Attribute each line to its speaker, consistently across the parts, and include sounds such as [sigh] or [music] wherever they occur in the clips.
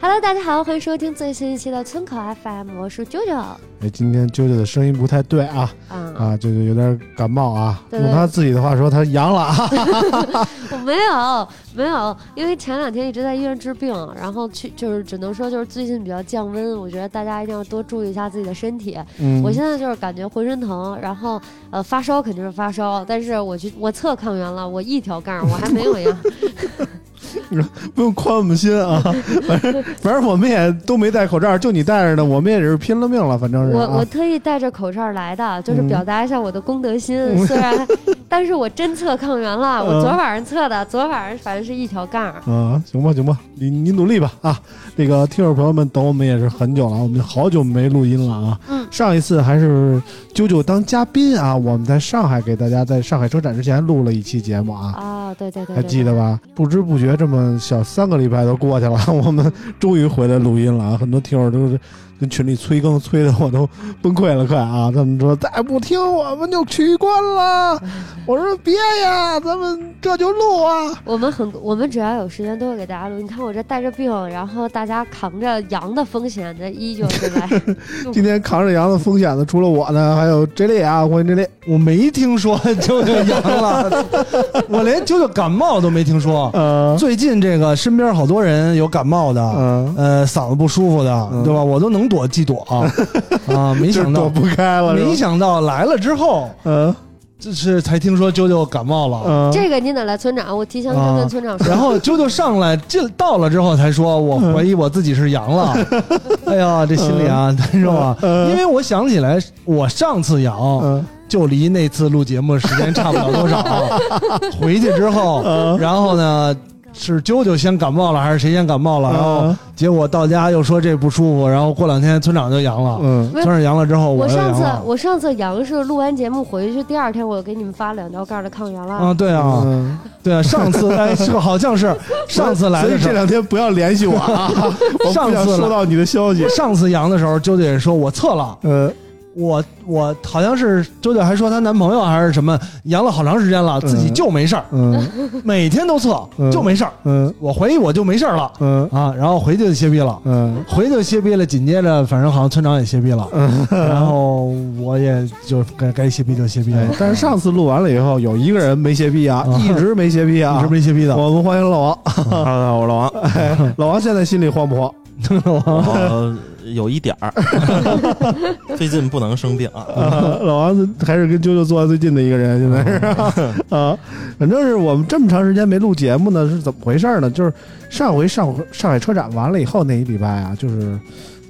Speaker 1: Hello，大家好，欢迎收听最新一期的村口 FM，我是啾啾。
Speaker 2: 哎，今天啾啾的声音不太对啊
Speaker 1: 啊，
Speaker 2: 啊，啾啾有点感冒啊。
Speaker 1: 对
Speaker 2: 用他自己的话说，他阳了
Speaker 1: [laughs]
Speaker 2: 啊。
Speaker 1: 我没有没有，因为前两天一直在医院治病，然后去就是只能说就是最近比较降温，我觉得大家一定要多注意一下自己的身体。
Speaker 2: 嗯，
Speaker 1: 我现在就是感觉浑身疼，然后呃发烧肯定是发烧，但是我去我测抗原了，我一条杠，我还没
Speaker 2: [laughs]
Speaker 1: 有阳。
Speaker 2: 不用宽我们心啊，反正反正我们也都没戴口罩，就你戴着呢，我们也是拼了命了，反正是
Speaker 1: 我
Speaker 2: 啊
Speaker 1: 我。特意戴着口罩来的，就是
Speaker 2: 嗯
Speaker 1: 表达一下我的公德心。虽然，但是我真测抗原了，我
Speaker 2: 嗯
Speaker 1: 昨晚上测的，昨晚上反正是一条杠。
Speaker 2: 啊，行吧，行吧，你你努力吧啊！这个听友朋友们，等我们也是很久了，我们好久没录音了啊。
Speaker 1: 嗯
Speaker 2: 上一次还是啾啾当嘉宾啊，我们在上海给大家在上海车展之前录了一期节目啊。
Speaker 1: 啊、对对对
Speaker 2: 还
Speaker 1: 对，
Speaker 2: 记
Speaker 1: 对
Speaker 2: 得吧？不知不觉这么小三个礼拜都过去了，我们终于回来录音了啊！很多听友都是跟群里催更，催的我都崩溃了，快啊！他们说再不听我们就取关了。我说别呀，咱们这就录啊。
Speaker 1: 我们很，我们只要有时间都会给大家录。你看我这带着病，然后大家扛着羊的风险，这依旧是
Speaker 2: [laughs]
Speaker 1: 来。
Speaker 2: 今天扛着羊的风险的，除了我呢，还有 J 莉啊，欢迎 J 莉。
Speaker 3: 我没听说舅舅阳
Speaker 2: [laughs]
Speaker 3: 了，我连舅舅感冒都没听说。
Speaker 2: 呃，
Speaker 3: 最近这个身边好多人有感冒的，
Speaker 2: 嗯、
Speaker 3: 呃，嗓子不舒服的，
Speaker 2: 嗯
Speaker 3: 对吧？我都能躲即
Speaker 2: [laughs]
Speaker 3: 躲啊，没
Speaker 2: 就是
Speaker 3: 想
Speaker 2: 躲
Speaker 3: 到，
Speaker 2: 不开了，
Speaker 3: 没
Speaker 2: 是吧？
Speaker 3: 想到来了之后，
Speaker 2: 嗯
Speaker 3: 这是才听说舅舅感冒了。
Speaker 2: 嗯，
Speaker 1: 这个你得来村长，我提前跟
Speaker 3: 啊
Speaker 1: 跟村长说。
Speaker 3: 然后啾啾上来进到了之后才说，我怀疑我自己是
Speaker 2: [laughs]
Speaker 3: 阳了。哎呀，这心里啊难受啊，
Speaker 2: 嗯
Speaker 3: 因为我想起来我上次阳
Speaker 2: 嗯
Speaker 3: 就离那次录节目时间差不了多少。
Speaker 2: [laughs]
Speaker 3: 回去之后，
Speaker 2: 嗯
Speaker 3: 然后呢是啾啾先感冒了还是谁先感冒
Speaker 2: 嗯
Speaker 3: 了？然后结果到家又说这不舒服，然后过两天村长就阳了。
Speaker 2: 嗯
Speaker 3: 村长阳了之后，
Speaker 1: 我
Speaker 3: 又
Speaker 1: 上
Speaker 3: 阳
Speaker 1: 次
Speaker 3: 了。
Speaker 1: 我上次阳是录完节目回去第二天，我给你们发两条杠的抗原了。
Speaker 3: 啊，对啊，
Speaker 2: 嗯
Speaker 3: 对啊，上次哎，是好
Speaker 2: [laughs]
Speaker 3: 像是上次来
Speaker 2: 所
Speaker 3: 的
Speaker 2: 以
Speaker 3: 时
Speaker 2: 这
Speaker 3: 候，
Speaker 2: 两天不要联系我 [laughs] 啊，我不
Speaker 3: 上
Speaker 2: 想
Speaker 3: 次
Speaker 2: 收
Speaker 3: 了
Speaker 2: 到你的消息。
Speaker 3: 上次阳的时候，周姐也说我测了，
Speaker 2: 呃，
Speaker 3: 我我好像是周姐还说她男朋友还是什么阳了好长时间了，自己就没事儿，
Speaker 2: 嗯
Speaker 3: 每天都测
Speaker 2: 嗯
Speaker 3: 就没事儿，
Speaker 2: 嗯
Speaker 3: 我怀疑我就没事儿了
Speaker 2: 嗯
Speaker 3: 啊，然后回去就歇逼了。
Speaker 2: 嗯
Speaker 3: 回去就歇逼了，紧接着反正好像村长也歇
Speaker 2: [laughs]
Speaker 3: 逼了，然后我也就该该歇逼就歇逼了
Speaker 2: 哎，，但是上次录完了以后，有一个人没斜逼啊，
Speaker 3: 啊
Speaker 2: 一直没斜逼啊，
Speaker 3: 一直没歇逼的。
Speaker 2: 我们欢迎老 [laughs] 王，
Speaker 4: 啊
Speaker 2: 大家好，我啊是老王。哎老王现在心里慌不慌？
Speaker 4: 我呃有一点 [laughs] 儿，最近不能生病啊。
Speaker 2: 啊 [laughs] 老王还是跟啾啾坐在最近的一个人，现在是啊。反正是我们这么长时间没录节目呢，是怎么回事呢？就是上回上上海车展完了以后那一礼拜啊，就是怎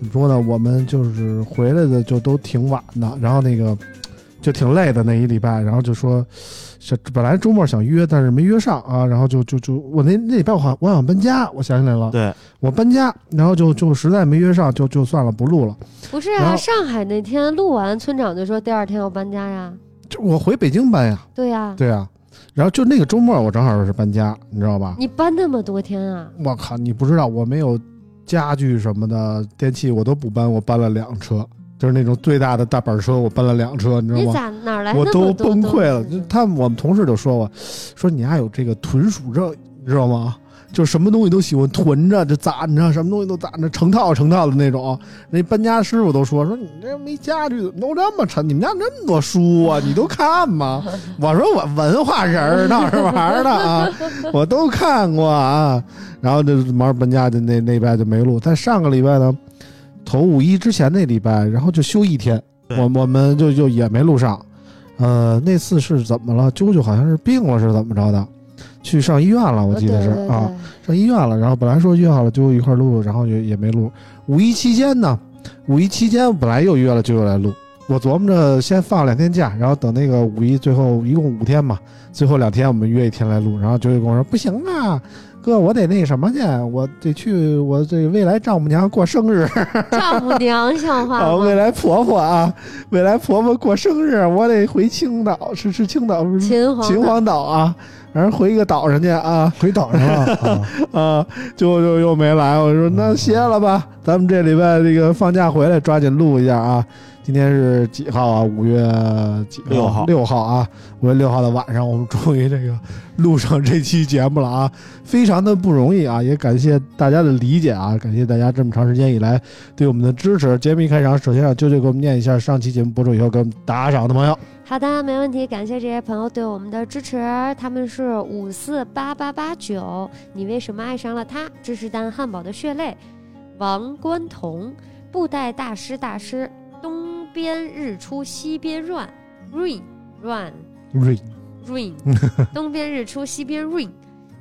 Speaker 2: 么说呢？我们就是回来的就都挺晚的，然后那个就挺累的那一礼拜，然后就说。是本来周末想约，但是没约上啊，然后就就就我那那礼拜我好像我想搬家，我想起来了，
Speaker 4: 对，
Speaker 2: 我搬家，然后就就实在没约上，就就算了不录了。
Speaker 1: 不是
Speaker 2: 然
Speaker 1: 啊，
Speaker 2: 后
Speaker 1: 上海那天录完，村长就说第二天要搬家呀。
Speaker 2: 这我回北京搬呀，
Speaker 1: 对呀、
Speaker 2: 对啊，然后就那个周末我正好是搬家，你知道吧？
Speaker 1: 你搬那么多天啊？
Speaker 2: 我靠，你不知道我没有家具什么的电器我都不搬，我搬了两车，就是那种最大的大板车，我搬了两车，你知
Speaker 1: 你
Speaker 2: 道吗？
Speaker 1: 咋哪来那
Speaker 2: 我
Speaker 1: 么多啊
Speaker 2: 都崩溃了
Speaker 1: 东西，
Speaker 2: 他们我们同事就说我，说你丫有这个豚鼠症，你知道吗？就是什么东西都喜欢囤着，就攒着，什么东西都攒着，成套成套的那种。那搬家师傅都说说你这没家具怎么都这么沉？你们家那么多书啊，你都看吗？我说我文化人儿闹着玩儿的啊，我都看过啊。然后就忙着搬家就那那礼拜就没录，但上个礼拜呢，头五一之前那礼拜，然后就休一天，
Speaker 4: 对
Speaker 2: 我我们就就也没录上。呃，那次是怎么了？啾啾好像是病了，是怎么着的？去上医院了，我记得是
Speaker 1: 对对对
Speaker 2: 啊。上医院了，然后本来说约好了就一块儿录，然后也也没录。五一期间呢，五一期间本来又约了就又来录，我琢磨着先放两天假，然后等那个五一最后一共五天嘛，最后两天我们约一天来录。然后九九跟我说不行啊，哥我得那什么去，我得去我这未来丈母娘过生日。
Speaker 1: 丈母娘像话
Speaker 2: [laughs] 啊，
Speaker 1: 吗？
Speaker 2: 未来婆婆啊，未来婆婆过生日，我得回青岛，是是青岛，不是
Speaker 1: 秦皇
Speaker 2: 秦皇岛啊，反正回一个岛上去啊
Speaker 3: 回岛
Speaker 2: [laughs]
Speaker 3: 上了啊，
Speaker 2: 啊，就就又没来。我说
Speaker 4: 嗯
Speaker 2: 那歇了吧，咱们这礼拜这个放假回来抓紧录一下啊。今天是几号啊？五月几
Speaker 4: 六号
Speaker 2: 六号啊，五月六号的晚上，我们终于这个录上这期节目了啊，非常的不容易啊，也感谢大家的理解啊，感谢大家这么长时间以来对我们的支持。节目一开场，首先让啾啾给我们念一下上期节目播出以后给我们打赏的朋友。
Speaker 1: 好的，没问题，感谢这些朋友对我们的支持，他们是五四八八八九，你为什么爱上了他？芝士蛋汉堡的血泪，王冠彤，布袋大师大师，东边日出西边 run rain run
Speaker 3: Rain
Speaker 2: [laughs]
Speaker 1: rain，东边日出西边 rain。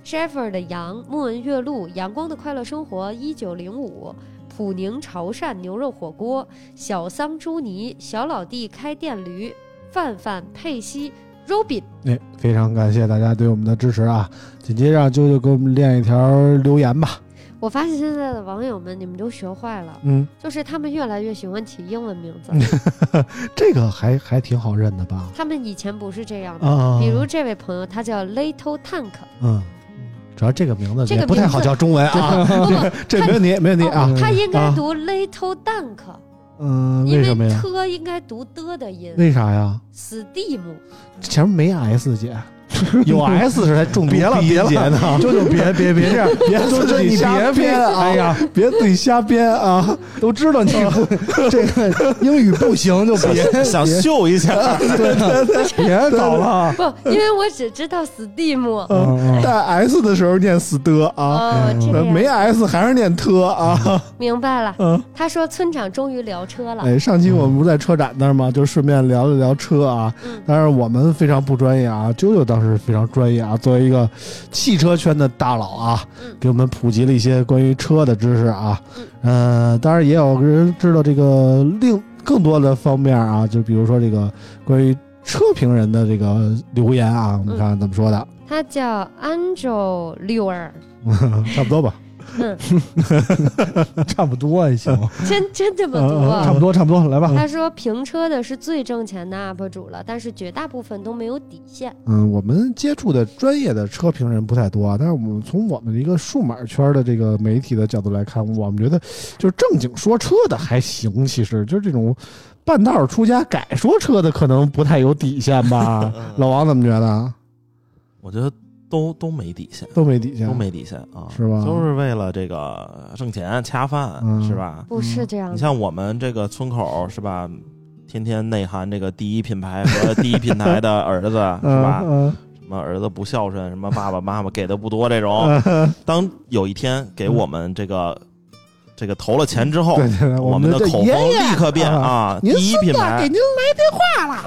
Speaker 1: Sheffer 的羊，莫文月露，阳光的快乐生活，一九零五，普宁潮汕牛肉火锅，小桑朱尼，小老弟开电驴，范范佩西，Robin，
Speaker 2: 哎，非常感谢大家对我们的支持啊！紧接着让啾啾给我们念一条留言吧。
Speaker 1: 我发现现在的网友们，你们都学坏了，
Speaker 2: 嗯，
Speaker 1: 就是他们越来越喜欢起英文名
Speaker 2: [laughs]
Speaker 1: 字，
Speaker 2: 这个还还挺好认的吧？
Speaker 1: 他们以前不是这样的。
Speaker 2: 啊，
Speaker 1: 比如这位朋友，他叫 Little Tank，
Speaker 2: 嗯，主要这个名字
Speaker 1: 这个
Speaker 2: 也不太
Speaker 1: 名字
Speaker 2: 好叫中文啊，
Speaker 1: 不哦不，
Speaker 2: [laughs] 这没问题，没问题啊
Speaker 1: 哦。他应该
Speaker 2: 啊
Speaker 1: 读 Little Tank，
Speaker 2: 嗯，
Speaker 1: 因
Speaker 2: 为什么
Speaker 1: 为
Speaker 2: 呀？
Speaker 1: 特应该读的的音
Speaker 2: 为啥呀？
Speaker 1: ，Steam。
Speaker 2: 前面没 S [laughs] 姐，
Speaker 4: 有 S 是才重
Speaker 2: 别了别了
Speaker 4: 节呢，
Speaker 3: 舅舅别别别这样，
Speaker 2: 啊别
Speaker 3: 舅舅
Speaker 2: 自己
Speaker 3: 你
Speaker 2: 瞎
Speaker 3: 别别
Speaker 2: 编啊
Speaker 3: 哎呀，
Speaker 2: 别自己瞎编啊！
Speaker 3: 都知道你不这个英语不行就
Speaker 2: [laughs]
Speaker 3: 别
Speaker 4: 想秀一下，。
Speaker 3: 别搞了，啊
Speaker 1: 不，因为我只知道
Speaker 2: [laughs] 啊
Speaker 1: Steam。
Speaker 3: 嗯嗯
Speaker 2: 带 S 的时候念死的啊，
Speaker 1: 哦，这
Speaker 2: 呃
Speaker 1: 个
Speaker 2: 没
Speaker 1: 样
Speaker 2: S 还是念特啊。
Speaker 1: 明白了。
Speaker 2: 嗯，
Speaker 1: 他说村长终于聊车了。
Speaker 2: 哎，上期我们不是在车展那儿吗？就顺便聊了聊车啊。
Speaker 1: 嗯，
Speaker 2: 当然我们非常不专业啊，啾啾当时非常专业啊，作为一个汽车圈的大佬啊
Speaker 1: 嗯，
Speaker 2: 给我们普及了一些关于车的知识啊。呃，当然也有人知道这个另更多的方面啊，就比如说这个关于车评人的这个留言啊，我们看看怎么说的，
Speaker 1: 他叫 Angel 六儿，
Speaker 2: 差不多吧。
Speaker 3: 差不多也行，
Speaker 2: 嗯
Speaker 1: 真真这么读
Speaker 3: 差
Speaker 1: 啊？
Speaker 3: 不多差不多，来吧，
Speaker 1: 他说评车的是最挣钱的 UP 主了，但是绝大部分都没有底线。
Speaker 2: 嗯，我们接触的专业的车评人不太多啊，但是我们从我们的一个数码圈的这个媒体的角度来看，我们觉得就是正经说车的还行，其实就是这种半道儿出家改说车的可能不太有底线吧 [laughs]
Speaker 4: 嗯
Speaker 2: 老王怎么觉得？
Speaker 4: 我觉得都都没底线，
Speaker 2: 都没底线，
Speaker 4: 都没底线啊，
Speaker 2: 是吧
Speaker 4: 都是为了这个挣钱恰饭
Speaker 2: 嗯
Speaker 4: 是吧？
Speaker 1: 不是这样
Speaker 4: 你
Speaker 1: 的，
Speaker 4: 像我们这个村口是吧，天天内涵这个第一品牌和第一品
Speaker 2: [laughs]
Speaker 4: 牌的儿子是吧？
Speaker 2: 嗯
Speaker 4: 什么儿子不孝顺，什么爸爸妈妈给的不多这种。
Speaker 2: 嗯
Speaker 4: 当有一天给我们这个这个投了钱之后，
Speaker 2: 对对对，
Speaker 4: 我
Speaker 2: 哎们
Speaker 4: 们的
Speaker 2: 这
Speaker 4: 口风
Speaker 2: 爷爷
Speaker 4: 立刻变
Speaker 2: 啊。
Speaker 4: 啊，第
Speaker 2: 您
Speaker 4: 一品
Speaker 2: 孙子给
Speaker 4: 牌
Speaker 2: 您，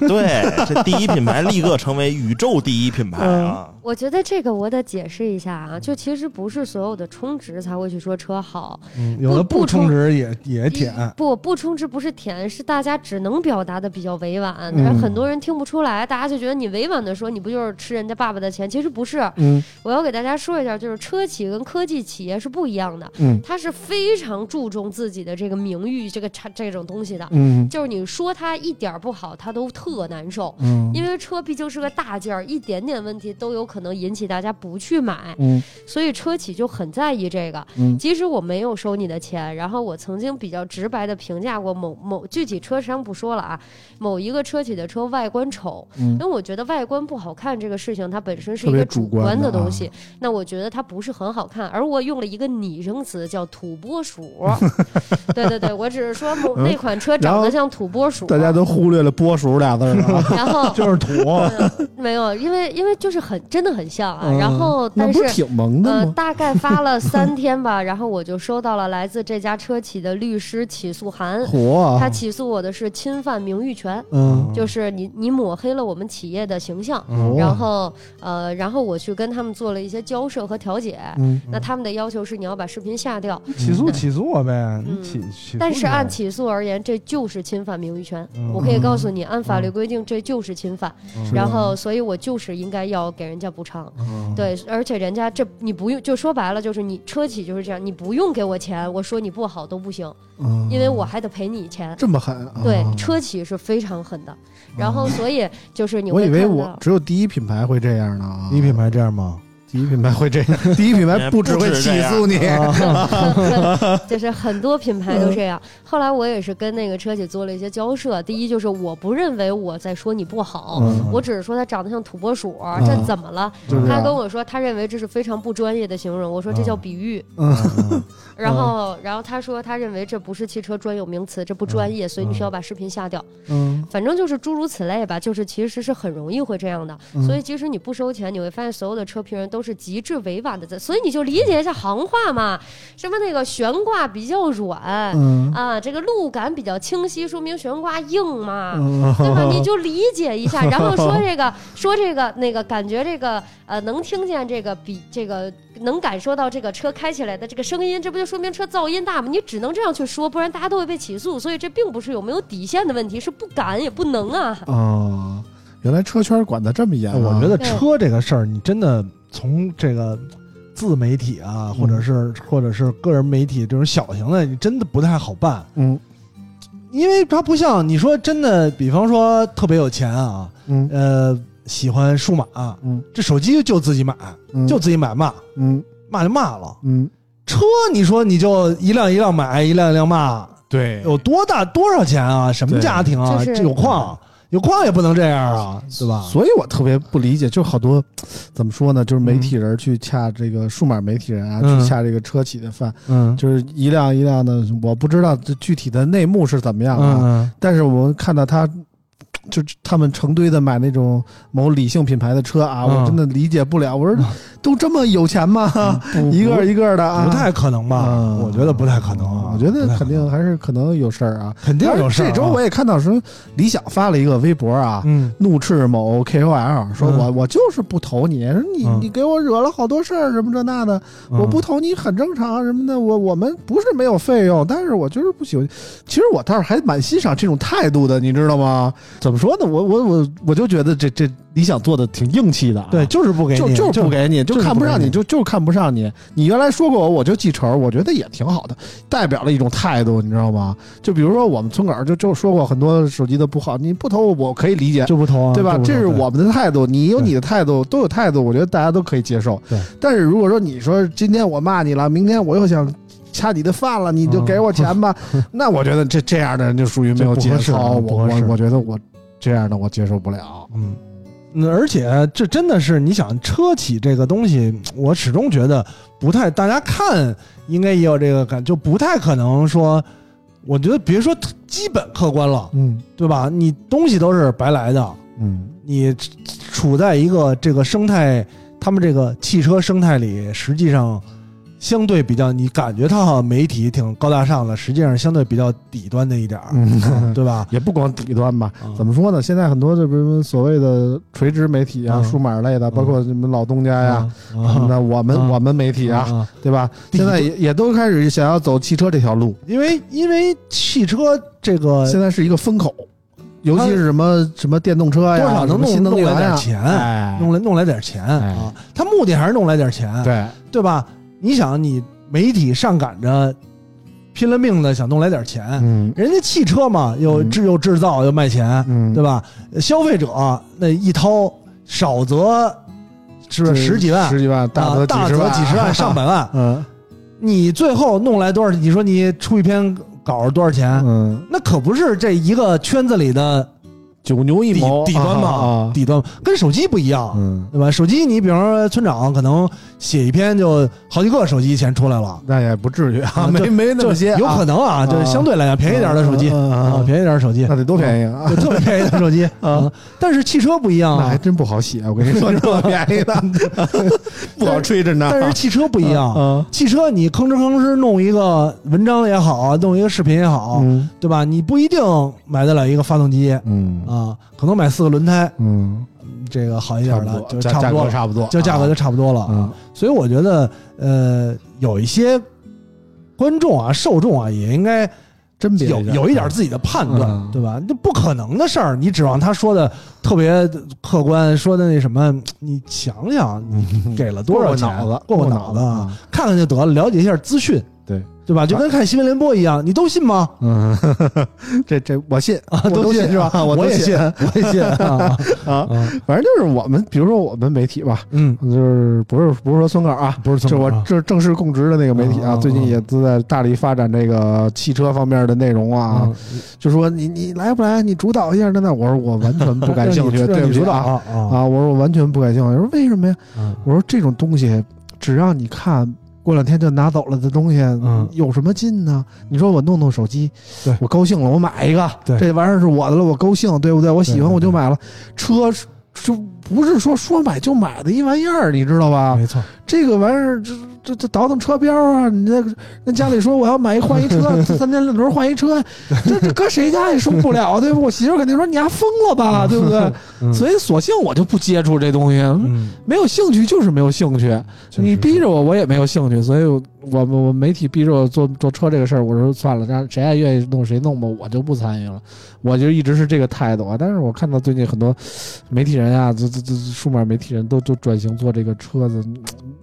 Speaker 4: [laughs] 对，这第一品牌立刻成为宇宙第一品牌啊。
Speaker 2: 嗯
Speaker 1: 我觉得这个我得解释一下啊，就其实不是所有的充值才会去说车好，
Speaker 3: 嗯有的不
Speaker 1: 不不充
Speaker 3: 充值也也舔，
Speaker 1: 不不充值不是甜，是大家只能表达的比较委婉，
Speaker 2: 嗯
Speaker 1: 但是很多人听不出来，大家就觉得你委婉的说你不就是吃人家爸爸的钱？其实不是，
Speaker 2: 嗯
Speaker 1: 我要给大家说一下，就是车企跟科技企业是不一样的，
Speaker 2: 嗯
Speaker 1: 它是非常注重自己的这个名誉这个产这种东西的，
Speaker 2: 嗯
Speaker 1: 就是你说它一点儿不好，它都特难受。
Speaker 2: 嗯，
Speaker 1: 因为车毕竟是个大件儿，一点点问题都有可能引起大家不去买，
Speaker 2: 嗯
Speaker 1: 所以车企就很在意这个。
Speaker 2: 嗯
Speaker 1: 即使我没有收你的钱，然后我曾经比较直白的评价过某某具体车商不说了啊，某一个车企的车外观丑，
Speaker 2: 嗯
Speaker 1: 因为我觉得外观不好看这个事情它本身是一
Speaker 2: 特别
Speaker 1: 个
Speaker 2: 主
Speaker 1: 主
Speaker 2: 观
Speaker 1: 观
Speaker 2: 的
Speaker 1: 的
Speaker 2: 啊
Speaker 1: 东西，那我觉得它不是很好看，而我用了一个拟声词叫土
Speaker 2: [laughs]
Speaker 1: 拨鼠，对对对，我只是说
Speaker 2: 嗯
Speaker 1: 某那款车
Speaker 2: 然
Speaker 1: 长
Speaker 2: 后
Speaker 1: 得像土拨鼠，啊
Speaker 2: 大家都忽略了“波叔”俩字儿啊了，
Speaker 1: 然
Speaker 2: [laughs]
Speaker 1: 后。呃
Speaker 2: 就是土，
Speaker 1: 没有，因为因为就是很真的很像啊，
Speaker 3: 嗯
Speaker 1: 然后
Speaker 2: 那
Speaker 1: 但
Speaker 2: 不
Speaker 1: 是
Speaker 2: 是挺萌的
Speaker 1: 呃，
Speaker 2: 吗？
Speaker 1: 大概发了三天吧，然后我就收到了来自这家车企的律师起诉函，
Speaker 2: 火啊
Speaker 1: 他，起诉我的是侵犯名誉权，
Speaker 2: 哦嗯，哦
Speaker 1: 就是你你抹黑了我们企业的形象。
Speaker 3: 嗯
Speaker 1: 然后，呃，然后我去跟他们做了一些交涉和调解。
Speaker 2: 嗯
Speaker 1: 那他们的要求是你要把视频下掉，
Speaker 3: 哦起诉起诉我呗，你
Speaker 1: 嗯
Speaker 3: 起起诉
Speaker 1: 但是
Speaker 2: 啊
Speaker 3: 你
Speaker 1: 按
Speaker 3: 呗
Speaker 1: 起诉而言，这就是侵犯名誉权。
Speaker 3: 嗯
Speaker 1: 我可以告诉你，按
Speaker 2: 嗯
Speaker 1: 法律规定，这就是侵犯。
Speaker 3: 嗯
Speaker 1: 然后，所以我就是应该要给人家补偿。
Speaker 3: 嗯
Speaker 1: 对，而且人家这你不用，就说白了就是你车企就是这样，你不用给我钱，我说你不好都不行，因
Speaker 2: 嗯
Speaker 1: 为我还得赔你钱。
Speaker 2: 这么狠啊！
Speaker 1: 对，车企是非常狠的，然后所以就是你
Speaker 2: 我
Speaker 1: 会
Speaker 2: 以
Speaker 1: 看到，
Speaker 2: 为我只有第一品牌会这样呢啊！
Speaker 3: 第一品牌这样吗？
Speaker 2: [laughs] 第一品牌会这样，第一品牌不
Speaker 3: [laughs]
Speaker 2: 只会起诉你，
Speaker 3: 啊
Speaker 1: 就是很多品牌都这样。后来我也是跟那个车企做了一些交涉，第一就是我不认为我在说你不好，
Speaker 3: 嗯
Speaker 1: 我只是说他长得像土拨鼠，这怎么了？
Speaker 2: [laughs] 嗯就是啊
Speaker 1: 他跟我说他认为这是非常不专业的形容，我说这叫比喻。
Speaker 3: 嗯
Speaker 1: 然后，然后他说他认为这不是汽车专有名词，这不专业，所以你需要把视频下掉。
Speaker 2: 嗯，
Speaker 1: 反正就是诸如此类吧，就是其实是很容易会这样的。
Speaker 2: 嗯
Speaker 1: 所以即使你不收钱，你会发现所有的车评人都是极致委婉的在，所以你就理解一下行话嘛，什么那个悬挂比较软。
Speaker 2: 嗯
Speaker 1: 啊，这个路感比较清晰，说明悬挂硬嘛，
Speaker 2: 嗯
Speaker 1: 对吧？
Speaker 3: [laughs]
Speaker 1: 你就理解一下，然后说这个，说这个那个，感觉这个呃，能听见这个比这个能感受到这个车开起来的这个声音，这不就说明车噪音大吗？你只能这样去说，不然大家都会被起诉。所以这并不是有没有底线的问题，是不敢也不能啊。
Speaker 2: 哦，原来车圈管得这么严啊，
Speaker 3: 我觉得车这个事儿，你真的从这个自媒体啊，
Speaker 2: 嗯
Speaker 3: 或者是或者是个人媒体这种小型的，你真的不太好办，
Speaker 2: 嗯
Speaker 3: 因为它不像你说真的，比方说特别有钱啊，
Speaker 2: 嗯
Speaker 3: 呃，喜欢数码、
Speaker 2: 嗯
Speaker 3: 这手机就自己买，
Speaker 2: 嗯，
Speaker 3: 就自己买骂，
Speaker 2: 嗯
Speaker 3: 骂就骂了。
Speaker 2: 嗯，
Speaker 3: 车你说你就一辆一辆买，一辆一辆骂，
Speaker 2: 对
Speaker 3: 有多大多少钱啊？什么
Speaker 2: 对
Speaker 3: 家庭啊？
Speaker 1: 就是
Speaker 3: 这有矿，有矿也不能这样啊，对吧？
Speaker 2: 所以我特别不理解，就好多怎么说呢，就是媒体人去掐这个数码媒体人啊，
Speaker 3: 嗯
Speaker 2: 去掐这个车企的饭，
Speaker 3: 嗯
Speaker 2: 就是一辆一辆的，我不知道这具体的内幕是怎么样啊，
Speaker 3: 嗯
Speaker 2: 但是我们看到他，就他们成堆的买那种某理性品牌的车啊，
Speaker 3: 嗯
Speaker 2: 我真的理解不了。我说
Speaker 3: 嗯，
Speaker 2: 都这么有钱吗？
Speaker 3: 嗯，
Speaker 2: 一个一个的啊，
Speaker 3: 不太可能吧？
Speaker 2: 嗯
Speaker 3: 我觉得不太可能啊，
Speaker 2: 我觉得
Speaker 3: 不太可
Speaker 2: 肯定
Speaker 3: 能
Speaker 2: 还是可能有事儿啊，
Speaker 3: 肯定有事儿啊。
Speaker 2: 这周我也看到说，李想发了一个微博啊。
Speaker 3: 嗯
Speaker 2: 怒斥某 KOL 啊说
Speaker 3: 嗯
Speaker 2: 我：“我、就是不投你，说你
Speaker 3: 嗯
Speaker 2: 你给我惹了好多事儿什么这那的，我不投你很正常啊什么的，我我们不是没有费用，但是我就是不喜欢。其实我倒是还蛮欣赏这种态度的，你知道吗？怎么说呢？我我我我就觉得这这理想做的挺硬气的、啊，
Speaker 3: 对，就是不给
Speaker 2: 就
Speaker 3: 你，
Speaker 2: 就是不给你，就
Speaker 3: 就是
Speaker 2: 看
Speaker 3: 不
Speaker 2: 不
Speaker 3: 给
Speaker 2: 上你，
Speaker 3: 你
Speaker 2: 就就是看不上你。你原来说过我，我就记仇，我觉得也挺好的，代表了一种态度，你知道吗？就比如说我们村口就就说过很多手机的不好，你不投我我可以理解，
Speaker 3: 就不投啊，
Speaker 2: 对吧
Speaker 3: 就？不投
Speaker 2: 这是
Speaker 3: 对
Speaker 2: 我们的态度，你有你的态度，都有态度，我觉得大家都可以接受。
Speaker 3: 对，
Speaker 2: 但是如果说你说今天我骂你了，明天我又想。掐你的饭了，你就
Speaker 3: 嗯
Speaker 2: 给我钱吧。 [laughs] 那我觉得这这样的人就属于没有
Speaker 3: 这不
Speaker 2: 节
Speaker 3: 合适
Speaker 2: 操。
Speaker 3: 啊不
Speaker 2: 我
Speaker 3: 合
Speaker 2: 我
Speaker 3: 适
Speaker 2: 我觉得我这样的我接受不了。
Speaker 3: 嗯，嗯而且这真的是你想车企这个东西，我始终觉得不太，大家看应该也有这个感，就不太可能说，我觉得别说基本客观了，
Speaker 2: 嗯
Speaker 3: 对吧？你东西都是白来的，
Speaker 2: 嗯， [laughs]
Speaker 3: 你处处在一个这个生态，他们这个汽车生态里，实际上相对比较，你感觉它好像媒体挺高大上的，实际上相对比较底端的一点儿，
Speaker 2: 嗯
Speaker 3: 对吧？
Speaker 2: 也不光底端吧
Speaker 3: 嗯，
Speaker 2: 怎么说呢？现在很多这不是所谓的垂直媒体啊、
Speaker 3: 嗯
Speaker 2: 数码类的，包括什么老东家呀
Speaker 3: 嗯，
Speaker 2: 什么
Speaker 3: 啊
Speaker 2: 的，我们
Speaker 3: 嗯
Speaker 2: 我们媒体啊，
Speaker 3: 啊
Speaker 2: 对吧？
Speaker 3: 底
Speaker 2: 现在也也都开始想要走汽车这条路，
Speaker 3: 因为因为汽车这个
Speaker 2: 现在是一个风口，尤其是什么什么电动车呀，
Speaker 3: 多少能
Speaker 2: 什么
Speaker 3: 弄
Speaker 2: 新能源
Speaker 3: 弄来
Speaker 2: 呀
Speaker 3: 点钱
Speaker 2: 哎，
Speaker 3: 弄来弄来点钱
Speaker 2: 哎
Speaker 3: 啊，他目的还是弄来点钱，
Speaker 2: 对，
Speaker 3: 对吧？你想，你媒体上赶着拼了命的想弄来点钱，
Speaker 2: 嗯
Speaker 3: 人家汽车嘛，又
Speaker 2: 嗯
Speaker 3: 制又制造又卖钱，
Speaker 2: 嗯，
Speaker 3: 对啊
Speaker 2: 吧？
Speaker 3: 吧？消费者那一掏，少则是不是十几万？
Speaker 2: 十几万，
Speaker 3: 啊
Speaker 2: 则
Speaker 3: 大
Speaker 2: 几十
Speaker 3: 则
Speaker 2: 万，
Speaker 3: 几
Speaker 2: [laughs]
Speaker 3: 十万、上百万，
Speaker 2: 嗯
Speaker 3: 你最后弄来多少？你说你出一篇稿多少钱？
Speaker 2: 嗯，
Speaker 3: 那可不是这一个圈子里的
Speaker 2: 九牛一
Speaker 3: 底
Speaker 2: 毛
Speaker 3: 底端
Speaker 2: 啊
Speaker 3: 嘛，
Speaker 2: 啊
Speaker 3: 底端跟手机不一样，
Speaker 2: 嗯，
Speaker 3: 对吧？手机你比方说村长可能写一篇就好几个手机钱出来了，
Speaker 2: 那也不至于啊，
Speaker 3: 啊
Speaker 2: 没
Speaker 3: 就
Speaker 2: 没那
Speaker 3: 就
Speaker 2: 么些啊，
Speaker 3: 有可能啊，
Speaker 2: 啊
Speaker 3: 就是相对来讲便宜点的手机
Speaker 2: 嗯嗯嗯嗯
Speaker 3: 啊，便宜点的手机
Speaker 2: 那，得多便宜啊！
Speaker 3: [laughs] 就特别便宜的手机啊。但是汽车不一样
Speaker 2: 那还
Speaker 3: 啊，
Speaker 2: 真不好写，我跟你
Speaker 3: [laughs]
Speaker 2: 说，这么便宜的，不好吹着呢。
Speaker 3: 但是汽车不一样，
Speaker 2: 啊，
Speaker 3: 汽车你吭哧吭哧弄一个文章也好，啊弄一个视频也好，
Speaker 2: 嗯
Speaker 3: 对吧？你不一定买得了一个发动机
Speaker 2: 嗯
Speaker 3: 啊，可能买四个轮胎，
Speaker 2: 嗯，
Speaker 3: 啊这个好一
Speaker 2: 差
Speaker 3: 点
Speaker 2: 不
Speaker 3: 的
Speaker 2: 多，
Speaker 3: 就
Speaker 2: 价
Speaker 3: 差
Speaker 2: 价
Speaker 3: 不多
Speaker 2: 格
Speaker 3: 了，
Speaker 2: 差不多，
Speaker 3: 就价格就差不多了
Speaker 2: 啊
Speaker 3: 啊。所以我觉得，呃，有一些观众啊、受众啊，也应该
Speaker 2: 真别
Speaker 3: 有有一点自己的判
Speaker 2: 嗯
Speaker 3: 断，对吧？那不可能的事儿，你指望他说的特别客观，说的那什么，你想想，你给了多少钱？
Speaker 2: 过过脑子
Speaker 3: 过
Speaker 2: 过
Speaker 3: 过
Speaker 2: 脑
Speaker 3: 脑
Speaker 2: 子啊
Speaker 3: 子啊，看看就得了，了解一下资讯，
Speaker 2: 对
Speaker 3: 对吧？就跟看新闻联播一样，你都信吗？
Speaker 2: 嗯， [laughs] 这这我信
Speaker 3: 啊，
Speaker 2: 我都
Speaker 3: 信
Speaker 2: 是吧？
Speaker 3: 我
Speaker 2: 都
Speaker 3: 也
Speaker 2: [laughs]
Speaker 3: 信，我也信啊
Speaker 2: 啊。
Speaker 3: 啊，
Speaker 2: 反正就是我们，比如说我们媒体吧，
Speaker 3: 嗯，
Speaker 2: 就是不是不是说村口啊，
Speaker 3: 不是
Speaker 2: 就
Speaker 3: 这么
Speaker 2: 我
Speaker 3: 啊
Speaker 2: 这正式供职的那个媒体
Speaker 3: 啊啊
Speaker 2: 啊，
Speaker 3: 啊
Speaker 2: 最近也都在大力发展这个汽车方面的内容啊，
Speaker 3: 啊，
Speaker 2: 就说你你来不来？你主导一下？那那我说我完全不感兴趣，
Speaker 3: [laughs] 让你
Speaker 2: 对
Speaker 3: 让
Speaker 2: 不
Speaker 3: 你
Speaker 2: 起
Speaker 3: 主导
Speaker 2: 啊
Speaker 3: 啊啊
Speaker 2: 啊！我说我完全不感兴趣。我说为什么呀？
Speaker 3: 啊
Speaker 2: 我说这种东西，只让你看，过两天就拿走了的东西，
Speaker 3: 嗯
Speaker 2: 有什么劲呢？你说我弄弄手机，
Speaker 3: 对
Speaker 2: 我高兴了，我买一个，
Speaker 3: 对
Speaker 2: 这玩意儿是我的了，我高兴，对不对？我喜
Speaker 3: 对
Speaker 2: 欢
Speaker 3: 对
Speaker 2: 我就买了。车是是不是说说买就买的一玩意儿，你知道吧？
Speaker 3: 没错，
Speaker 2: 这个玩意儿，这这这倒腾车标啊！你那个人家里说我要买一换一车，
Speaker 3: [laughs]
Speaker 2: 这三天两头换一车，这这搁谁家也受不了，对不？我媳妇儿肯定说你丫疯了吧，对不对？
Speaker 3: 嗯
Speaker 2: 所以索性我就不接触这东西，
Speaker 3: 嗯，
Speaker 2: 没有兴趣就是没有兴趣。
Speaker 3: 确实
Speaker 2: 你
Speaker 3: 是
Speaker 2: 逼着我，我也没有兴趣，所以我我我媒体逼着我做做车这个事儿，我说算了，让谁爱愿意弄谁弄吧，我就不参与了，我就一直是这个态度啊。但是我看到最近很多媒体人啊，这这这数码媒体人都都转型做这个车子，嗯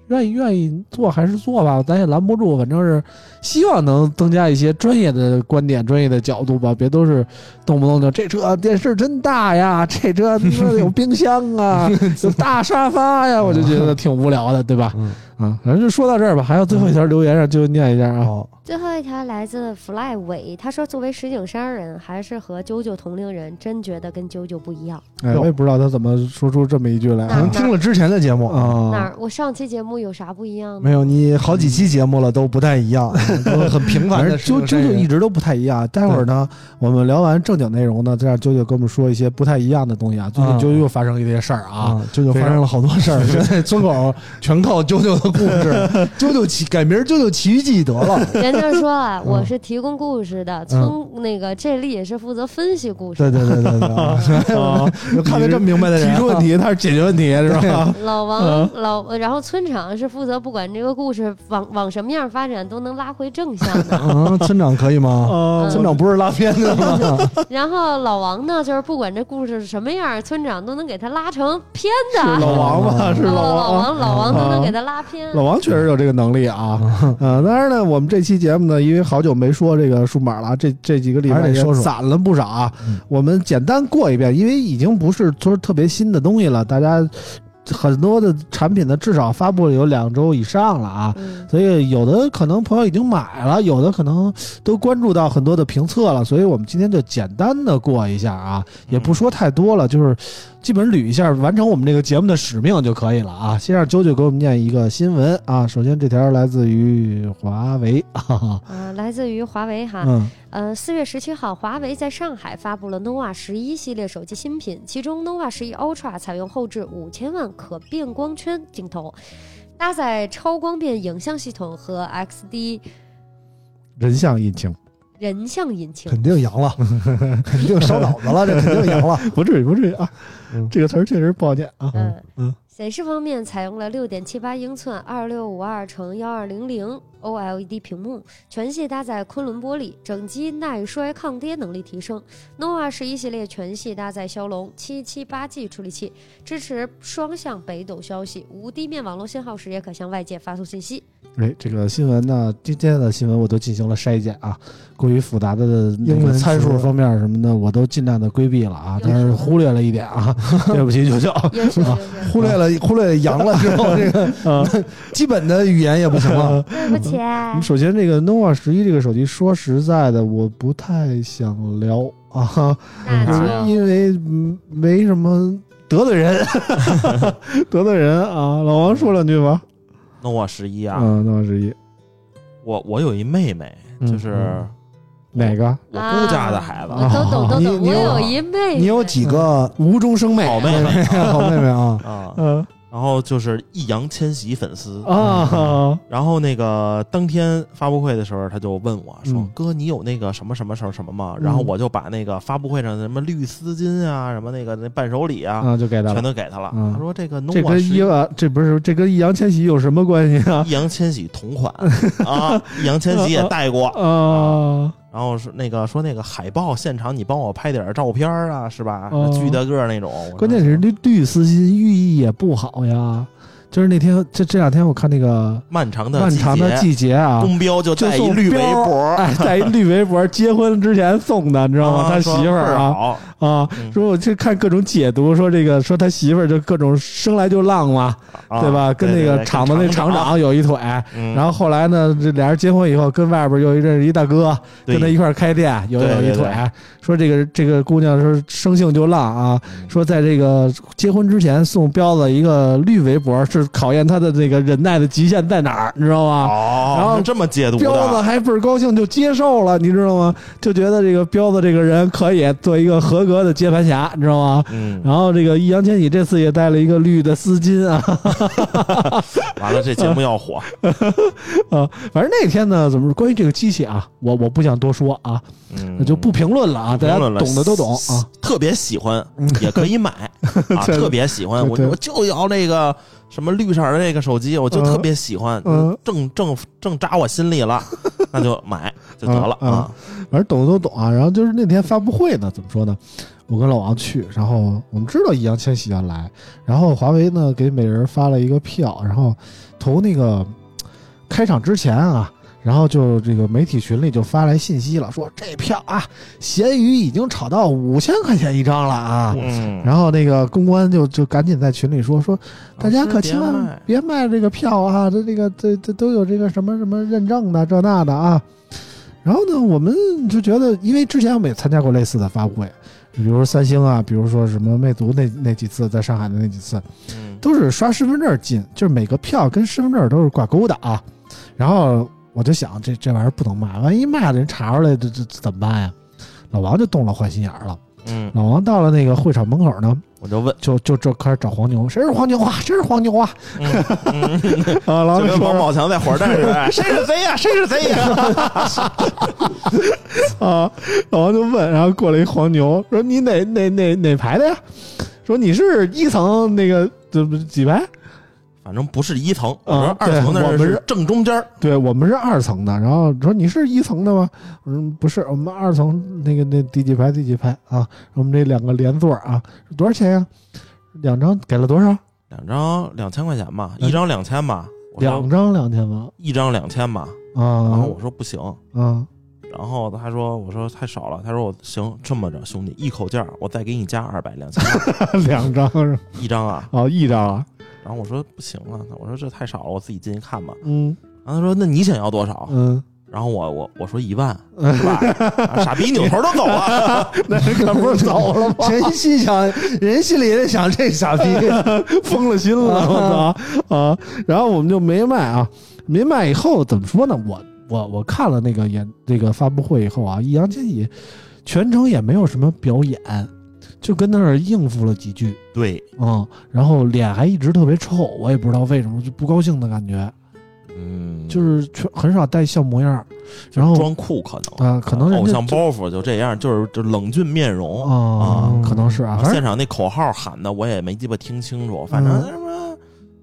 Speaker 2: 愿意愿意做还是做吧，咱也拦不住，反正是希望能增加一些专业的观点、专业的角度吧，别都是动不动就这车电视真大呀，这车他妈有冰箱
Speaker 3: [laughs]
Speaker 2: 啊，有大沙发呀，我就觉得挺无聊的，对吧？
Speaker 3: 嗯
Speaker 2: 啊，反正就说到这儿吧。还有最后一条留言，让就念一下啊。
Speaker 3: 好，
Speaker 1: 最后一条来自 Fly 伟，他说：“作为石景山人，还是和啾啾同龄人，真觉得跟啾啾不一样。
Speaker 2: 哎，我也不知道他怎么说出这么一句来
Speaker 3: 可能
Speaker 2: 啊。
Speaker 3: 听了之前的节目
Speaker 1: 哪
Speaker 2: 啊，
Speaker 1: 儿？我上期节目有啥不一样
Speaker 3: [laughs]
Speaker 1: 呢？
Speaker 3: 没有，你好几期节目了都不太
Speaker 2: [laughs]
Speaker 3: 一样，都很平
Speaker 2: 反
Speaker 3: 凡
Speaker 2: 正
Speaker 3: 的。
Speaker 2: 啾啾啾一直都不太一样。待会儿呢，我们聊完正经内容呢，再让啾啾跟我们说一些不太一样的东西啊。最近
Speaker 3: 啊
Speaker 2: 啾啾又发生一些事儿啊，
Speaker 3: 啊，啾啾发生了好多事儿，现在 [laughs] 村口全靠啾啾的故
Speaker 2: [laughs]
Speaker 3: 事，啾啾奇改名儿啾啾奇遇记得了。
Speaker 1: 人家
Speaker 3: [laughs]
Speaker 1: 说啊，
Speaker 3: 嗯
Speaker 1: 我是提供故事的，村那个这里也是负责分析故事。
Speaker 3: 对对对对
Speaker 2: [laughs]
Speaker 3: 对，
Speaker 2: 啊
Speaker 3: 有看得这么明白的人，，
Speaker 2: 提出问题，他是解决问题 [laughs] 是吧？
Speaker 1: 老王、
Speaker 2: 嗯
Speaker 1: 老，然后村长是负责不管这个故事往往什么样发展都能拉回正向的
Speaker 2: [laughs]
Speaker 1: 嗯
Speaker 3: 嗯，村长可以吗？
Speaker 2: 啊
Speaker 3: 村长不是拉偏的
Speaker 2: 嗯
Speaker 3: 吗？
Speaker 1: 然后老王呢就是不管这故事是什么样，村长都能给他拉成偏
Speaker 2: 是
Speaker 1: 的。
Speaker 2: 老王吧？[laughs]
Speaker 3: 啊
Speaker 2: 是
Speaker 1: 哦
Speaker 2: 老
Speaker 1: 老
Speaker 2: 王啊。
Speaker 1: 王，老王都
Speaker 2: 啊
Speaker 1: 能给他拉偏。
Speaker 2: 老王确实有这个能力啊，嗯，当然呢，我们这期节目呢，因为好久没说这个数码了，这这几个礼
Speaker 3: 还
Speaker 2: 拜
Speaker 3: 是得
Speaker 2: 也
Speaker 3: 说说
Speaker 2: 散了不少啊
Speaker 3: 嗯。
Speaker 2: 我们简单过一遍，因为 [laughs] 已经不是说特别新的东西了，大家很多的产品呢，至少发布了有两周以上了啊。
Speaker 1: 嗯，
Speaker 2: 所以有的可能朋友已经买了，有的可能都关注到很多的评测了，所以我们今天就简单的过一下啊，也不说太多了，就是基本捋一下，完成我们这个节目的使命就可以了啊。先让九九给我们念一个新闻啊，首先这条来自于华为啊，
Speaker 1: 啊，来自于华为哈，
Speaker 2: 嗯
Speaker 1: 呃，四月十七号，华为在上海发布了 nova 十一系列手机新品，其中 nova 十一 Ultra 采用后置五千万可变光圈镜头，搭载超光变影像系统和 XD
Speaker 2: 人像引擎，
Speaker 1: 人像引擎。
Speaker 3: 肯定
Speaker 2: [laughs]
Speaker 3: 阳了，肯定烧脑子了，这肯定阳了。
Speaker 2: 不至于不至于啊，
Speaker 3: 嗯
Speaker 2: 这个词儿确实不好念啊。
Speaker 1: 嗯
Speaker 3: 嗯
Speaker 1: 显示方面采用了六点七八英寸二六五二乘幺二零零 OLED 屏幕，全系搭载昆仑玻璃，整机耐摔抗跌能力提升。nova 十一系列全系搭载骁龙七七八 G 处理器，支持双向北斗消息，无地面网络信号时也可向外界发送信息。
Speaker 2: 哎，这个新闻呢，今天的新闻我都进行了筛减啊，过于复杂的那
Speaker 3: 英
Speaker 2: 个
Speaker 3: 文词
Speaker 2: 参数方面什么的，我都尽量的规避了啊，但是忽略了一点 [laughs] 啊，对不起，九
Speaker 3: [laughs]
Speaker 2: 九，
Speaker 3: 哦
Speaker 1: 优秀优秀，
Speaker 3: 忽略了忽略了羊了之后，这个
Speaker 2: [laughs] 啊
Speaker 3: 基本的语言也不行了。
Speaker 1: 对不起。
Speaker 2: 嗯首先，这个 nova 十一这个手机，说实在的，我不太想聊啊，
Speaker 1: 那
Speaker 4: 嗯
Speaker 1: 就
Speaker 2: 因为嗯没什么得罪 [laughs] 人，得罪人啊。老王说两句吧。
Speaker 4: 那我十一啊，
Speaker 2: 嗯，nova 十一
Speaker 4: 我我有一妹妹，
Speaker 2: 嗯
Speaker 4: 就是
Speaker 2: 嗯哪个？
Speaker 4: 我姑家的孩子，
Speaker 1: 我都懂都
Speaker 3: 你
Speaker 1: 懂，
Speaker 3: 哦你
Speaker 1: 我
Speaker 3: 有
Speaker 1: 有一妹妹，
Speaker 3: 你有几个
Speaker 2: 无中生
Speaker 4: 好
Speaker 2: 美。
Speaker 4: 妹妹
Speaker 3: 好妹妹啊？
Speaker 4: 啊，
Speaker 2: 嗯
Speaker 4: 然后就是易烊千玺粉丝嗯
Speaker 2: 啊，
Speaker 4: 然后那个当天发布会的时候，他就问我说：“
Speaker 2: 嗯
Speaker 4: 哥，你有那个什么什么什么什么吗？”
Speaker 2: 嗯
Speaker 4: 然后我就把那个发布会上的什么绿丝巾啊，什么那个那伴手礼啊，
Speaker 2: 啊，就给他
Speaker 4: 全
Speaker 2: 了。
Speaker 4: 都给他了。
Speaker 2: 嗯
Speaker 4: 他说：“这个
Speaker 2: 这
Speaker 4: nova
Speaker 2: 跟伊
Speaker 4: 是
Speaker 2: 万，这不是这跟易烊千玺有什么关系啊？
Speaker 4: 易烊千玺
Speaker 2: [laughs]
Speaker 4: 同款啊，易烊千玺也带过。
Speaker 2: 啊，
Speaker 4: 然后是那个说那个海报现场，你帮我拍点照片啊，是吧？
Speaker 2: 哦
Speaker 4: 巨大个儿那种。我说
Speaker 2: 关键是绿绿丝巾寓意也不好呀。就是那天这这两天我看那个
Speaker 4: 漫长的
Speaker 2: 漫长的
Speaker 4: 季节，
Speaker 2: 季节啊，
Speaker 4: 东标就
Speaker 2: 就
Speaker 4: 带一
Speaker 2: 送
Speaker 4: 绿围
Speaker 2: 标
Speaker 4: 脖，
Speaker 2: 哎，带一绿围脖，结婚之前送的，你知道吗？
Speaker 4: 啊
Speaker 2: 他媳
Speaker 4: 说
Speaker 2: 妇儿
Speaker 4: 倍
Speaker 2: 啊
Speaker 4: 好
Speaker 2: 啊，
Speaker 4: 嗯
Speaker 2: 说我去看各种解读，说这个说他媳妇儿就各种生来就浪嘛，
Speaker 4: 啊
Speaker 2: 对吧？跟那
Speaker 4: 对
Speaker 2: 个
Speaker 4: 对
Speaker 2: 厂子那
Speaker 4: 跟
Speaker 2: 厂
Speaker 4: 厂
Speaker 2: 长有一腿，
Speaker 4: 嗯
Speaker 2: 然后后来呢，这俩人结婚以后，跟外边又认识一大哥，跟他
Speaker 4: 对
Speaker 2: 一块儿开店，有
Speaker 4: 对
Speaker 2: 有一
Speaker 4: 对
Speaker 2: 腿
Speaker 4: 对。
Speaker 2: 说这个这个姑娘说生性就浪啊，
Speaker 4: 嗯
Speaker 2: 说在这个结婚之前送彪子一个绿围脖，是考验他的这个忍耐的极限在哪儿，你知道吗？
Speaker 4: 哦，
Speaker 2: 然后
Speaker 4: 是这么解读
Speaker 2: 彪子
Speaker 4: 的，啊
Speaker 2: 还倍儿高兴，就接受了，你知道吗？就觉得这个彪子这个人可以做一个合格的接盘侠，你知道吗？
Speaker 4: 嗯，
Speaker 2: 然后这个易烊千玺这次也带了一个绿的丝巾啊， [laughs]
Speaker 4: 完了这节目要火，
Speaker 2: 反正那天呢，怎么说？关于这个机器啊，我我不想多说啊，
Speaker 4: 嗯
Speaker 2: 我 [laughs] 就不评论了啊，大家
Speaker 4: 评论了
Speaker 2: 懂的都懂啊。，嗯
Speaker 4: 特别喜欢也
Speaker 2: [laughs]
Speaker 4: 可以买啊，
Speaker 2: 对
Speaker 4: 特别喜欢，我
Speaker 2: 对
Speaker 4: 我就要那个什么绿色的那个手机，我就
Speaker 2: 嗯
Speaker 4: 特别喜欢
Speaker 2: 嗯，
Speaker 4: 正正正扎我心里
Speaker 2: [laughs]
Speaker 4: 了，那就买就得了
Speaker 2: 嗯
Speaker 4: 啊，
Speaker 2: 反正懂的都懂啊。然后就是那天发布会呢，怎么说呢？我跟老王去，然后我们知道易烊千玺要来，然后华为呢给每人发了一个票，然后投那个开场之前啊，然后就这个媒体群里就发来信息了，说这票啊，闲鱼已经炒到五千块钱一张了啊。
Speaker 4: 嗯，
Speaker 2: 然后那个公关就就赶紧在群里说说，大家可千
Speaker 4: 别
Speaker 2: 万
Speaker 4: 卖
Speaker 2: 别卖这个票啊，这这个这这都有这个什么什么认证的这那的啊。然后呢，我们就觉得，因为之前我们也参加过类似的发布会，比如说三星啊，比如说什么魅族那那几次在上海的那几次，
Speaker 4: 嗯
Speaker 2: 都是刷身份证进，就是每个票跟身份证都是挂钩的啊。然后我就想，这这玩意儿不能卖，万一卖了人查出来，这这这怎么办呀？老王就动了坏心眼儿了。
Speaker 4: 嗯，
Speaker 2: 老王到了那个会场门口呢，
Speaker 4: 我就问，
Speaker 2: 就就就开始找黄牛，谁是黄牛啊？谁是黄牛啊？
Speaker 4: 嗯嗯
Speaker 2: [laughs] 啊，老
Speaker 4: 就跟王宝强在火车站似哎的，谁是贼呀？谁是贼呀？
Speaker 2: 啊，老王就问，然后过来一黄牛，说你哪哪哪哪排的呀？说你是一层那个这不几排？
Speaker 4: [laughs] 反正不是一层，我说
Speaker 2: 啊
Speaker 4: 二
Speaker 2: 对
Speaker 4: 层那
Speaker 2: 我
Speaker 4: 儿
Speaker 2: 们
Speaker 4: 是
Speaker 2: 是
Speaker 4: 正中间儿，
Speaker 2: 对我们是二层的。然后说你是一层的吗？我说不是，我们二层那个那第几排第几排啊？我们这两个连座啊，多少钱呀、两张给了多少？
Speaker 4: 两张两千块钱吧，一张两千吧，我说
Speaker 2: 两张两千吧。
Speaker 4: 一张两千吧。然
Speaker 2: 啊
Speaker 4: 后我说不行，
Speaker 2: 啊 [laughs]
Speaker 4: 然后他说我说太少了，他说我行这么着，兄弟一口价儿，我再给你加二百两千二
Speaker 2: 两张是吧
Speaker 4: 一张啊。
Speaker 2: 哦，一张啊。
Speaker 4: 然后我说不行啊，我说这太少了，我自己进去看吧。
Speaker 2: 嗯
Speaker 4: 然后他说那你想要多少？
Speaker 2: 嗯，
Speaker 4: 然后我我我说一万，是吧？啊傻逼扭头就走了。 [laughs]
Speaker 2: 那可不是走了吗？
Speaker 3: 人心想，人心里也想这
Speaker 2: [laughs]
Speaker 3: 傻逼，
Speaker 2: 疯了心了，我操 [laughs] 啊！然后我们就没卖啊，没卖以后怎么说呢？我我我看了那个演这个发布会以后啊，易烊千玺全程也没有什么表演，就跟那儿应付了几句
Speaker 4: 对，
Speaker 2: 啊、嗯，然后脸还一直特别臭，我也不知道为什么就不高兴的感觉，
Speaker 4: 嗯，
Speaker 2: 就是全很少带笑模样儿，然后
Speaker 4: 装酷可能
Speaker 2: 啊可能人
Speaker 4: 偶
Speaker 2: 家
Speaker 4: 像包袱就这样，就是就冷峻面容
Speaker 2: 啊、可能是啊，反正
Speaker 4: 现场那口号喊的我也没鸡巴听清楚，反正
Speaker 2: 嗯
Speaker 4: 什么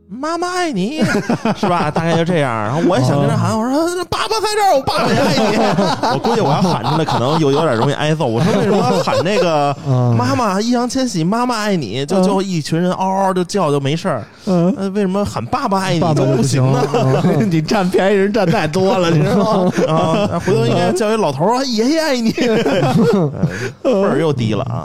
Speaker 4: 妈妈爱你， [laughs] 是吧？大概就这样。然后我也想跟他喊，我说爸爸在这儿，我爸爸也爱 [laughs] 你。我估计我要喊出来，可能有有点容易挨揍。我说为什么要喊那个
Speaker 3: 嗯
Speaker 4: 妈妈？易烊千玺，妈妈爱你，就就一群人嗷嗷就叫就没事儿。
Speaker 2: 嗯，
Speaker 4: 呃，为什么喊爸爸爱你
Speaker 3: 爸爸
Speaker 4: 都
Speaker 3: 就
Speaker 4: 不行呢？ [laughs]
Speaker 2: [laughs] 你占便宜人占太多了，你知道吗？
Speaker 4: 啊，回头应该叫一老头儿，哎爷爷爱你， [laughs] 辈儿又低了啊。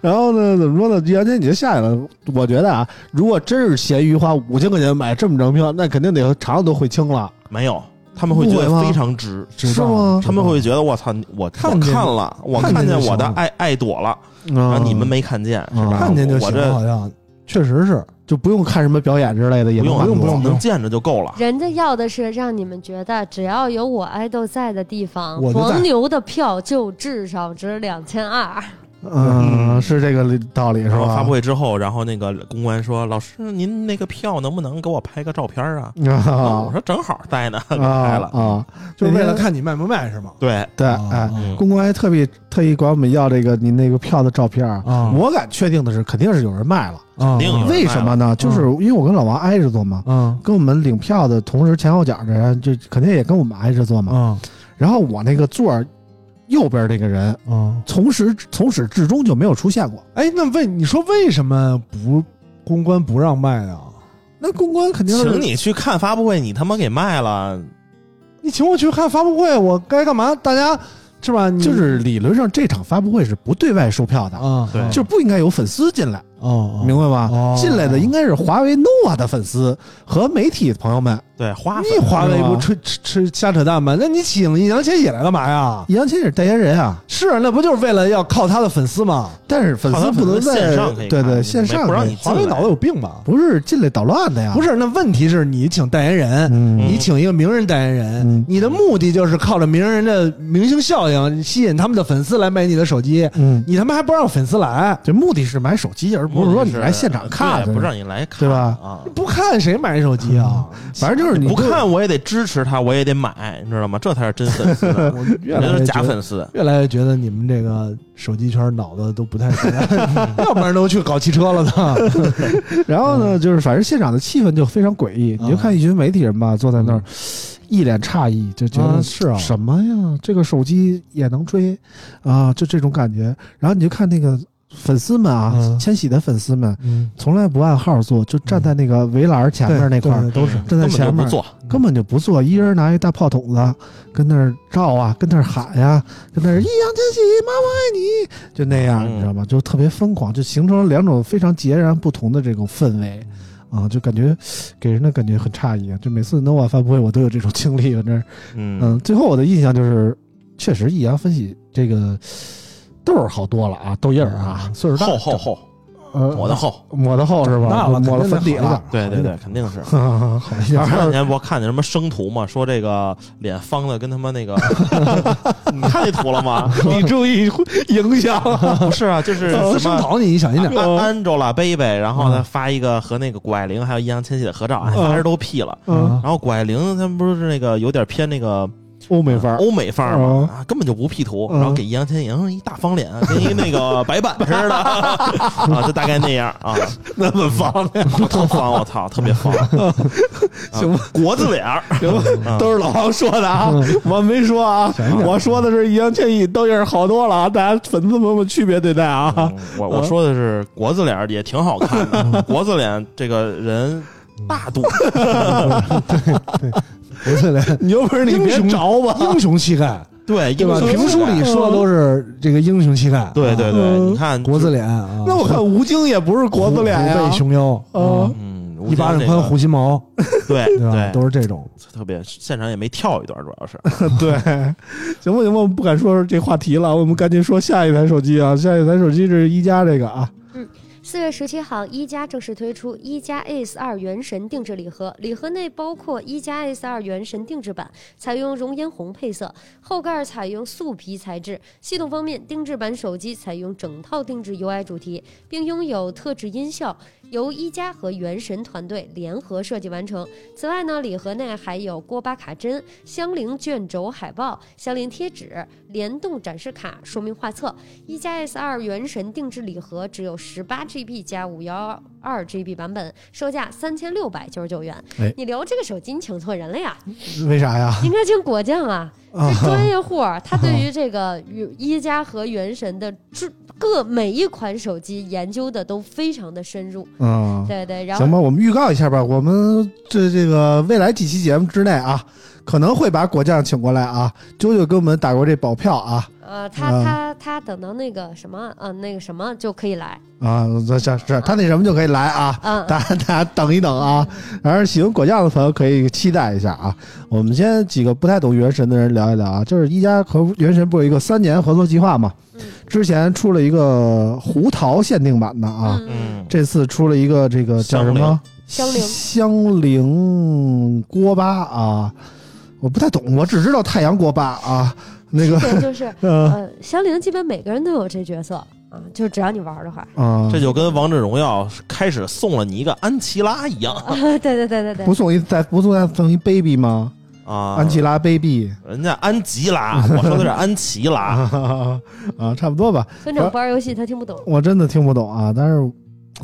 Speaker 2: 然后呢，怎么说呢？易烊千玺就下去了。我觉得啊，如果真是咸鱼花五千块钱买这么张票，那肯定得肠子都会青了，
Speaker 4: 没有，他们会觉
Speaker 2: 不会吗
Speaker 4: 得非常值，
Speaker 3: 知
Speaker 2: 是
Speaker 3: 道
Speaker 2: 吗？
Speaker 4: 他们会觉得我操，你我
Speaker 3: 看
Speaker 4: 我
Speaker 3: 见
Speaker 4: 看了，我
Speaker 3: 看见
Speaker 4: 看
Speaker 3: 就
Speaker 4: 见我的
Speaker 3: 行
Speaker 4: 爱爱朵了，然
Speaker 2: 啊
Speaker 4: 后你们没看见是吧？
Speaker 3: 看见就
Speaker 4: 我
Speaker 3: 行，
Speaker 4: 这
Speaker 3: 好像确实是
Speaker 2: 就不用看什么表演之类的，也
Speaker 4: 不用
Speaker 2: 能
Speaker 4: 啊
Speaker 2: 看
Speaker 3: 不用
Speaker 2: 懂
Speaker 4: 能见着就够了。
Speaker 1: 人家要的是让你们觉得，只要有我爱豆在的地方，
Speaker 3: 我就在
Speaker 1: 黄牛的票就至少值两千二。
Speaker 2: 嗯，是这个理道理是
Speaker 4: 然后发
Speaker 2: 吧
Speaker 4: 布？会之后，然后那个公关说：“老师，您那个票能不能给我拍个照片啊？”啊
Speaker 2: 啊
Speaker 4: 我说：“正好带呢，
Speaker 2: [laughs]
Speaker 4: 给拍
Speaker 2: 啊
Speaker 4: 了。
Speaker 2: 啊！
Speaker 3: 就是为了看你卖不卖是吗？
Speaker 4: 对，
Speaker 2: 对，
Speaker 3: 啊
Speaker 2: 哎，
Speaker 4: 嗯
Speaker 2: 公关还特别特意管我们要这个你那个票的照片啊
Speaker 3: 啊
Speaker 2: 我敢确定的是，肯定是有人卖了。嗯
Speaker 3: 啊
Speaker 4: 定有人卖了
Speaker 2: 为什么呢？就是因为我跟老王挨着坐嘛，
Speaker 3: 啊
Speaker 2: 跟我们领票的同时前后脚的人，就肯定也跟我们挨着坐嘛。
Speaker 3: 啊
Speaker 2: 然后我那个座儿右边那个人，呃
Speaker 3: 啊！
Speaker 2: 从始从始至终就没有出现过。
Speaker 3: 哎，那为你说为什么不公关不让卖啊？
Speaker 2: 那公关肯定
Speaker 4: 请
Speaker 2: 是
Speaker 4: 你去看发布会，你他妈给卖了，
Speaker 3: 你请我去看发布会，我该干嘛？大家是吧？你
Speaker 2: 就是理论上这场发布会是不对外售票的，呃
Speaker 3: 啊，
Speaker 4: 对
Speaker 2: 就不应该有粉丝进来，
Speaker 3: 哦，
Speaker 2: 明白吧？
Speaker 3: 哦
Speaker 2: 进来的应该是华为 nova 的粉丝和媒体朋友们。
Speaker 4: 对花
Speaker 3: 你
Speaker 4: 粉
Speaker 3: 华为
Speaker 2: 是吧
Speaker 3: 不吹吃吃瞎扯淡吗？那你请易烊千玺来干嘛呀？
Speaker 2: 易烊千玺代言人啊，
Speaker 3: 是，那不就是为了要靠他的粉丝吗？
Speaker 2: 但是粉丝不能
Speaker 4: 好像粉丝
Speaker 2: 在
Speaker 4: 线上可以看
Speaker 2: 对对
Speaker 4: 你
Speaker 2: 线上
Speaker 4: 不让
Speaker 2: 可以
Speaker 4: 你
Speaker 3: 华
Speaker 4: 进
Speaker 3: 为
Speaker 4: 来
Speaker 3: 脑子有病吧？
Speaker 2: 不是进来捣乱的呀，
Speaker 3: 不，是，那问题是你请代言人，
Speaker 2: 嗯
Speaker 3: 你请一个名人代言人，
Speaker 2: 嗯
Speaker 3: 你的目的就是靠着名人的明星效应吸引他们的粉丝来买你的手机，
Speaker 2: 嗯，
Speaker 3: 你他妈还不让粉丝来，
Speaker 2: 这目的是买手机，而不是说你来现场看
Speaker 4: 对
Speaker 2: 的，
Speaker 4: 不让你来看，
Speaker 2: 对吧
Speaker 4: 啊，
Speaker 3: 不看谁买手机啊？
Speaker 2: 反正就是你
Speaker 4: 不
Speaker 2: 就，
Speaker 4: 看我也得支持他，我也得买，你知道吗？这才是真粉丝呢，
Speaker 3: 我越来越
Speaker 4: 人家都是
Speaker 3: 觉
Speaker 4: 假
Speaker 3: 得。
Speaker 4: 粉丝。
Speaker 3: 越来越觉得你们这个手机圈脑子都不太行，
Speaker 2: [laughs]
Speaker 3: 要不然都去搞汽车了
Speaker 2: 啊
Speaker 3: 呢。嗯
Speaker 2: 然后呢，就是反正现场的气氛就非常诡异，你就看一群媒体人吧，坐在那儿
Speaker 3: 嗯
Speaker 2: 一脸诧异，就觉
Speaker 3: 啊
Speaker 2: 得
Speaker 3: 是啊
Speaker 2: 什么呀，这个手机也能追啊，就这种感觉。然后你就看那个粉丝们啊
Speaker 3: 嗯，
Speaker 2: 千玺的粉丝们
Speaker 3: 嗯，
Speaker 2: 从来不按号坐，就站在那个围栏前面那块儿
Speaker 3: 对。对都是
Speaker 2: 站在
Speaker 4: 根本就
Speaker 2: 前面
Speaker 4: 不做，
Speaker 2: 根本就不做，一人拿一大炮筒子，跟那儿照啊，跟那儿喊呀、跟那儿易烊千玺妈妈爱你，就那样，
Speaker 4: 嗯
Speaker 2: 你知道吗？就特别疯狂，就形成了两种非常截然不同的这种氛围，啊，就感觉给人的感觉很诧异啊。就每次 nova 发布会，我都有这种经历，反正，
Speaker 4: 嗯
Speaker 2: 嗯，最后我的印象就是，确实易烊分析这个痘儿好多了啊，痘印儿啊，岁数大，
Speaker 4: 嗯厚厚厚，
Speaker 2: 呃，
Speaker 4: 抹的嗯厚，
Speaker 2: 抹的厚是吧？
Speaker 3: 那了
Speaker 2: 抹了
Speaker 3: 肯定得
Speaker 2: 粉底
Speaker 3: 好
Speaker 2: 了，
Speaker 4: 嗯对对对，肯定是。
Speaker 2: [laughs] 好一点
Speaker 4: 前
Speaker 3: [laughs]
Speaker 4: 两天不看见什么生图嘛，说这个脸方的跟他妈 [laughs] 那个，你看那图了 [laughs] 吗？
Speaker 2: 你注意影响。
Speaker 4: 不是啊，就是
Speaker 3: 呃
Speaker 4: 什
Speaker 3: 声 [laughs]
Speaker 4: 么。
Speaker 3: 讨你，你小心点。
Speaker 4: 安 Angelababy，然后呢
Speaker 3: 嗯
Speaker 4: 发一个和那个谷爱凌还有易烊千玺的合照，哎仨人都 P 了。
Speaker 3: 嗯
Speaker 4: 然后谷爱凌他们不是那个有点偏那个
Speaker 2: 欧美范儿，
Speaker 4: 欧美范儿嘛，啊，根本就不 P 图，
Speaker 2: 嗯
Speaker 4: 然后给易烊千玺一大方脸，跟一那个白板
Speaker 3: [laughs]
Speaker 4: 似的啊，就大概那样啊，那么方呀，特方，我操，特别
Speaker 3: [laughs]
Speaker 4: 方，行吧，国字脸儿，嗯
Speaker 2: 都是老王说的啊，
Speaker 3: 嗯
Speaker 2: 我没说啊，我说的是易烊千玺都已经好多了啊，大家粉丝们区别对待啊。
Speaker 4: 嗯我我说的是国字脸儿也挺好看
Speaker 3: [laughs] 嗯
Speaker 4: 的，国字脸这个人大度，
Speaker 3: 不是嘞，
Speaker 2: 你有本事你别着吧，
Speaker 3: 英雄啊气概，
Speaker 4: 对，
Speaker 3: 对吧？
Speaker 4: 英
Speaker 3: 评
Speaker 4: 雄
Speaker 3: 书里说的都是这个英雄气概，啊
Speaker 4: 对对对，
Speaker 2: 嗯
Speaker 4: 你看
Speaker 3: 国字，脸啊，
Speaker 2: 那我看吴京也不是国字脸
Speaker 3: 虎
Speaker 2: 呀
Speaker 3: 背，熊腰，啊
Speaker 2: 嗯
Speaker 4: 嗯，
Speaker 3: 一巴掌宽虎
Speaker 4: 狐，
Speaker 3: 心毛，
Speaker 4: 对
Speaker 3: 对吧？都是这种。
Speaker 4: 特别现场也没跳一段，主要是
Speaker 2: [laughs] 对，行吧行吧，我们不敢说这话题了，我们赶紧说下一台手机啊，下一台手机是一加这个啊，
Speaker 1: 四月十七号，一加正式推出一加 S 二原神定制礼盒，礼盒内包括一加 S 二原神定制版，采用熔岩红配色，后盖采用素皮材质。系统方面，定制版手机采用整套定制 UI 主题，并拥有特制音效，由一加和原神团队联合设计完成。此外呢，礼盒内还有锅巴卡针、香菱卷轴海报、香菱贴纸、联动展示卡、说明画册。一加 S 二原神定制礼盒只有十八 GB 加五幺二 GB 版本，售价三千六百九十九元。
Speaker 2: 哎
Speaker 1: 你聊这个手机，你请错人了呀，
Speaker 2: 为啥呀？
Speaker 1: 应该请果酱啊，
Speaker 2: 啊
Speaker 1: 是专业户儿，他对于这个与一加和原神的这各每一款手机研究的都非常的深入。
Speaker 2: 嗯，
Speaker 1: 对对，然后
Speaker 2: 行吧，我们预告一下吧，我们这这个未来几期节目之内啊，可能会把果酱请过来啊。啾啾给我们打过这保票啊
Speaker 1: 呃，他
Speaker 2: 嗯
Speaker 1: 他他等到那个什么，呃，那个什么就可以来，
Speaker 2: 啊，这这这他那什么就可以来啊。
Speaker 1: [laughs] 嗯，
Speaker 2: 大家大家等一等啊，然后喜欢果酱的朋友可以期待一下啊。我们先几个不太懂原神的人聊一聊啊，就是一加和原神不是有一个三年合作计划嘛
Speaker 1: 嗯？
Speaker 2: 之前出了一个胡桃限定版的啊，
Speaker 1: 嗯，
Speaker 2: 这次出了一个这个叫什么
Speaker 1: 香菱
Speaker 2: 香菱锅巴啊，我不太懂，我只知道太阳锅巴啊，那
Speaker 1: [laughs]
Speaker 2: 个
Speaker 1: 对，就是
Speaker 2: 呃
Speaker 1: 呃，香菱基本每个人都有这角色啊，就只要你玩儿的话，
Speaker 2: 啊，
Speaker 4: 这就跟王者荣耀开始送了你一个安琪拉一样
Speaker 1: [laughs] 对对对对对
Speaker 2: 不，送一再不送再送一 baby 吗？
Speaker 1: 嗯
Speaker 4: 啊，
Speaker 2: 安琪拉
Speaker 4: [laughs]
Speaker 2: baby
Speaker 4: 人家安吉拉，我说的是安琪拉，
Speaker 2: 啊啊，差不多吧。
Speaker 1: 村长不玩游戏他听不懂，
Speaker 2: 我真的听不懂啊，但是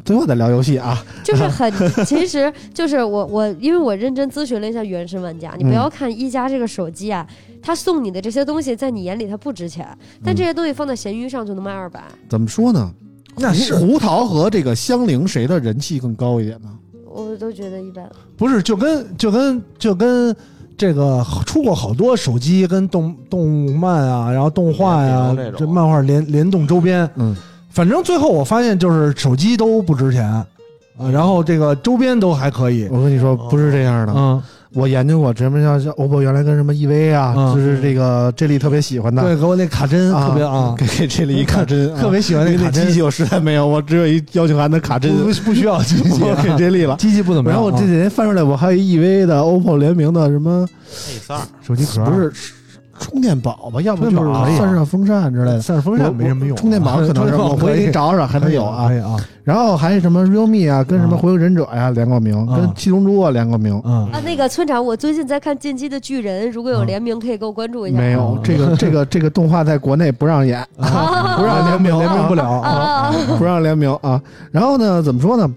Speaker 2: 最后再聊游戏啊，
Speaker 1: 就是很，
Speaker 2: [laughs]
Speaker 1: 其实就是我我因为我认真咨询了一下原神玩家，你不
Speaker 2: 嗯
Speaker 1: 要看一加这个手机啊，他送你的这些东西在你眼里它不值钱，
Speaker 2: 嗯
Speaker 1: 但这些东西放在闲鱼上就能卖二百，
Speaker 2: 怎么说呢？
Speaker 3: 那是
Speaker 2: 胡桃和这个香菱谁的人气更高一点呢？
Speaker 1: 我都觉得一般。
Speaker 3: 不是就跟就跟就跟这个出过好多手机跟动动漫啊，然后动画呀、
Speaker 2: 啊
Speaker 4: 联动这种
Speaker 3: 这漫画联联动周边，
Speaker 2: 嗯，
Speaker 3: 反正最后我发现就是手机都不值钱啊，
Speaker 2: 嗯
Speaker 3: 然后这个周边都还可以，
Speaker 2: 我跟你说，
Speaker 4: 哦
Speaker 2: 不是这样的。
Speaker 3: 嗯，
Speaker 2: 我研究过，什么像像 OPPO 原来跟什么 EV 啊，
Speaker 3: 嗯
Speaker 2: 就是这个 J 莉特别喜欢的，
Speaker 3: 对，给我那卡针
Speaker 2: 啊
Speaker 3: 特别
Speaker 2: [laughs]
Speaker 3: 啊，
Speaker 2: 给给 J 莉一卡针，
Speaker 3: [laughs] 特别喜欢
Speaker 2: 因为
Speaker 3: 那
Speaker 2: 那
Speaker 3: 卡针
Speaker 2: 机，器我实在没有，我只有一邀请函的卡
Speaker 3: [laughs]
Speaker 2: 针，
Speaker 3: 不不需要机器
Speaker 2: [laughs] 我
Speaker 3: 啊，
Speaker 2: 给 J 莉了。
Speaker 3: 机器不怎么
Speaker 2: 然
Speaker 3: 样啊。
Speaker 2: 后我这几天翻出来，我还有一 EV 的 OPPO 联名的什么，
Speaker 4: A 三儿
Speaker 3: 手机壳
Speaker 2: 不是是充电宝吧？要不就是
Speaker 3: 充电宝可以啊
Speaker 2: 散热风扇之类的。
Speaker 3: 散热风扇没什么用啊，
Speaker 2: 充电宝可
Speaker 3: [laughs]
Speaker 2: 能是我回去给你找找，还能有啊
Speaker 3: 可。以啊，
Speaker 2: 然后还有什么 realme 啊，跟什么
Speaker 3: 啊
Speaker 2: 火影忍者呀、连过名，
Speaker 3: 啊
Speaker 2: 跟七龙珠啊连过名。
Speaker 3: 嗯，
Speaker 1: [laughs] 啊，那个村长，我最近在看《进击的巨人》，如果有联名，可以给我关注一下。
Speaker 2: 没有
Speaker 3: 啊
Speaker 2: 这个这个这个动画在国内不让
Speaker 1: [laughs]
Speaker 2: 演，
Speaker 1: 啊
Speaker 2: 不让联名，
Speaker 3: 联名不了
Speaker 1: 啊
Speaker 3: 啊，
Speaker 1: 啊，啊
Speaker 2: 不让联名啊。然后呢，怎么说呢？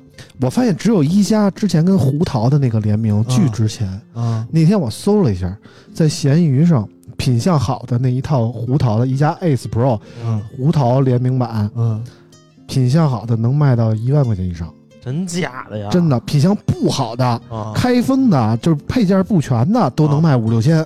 Speaker 2: 我发现只有一家之前跟胡桃的那个联名巨值钱。
Speaker 3: 啊
Speaker 2: 那天我搜了一下，在闲鱼上品相好的那一套胡桃的一加 Ace Pro
Speaker 3: 嗯
Speaker 2: 胡桃联名版，
Speaker 3: 嗯，
Speaker 2: 品相好的能卖到一万块钱以上，
Speaker 3: 啊
Speaker 4: 真假的呀？
Speaker 2: 真的。品相不好的，
Speaker 4: 啊，
Speaker 2: 开封的，就是配件不全的，都能卖五六
Speaker 3: 啊
Speaker 2: 千。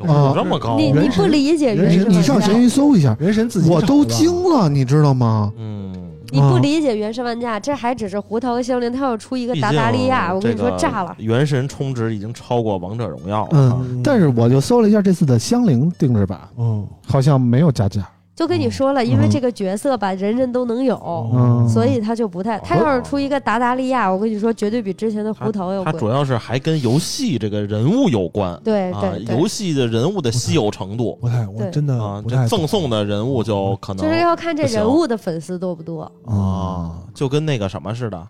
Speaker 4: 有这么
Speaker 2: 哦
Speaker 4: 高？
Speaker 1: 你你不理解原
Speaker 3: 人
Speaker 1: 神
Speaker 3: 是
Speaker 1: 玩家，
Speaker 2: 你上闲鱼搜一下，
Speaker 3: 原嗯神自己
Speaker 2: 我
Speaker 3: 找
Speaker 2: 都
Speaker 3: 的
Speaker 2: 惊了，你知道吗？
Speaker 4: 嗯，
Speaker 1: 你
Speaker 2: 啊
Speaker 1: 不理解原神玩家，这还只是胡桃和香菱，他要出一个达达利亚，我跟你说炸了。
Speaker 4: 原神充值已经超过王者荣耀了。
Speaker 3: 啊
Speaker 2: 嗯，但是我就搜了一下这次的香菱定制版，
Speaker 3: 嗯，
Speaker 2: 好像没有加价。
Speaker 1: 就跟你说了，因为这个角色吧，人人都能有，
Speaker 3: 哦
Speaker 2: 嗯，
Speaker 1: 所以他就不太。他要是出一个达达利亚，我跟你说，绝对比之前的胡桃要
Speaker 4: 它
Speaker 1: 贵
Speaker 4: 主。要是还跟游戏这个人物有关
Speaker 1: 对
Speaker 4: 啊
Speaker 1: 对，对
Speaker 4: 游，戏的人物的稀有程度
Speaker 3: 不太，我
Speaker 1: 对
Speaker 3: 真的
Speaker 4: 啊，
Speaker 3: 不
Speaker 4: 这
Speaker 3: 太
Speaker 4: 赠送的人物就可
Speaker 1: 就是
Speaker 4: 能
Speaker 1: 要看这人物的粉丝多不多。
Speaker 3: 啊，
Speaker 4: 啊，就跟那个什么似的，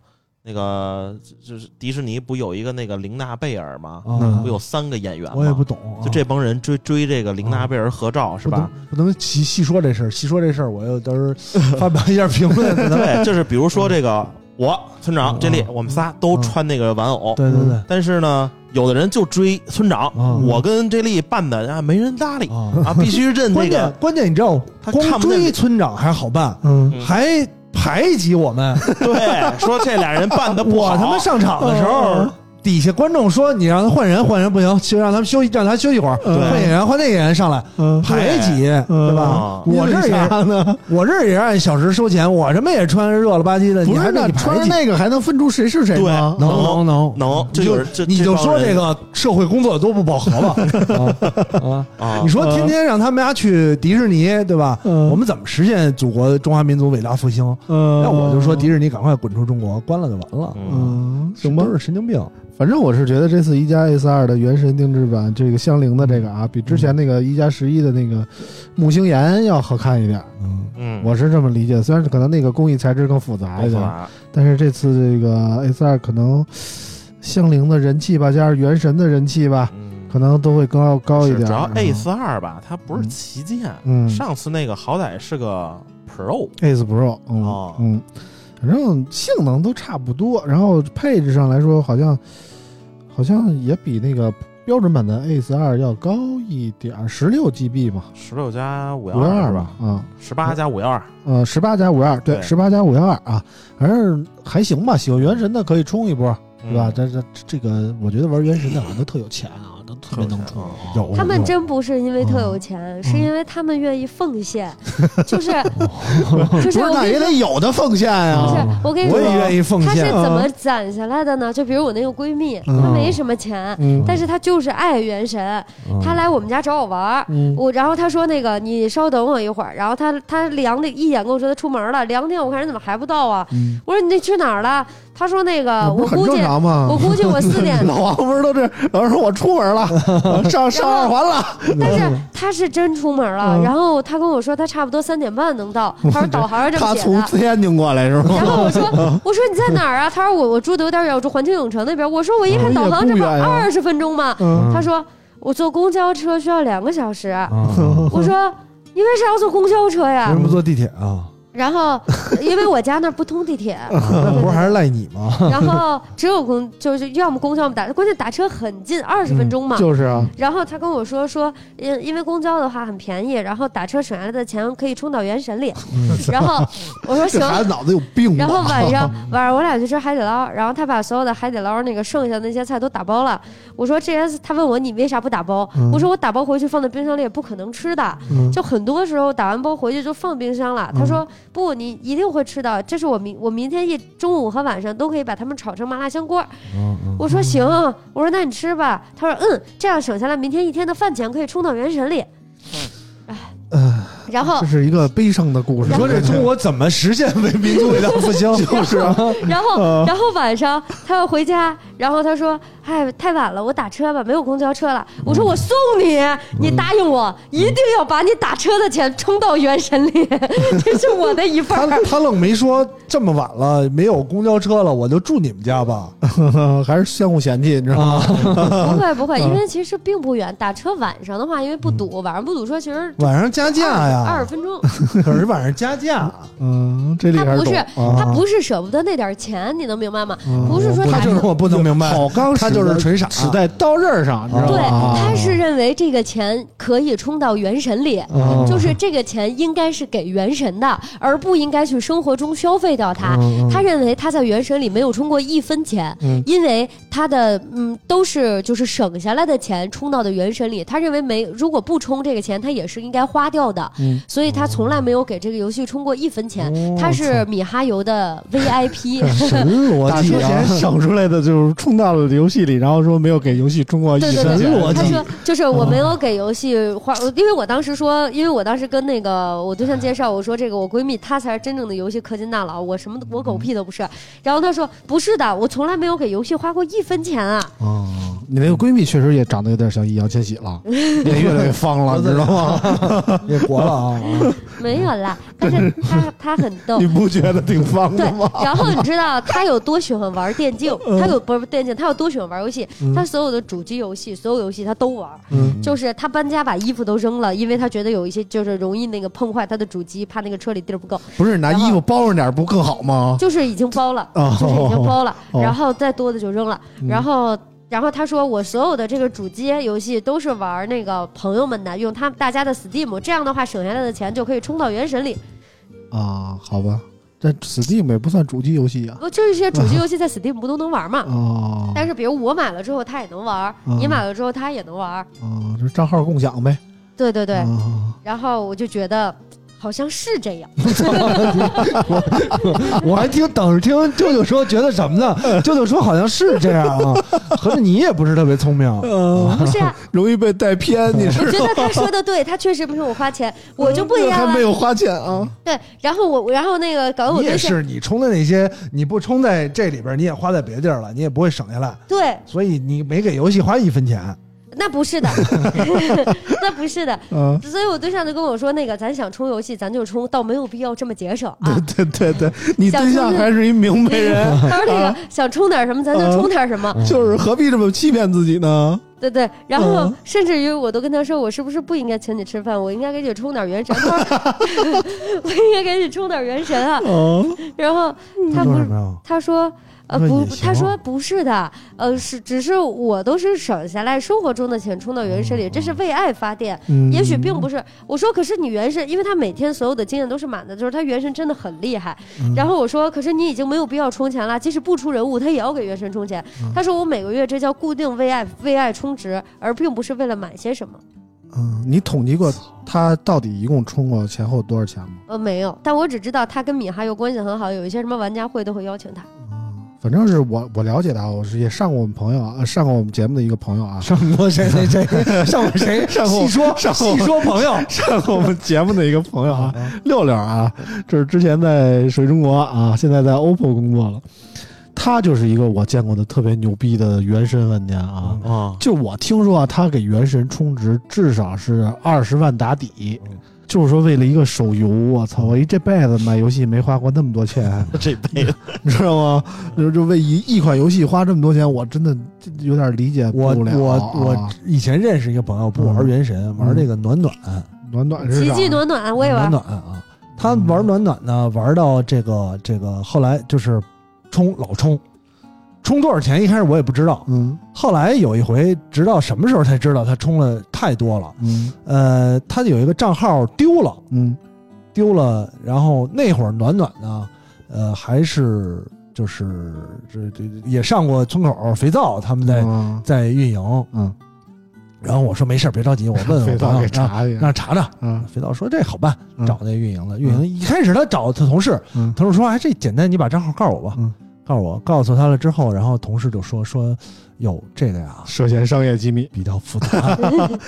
Speaker 4: 那个就是迪士尼不有一个那个玲娜贝尔吗？
Speaker 3: 嗯
Speaker 4: 不有三个演员吗？
Speaker 3: 我也不懂啊，
Speaker 4: 就这帮人追追这个玲娜贝尔合照是
Speaker 3: 不
Speaker 4: 吧？
Speaker 3: 能不能细细说这事儿，细说这事儿，我又到时候发表一下评
Speaker 4: [laughs]
Speaker 3: 论，可能
Speaker 4: 对，就是比如说这个我村长
Speaker 3: 嗯
Speaker 4: 这里
Speaker 3: 嗯
Speaker 4: 我们仨都
Speaker 3: 嗯
Speaker 4: 穿那个玩偶，
Speaker 3: 对对对
Speaker 4: 但是呢，有的人就追村长，
Speaker 3: 嗯
Speaker 4: 我跟这丽扮的啊没人搭理
Speaker 3: 啊，
Speaker 4: 啊，必须
Speaker 3: [laughs]
Speaker 4: 认
Speaker 3: 关
Speaker 4: 这
Speaker 3: 键
Speaker 4: 个。
Speaker 3: 关键你知道，
Speaker 4: 他看
Speaker 3: 光
Speaker 4: 不见
Speaker 3: 追
Speaker 4: 这
Speaker 3: 村长还好办，
Speaker 2: 嗯，
Speaker 4: 嗯
Speaker 3: 还排挤我
Speaker 4: [laughs]
Speaker 3: 们，
Speaker 4: 对，说这俩人扮的不
Speaker 3: 我
Speaker 4: 好，
Speaker 3: 他妈上场的时候
Speaker 4: 嗯，
Speaker 3: 底下观众说你让他换人，换人不行，就让他们休息，让他休息会儿，
Speaker 4: 对
Speaker 3: 换演员，换那个演员上来
Speaker 2: 嗯
Speaker 3: 排挤，对吧？
Speaker 4: 嗯
Speaker 3: 我这儿
Speaker 2: 为啥
Speaker 3: 也
Speaker 2: 呢？
Speaker 3: [laughs] 我这儿也是按小时收钱，我他妈也穿着热了吧唧的，
Speaker 2: 不
Speaker 3: 你还
Speaker 2: 是
Speaker 3: 让
Speaker 2: 那
Speaker 3: 你
Speaker 2: 穿
Speaker 3: 排
Speaker 2: 着
Speaker 3: 挤，
Speaker 2: 那个还能分出谁是谁
Speaker 4: 对
Speaker 2: 吗？
Speaker 4: 能
Speaker 3: 能能
Speaker 4: 能，这
Speaker 3: 你
Speaker 4: 就
Speaker 3: 就是
Speaker 4: 这
Speaker 3: 你就说这
Speaker 4: 这
Speaker 3: 个社会工作多不饱和
Speaker 2: [laughs] 嗯
Speaker 3: 吧？啊
Speaker 4: 帮人
Speaker 3: 啊！
Speaker 4: 啊
Speaker 3: 你，说天天让他们家去迪士尼，对吧？
Speaker 2: 嗯
Speaker 3: 我们怎么实现祖国中华民族伟大复兴？
Speaker 2: 嗯
Speaker 3: 那我就说迪士尼赶快滚出中国，关了就完了。
Speaker 4: 嗯，
Speaker 2: 嗯，行吧
Speaker 3: 都。是神经病。
Speaker 2: 反正我是觉得这次一加 S 二的原神定制版，这个香菱的这个啊，比之前那个一加十一的那个木星岩要好看一点。
Speaker 3: 嗯，
Speaker 4: 嗯，
Speaker 2: 我是这么理解，虽然可能那个工艺材质更复杂一点，
Speaker 4: 吧？
Speaker 2: 但是这次这个 S 二可能香菱的人气吧，加上原神的人气吧，
Speaker 4: 嗯
Speaker 2: 可能都会更要高一
Speaker 4: 是
Speaker 2: 点。
Speaker 4: 主要
Speaker 2: 嗯
Speaker 4: A 四二吧，它不是旗舰，
Speaker 2: 嗯
Speaker 4: 上次那个好歹是个 Pro，
Speaker 2: Ace Pro，嗯、
Speaker 4: 哦
Speaker 2: 嗯，反正性能都差不多，然后配置上来说，好像好像也比那个标准版的 Ace 二要高一点儿，十六 GB 嘛，
Speaker 4: 十六加五幺
Speaker 2: 五幺
Speaker 4: 是
Speaker 2: 二
Speaker 4: 吧？？
Speaker 2: 啊，
Speaker 4: 十八加五幺二，
Speaker 2: 呃，十八加五幺二，对，
Speaker 4: 对
Speaker 2: 十八加五幺二啊，反正还行吧。喜欢原神的可以冲一波，对吧？
Speaker 4: 嗯？
Speaker 2: 这这这个，我觉得玩原神的好像都特有钱啊，都特别能冲
Speaker 4: 特有钱啊。
Speaker 2: 有
Speaker 1: 他们
Speaker 2: 有
Speaker 1: 真不是因为特有钱，是因为他们愿意奉献，就是
Speaker 2: 不是那
Speaker 1: 就是我跟你
Speaker 2: 也
Speaker 1: 说
Speaker 2: 得有的奉献
Speaker 1: 不是
Speaker 2: 啊。
Speaker 1: 我跟你
Speaker 3: 嗯我也
Speaker 1: 说。
Speaker 3: 愿意奉
Speaker 1: 他是
Speaker 3: 献。啊
Speaker 1: 怎么攒下来的呢？就比如我那个闺蜜，她没什么钱，
Speaker 2: 嗯
Speaker 1: 但是她就是爱原神。她来我们家找我玩儿，
Speaker 2: 嗯
Speaker 1: 我然后她说那个你稍等我一会儿，然后她她两点一点跟我说她出门了，两点我看人怎么还不到啊？
Speaker 2: 嗯，
Speaker 1: 我说你那去哪儿了？她说那个
Speaker 2: 那不
Speaker 1: 我
Speaker 2: 是很
Speaker 1: 估
Speaker 2: 正
Speaker 1: 计
Speaker 2: 常
Speaker 1: 我
Speaker 2: 吗？
Speaker 1: 估计我四点
Speaker 2: [laughs] 老王不是都这，老王说我出门了，我上上二环了。
Speaker 1: 但是他是真出门了，
Speaker 2: 嗯
Speaker 1: 然后他跟我说他差不多三点半能
Speaker 2: [laughs]
Speaker 1: 到，他说导航是这么
Speaker 2: 他
Speaker 1: 写
Speaker 2: 从
Speaker 1: 的。
Speaker 2: 天津过来是
Speaker 3: [laughs]
Speaker 2: 吗？
Speaker 1: 然后我说我说你在哪儿啊？他说我我住的有点远，我住环球影城那边。我说我一看导航，
Speaker 2: 嗯也
Speaker 1: 这
Speaker 2: 不
Speaker 1: 不
Speaker 2: 远啊
Speaker 1: 二十分钟吗？
Speaker 2: 嗯
Speaker 1: 他说我坐公交车需要两个小时。
Speaker 2: 嗯
Speaker 3: 啊
Speaker 1: 我说你为啥要坐公交车
Speaker 3: 为
Speaker 1: 呀
Speaker 3: 什？么坐地铁啊？
Speaker 1: 然后因为我家那儿不通地铁，
Speaker 3: 那不是还是赖你吗？
Speaker 1: 然后只有公就是要么公交，要么打，关键打车很近，二十分钟嘛。
Speaker 2: 就是啊，
Speaker 1: 然后他跟我说说，因因为公交的话很便宜，然后打车省下来的钱可以充到原神里。然后我说行
Speaker 2: 这。孩子脑子有病啊吧？
Speaker 1: [laughs] 然后晚上晚上我俩去吃海底捞，然后他把所有的海底捞那个剩下那些菜都打包了。我说这些，他问我你为啥不打包？我说我打包回去放在冰箱里也不可能吃的，就很多时候打完包回去就放冰箱了。他说不，你一定会吃的，这是我明我明天一中午和晚上都可以把它们炒成麻辣香锅。
Speaker 2: 嗯
Speaker 1: 我说行，我说那你吃吧。他说嗯，这样省下来明天一天的饭钱可以充到原神里。哎，然后
Speaker 2: 这是一个悲伤的故事。
Speaker 3: 你说这中国怎么实现为民族伟大
Speaker 2: [laughs]
Speaker 3: 复兴？就是啊，
Speaker 1: 然后，然后晚上他要回家，然后他说：“哎，太晚了，我打车吧，没有公交车了。”我说：“我送你，你答应我，一定要把你打车的钱充到原神里， [laughs] 这是我的一份
Speaker 3: [laughs] 他 [laughs]
Speaker 1: 儿。
Speaker 3: 他愣没说这么晚了，没有公交车了，我就住你们家吧。
Speaker 2: 嗯还是相互嫌弃，你知道吗？
Speaker 3: 啊，”
Speaker 1: 不会不会，
Speaker 3: 嗯
Speaker 1: 因为其实并不远，打车晚上的话，因为不堵，晚上不堵车，其实
Speaker 3: 晚上加价
Speaker 1: 二
Speaker 3: 嗯
Speaker 1: 十
Speaker 3: 呀，[laughs]
Speaker 1: 分钟。
Speaker 3: 可是晚上加价，
Speaker 2: 嗯，这里
Speaker 1: 他
Speaker 2: 还
Speaker 1: 不
Speaker 2: 懂
Speaker 1: 是
Speaker 2: 啊。
Speaker 1: 他不是舍不得那点儿钱，你能明白吗？不是说
Speaker 3: 嗯他
Speaker 1: 打车
Speaker 3: 就是我不能明白，
Speaker 2: 好钢，
Speaker 3: 他就是纯傻，
Speaker 2: 使在刀刃上，你知道
Speaker 1: 对，
Speaker 3: 啊
Speaker 2: 吗？
Speaker 1: 他是认为这个钱可以充到原神里，
Speaker 2: 嗯哦
Speaker 1: 就是这个钱应该是给原神的，而不应该去生活中消费到
Speaker 2: 嗯
Speaker 1: 它。
Speaker 2: 哦
Speaker 1: 他认为他在原神里没有充过一分钱，因为他的嗯都是就是省下来的钱充到的原神里。他认为没如果不充这个钱，他也是应该花掉的，所以他从来没有给这个游戏充过一分钱。他是米哈游的 [laughs] VIP，
Speaker 3: [laughs] 神逻
Speaker 2: 打
Speaker 3: 辑
Speaker 2: 出
Speaker 3: 啊
Speaker 2: 钱！省出来的就是充到了游戏里，然后说没有给游戏充过一
Speaker 1: 对
Speaker 2: 分
Speaker 1: 对
Speaker 2: 钱，
Speaker 1: 对，
Speaker 3: 神逻
Speaker 1: 他
Speaker 3: 辑
Speaker 1: 说就是我没有给游戏花，因为我当时说，因为我当时跟那个我对象介绍，我说这个我闺蜜她才是真正的游戏氪金大佬，我什么我狗屁都不是。然后她说不是的，我从来没有给游戏花过一分钱啊。
Speaker 2: 啊，你那个闺蜜确实也长得有点像易烊千玺
Speaker 1: [laughs]
Speaker 2: 了，也越来越方了，你知道吗？
Speaker 3: 也国了啊！
Speaker 2: 嗯
Speaker 1: 没有啦，但是她她很逗
Speaker 2: 你。不觉得挺方
Speaker 1: 嗯对
Speaker 2: 的吗？，
Speaker 1: 然后你知道她有多喜欢玩电竞？她有不是电竞，她有多喜欢玩游戏？她所有的主机游戏，所有游戏她都玩。
Speaker 3: 嗯
Speaker 2: 嗯
Speaker 1: 就是她搬家把衣服都扔了，因为她觉得有一些就是容易那个碰坏她的主机，怕那个车里地儿不够。
Speaker 2: 不是拿
Speaker 1: 然后
Speaker 2: 衣服包上点儿不更好吗？
Speaker 1: [laughs] 就是已经包了，
Speaker 2: 哦
Speaker 1: 就是已经包了，
Speaker 2: 哦
Speaker 1: 然后再多的就扔了，
Speaker 2: 嗯
Speaker 1: 然后。然后他说：“我所有的这个主机游戏都是玩那个朋友们的，用他们大家的 Steam，这样的话省下来的钱就可以充到《原神》里。
Speaker 2: 啊，好吧，这 Steam 也不算主机游戏啊。
Speaker 1: 不就是这些主机游戏在 Steam 不都能玩吗？
Speaker 2: 哦，
Speaker 1: 但是比如我买了之后他也能玩，
Speaker 2: 嗯
Speaker 1: 你买了之后他也能玩。
Speaker 2: 哦，就是账号共享呗。
Speaker 1: 对对对，
Speaker 2: 啊
Speaker 1: 然后我就觉得好像是
Speaker 2: [laughs]
Speaker 1: 这样。
Speaker 3: 我还听等着听舅舅说，觉得什么
Speaker 2: 嗯
Speaker 3: 呢？舅舅说好像是这样啊，合着你也不是特别聪明。
Speaker 2: 嗯
Speaker 1: 不是、啊，
Speaker 2: 容易被带偏，你
Speaker 1: 我
Speaker 2: 是
Speaker 1: 觉得他说的对，他确实没有花钱，我就不一样
Speaker 2: 他
Speaker 1: 了
Speaker 2: [laughs] 没。有花钱啊。
Speaker 1: 对，然后我，然后那个搞得我
Speaker 3: 你也
Speaker 1: 对象，
Speaker 3: 是，你充的那些，你不充在这里边，你也花在别地儿了，你也不会省下来，
Speaker 1: 对，
Speaker 3: 所以你没给游戏花一分钱。
Speaker 1: 那
Speaker 2: [laughs]
Speaker 1: 不是的， [laughs] 那不是的。
Speaker 2: 嗯，
Speaker 1: 所以我对象就跟我说，那个咱想充游戏，咱就充，倒没有必要这么节省啊。
Speaker 2: 对 [laughs] 对对，你对象还是一明
Speaker 1: [laughs]
Speaker 2: 白人，啊嗯 [laughs]
Speaker 1: 他说那个想充点什么，咱就充点什么。
Speaker 2: 就是何必这么欺骗自己呢？嗯
Speaker 1: 对对，然后甚至于我都跟他说，我是不是不应该请你吃饭？我应该给你充点元神，他
Speaker 2: [laughs]
Speaker 1: 说 [laughs] 我应该给你充点元神啊。
Speaker 2: 嗯
Speaker 1: 然后他
Speaker 3: 说
Speaker 1: 不
Speaker 3: 什
Speaker 1: 是
Speaker 3: 么呀？
Speaker 1: 他说。呃，
Speaker 3: 那
Speaker 1: 不
Speaker 3: 也，行
Speaker 1: 他说不是的，呃，是只是我都是省下来生活中的钱充到原神里，这是为爱发电，
Speaker 3: 嗯
Speaker 1: 也许并不是。我说，可是你原神，因为他每天所有的经验都是满的，就是他原神真的很厉害。
Speaker 3: 嗯
Speaker 1: 然后我说，可是你已经没有必要充钱了，即使不出人物，他也要给原神充钱。
Speaker 3: 嗯
Speaker 1: 他说我每个月这叫固定为爱为爱充值，而并不是为了买些什么。
Speaker 2: 嗯，你统计过他到底一共充过前后多少钱吗？
Speaker 1: 呃，没有，但我只知道他跟米哈游关系很好，有一些什么玩家会都会邀请他。
Speaker 2: 反正是我我了解的啊，我是也上过我们朋友啊，呃上过我们节目的一个朋友啊， [laughs]
Speaker 3: 上过谁 [laughs] 谁谁？上过谁？
Speaker 2: 上过
Speaker 3: 细说
Speaker 2: 上过
Speaker 3: 细说朋友。
Speaker 2: 上过我们节目的一个朋友啊，六六啊，就是之前在水中国啊，现在在 OPPO 工作了。他就是一个我见过的特别牛逼的原神玩家啊， [laughs]
Speaker 4: 啊，
Speaker 2: 就我听说啊，他给原神充值至少是二十万打底
Speaker 4: 嗯，
Speaker 2: 就是说为了一个手游，我操，我一这辈子买游戏没花过那么多钱，
Speaker 4: 这辈子
Speaker 2: [laughs] 你知道吗？就就为一一款游戏花这么多钱，我真的有点理解
Speaker 3: 我
Speaker 2: 不了啊。嗯
Speaker 3: 我我以前认识一个朋友，不玩原神，玩这个暖暖，
Speaker 2: 暖暖是
Speaker 1: 奇
Speaker 2: 啥？
Speaker 1: 迹暖暖我也
Speaker 3: 暖
Speaker 1: 玩，
Speaker 3: 暖 [laughs] 啊。他玩暖暖呢，玩到这个这个，后来就是充老充，充多少钱？一开始我也不知道，
Speaker 2: 嗯
Speaker 3: 后来有一回，直到什么时候才知道他充了太多了。
Speaker 2: 嗯
Speaker 3: 呃，他有一个账号丢了，
Speaker 2: 嗯
Speaker 3: 丢了，然后那会儿暖暖呢，呃，还是就是这这也上过村口肥皂他们在、
Speaker 2: 嗯
Speaker 3: 在运营，
Speaker 2: 嗯，
Speaker 3: 然后我说没事儿，别着急，
Speaker 2: [laughs]
Speaker 3: 我啊问
Speaker 2: 肥
Speaker 3: 我
Speaker 2: 皂
Speaker 3: 朋
Speaker 2: 给
Speaker 3: 友让
Speaker 2: 查一下
Speaker 3: 让查查。
Speaker 2: 啊
Speaker 3: 肥皂说这好办，
Speaker 2: 嗯
Speaker 3: 找那运营的。运营一开始他找他同事，
Speaker 2: 嗯
Speaker 3: 同事说哎这简单，你把账号告诉我吧。
Speaker 2: 嗯
Speaker 3: 告诉我，告诉他了之后，然后同事就说说，哟，这个呀，
Speaker 2: 涉嫌商业机密
Speaker 3: 比较复
Speaker 2: [laughs]
Speaker 3: 杂，比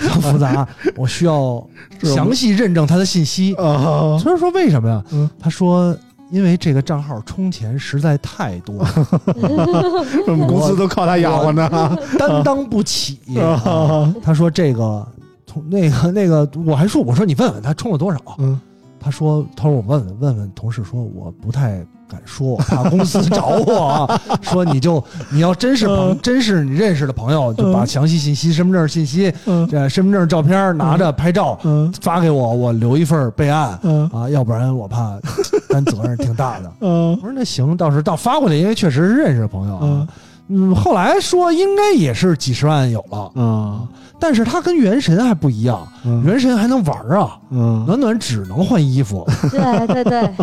Speaker 3: 较复杂，我需要
Speaker 2: 是我们
Speaker 3: 详细认证他的信息。
Speaker 2: 啊
Speaker 3: 村儿说为什么呀？
Speaker 2: 嗯
Speaker 3: 他说因为这个账号充钱实在太多，
Speaker 2: [laughs] 我们公司都靠他养活呢。
Speaker 3: 担当不起。
Speaker 2: [laughs] 啊
Speaker 3: 他说这个从那个那个，我还说我说你问问他充了多少。
Speaker 2: 嗯
Speaker 3: 他说他说我问问问问同事说我不太。敢说， [laughs] 我怕公司找我。啊
Speaker 2: [laughs]
Speaker 3: 说你就你要真是
Speaker 2: 嗯
Speaker 3: 朋，真是你认识的朋友，就把详细信息、身份证信息、
Speaker 2: 嗯
Speaker 3: 这身份证照片拿着拍照
Speaker 2: 嗯
Speaker 3: 发给我，我留一份备案
Speaker 2: 嗯
Speaker 3: 啊，要不然我怕担责任挺大的。
Speaker 2: 嗯
Speaker 3: 我说那行，到时候到发过去，因为确实是认识的朋友啊。嗯，后来说应该也是几十万有了，
Speaker 2: 嗯
Speaker 3: 但是他跟原神还不一样，
Speaker 2: 嗯
Speaker 3: 原神还能玩啊，
Speaker 2: 嗯，
Speaker 3: 暖暖只能换衣服，
Speaker 1: 对对对，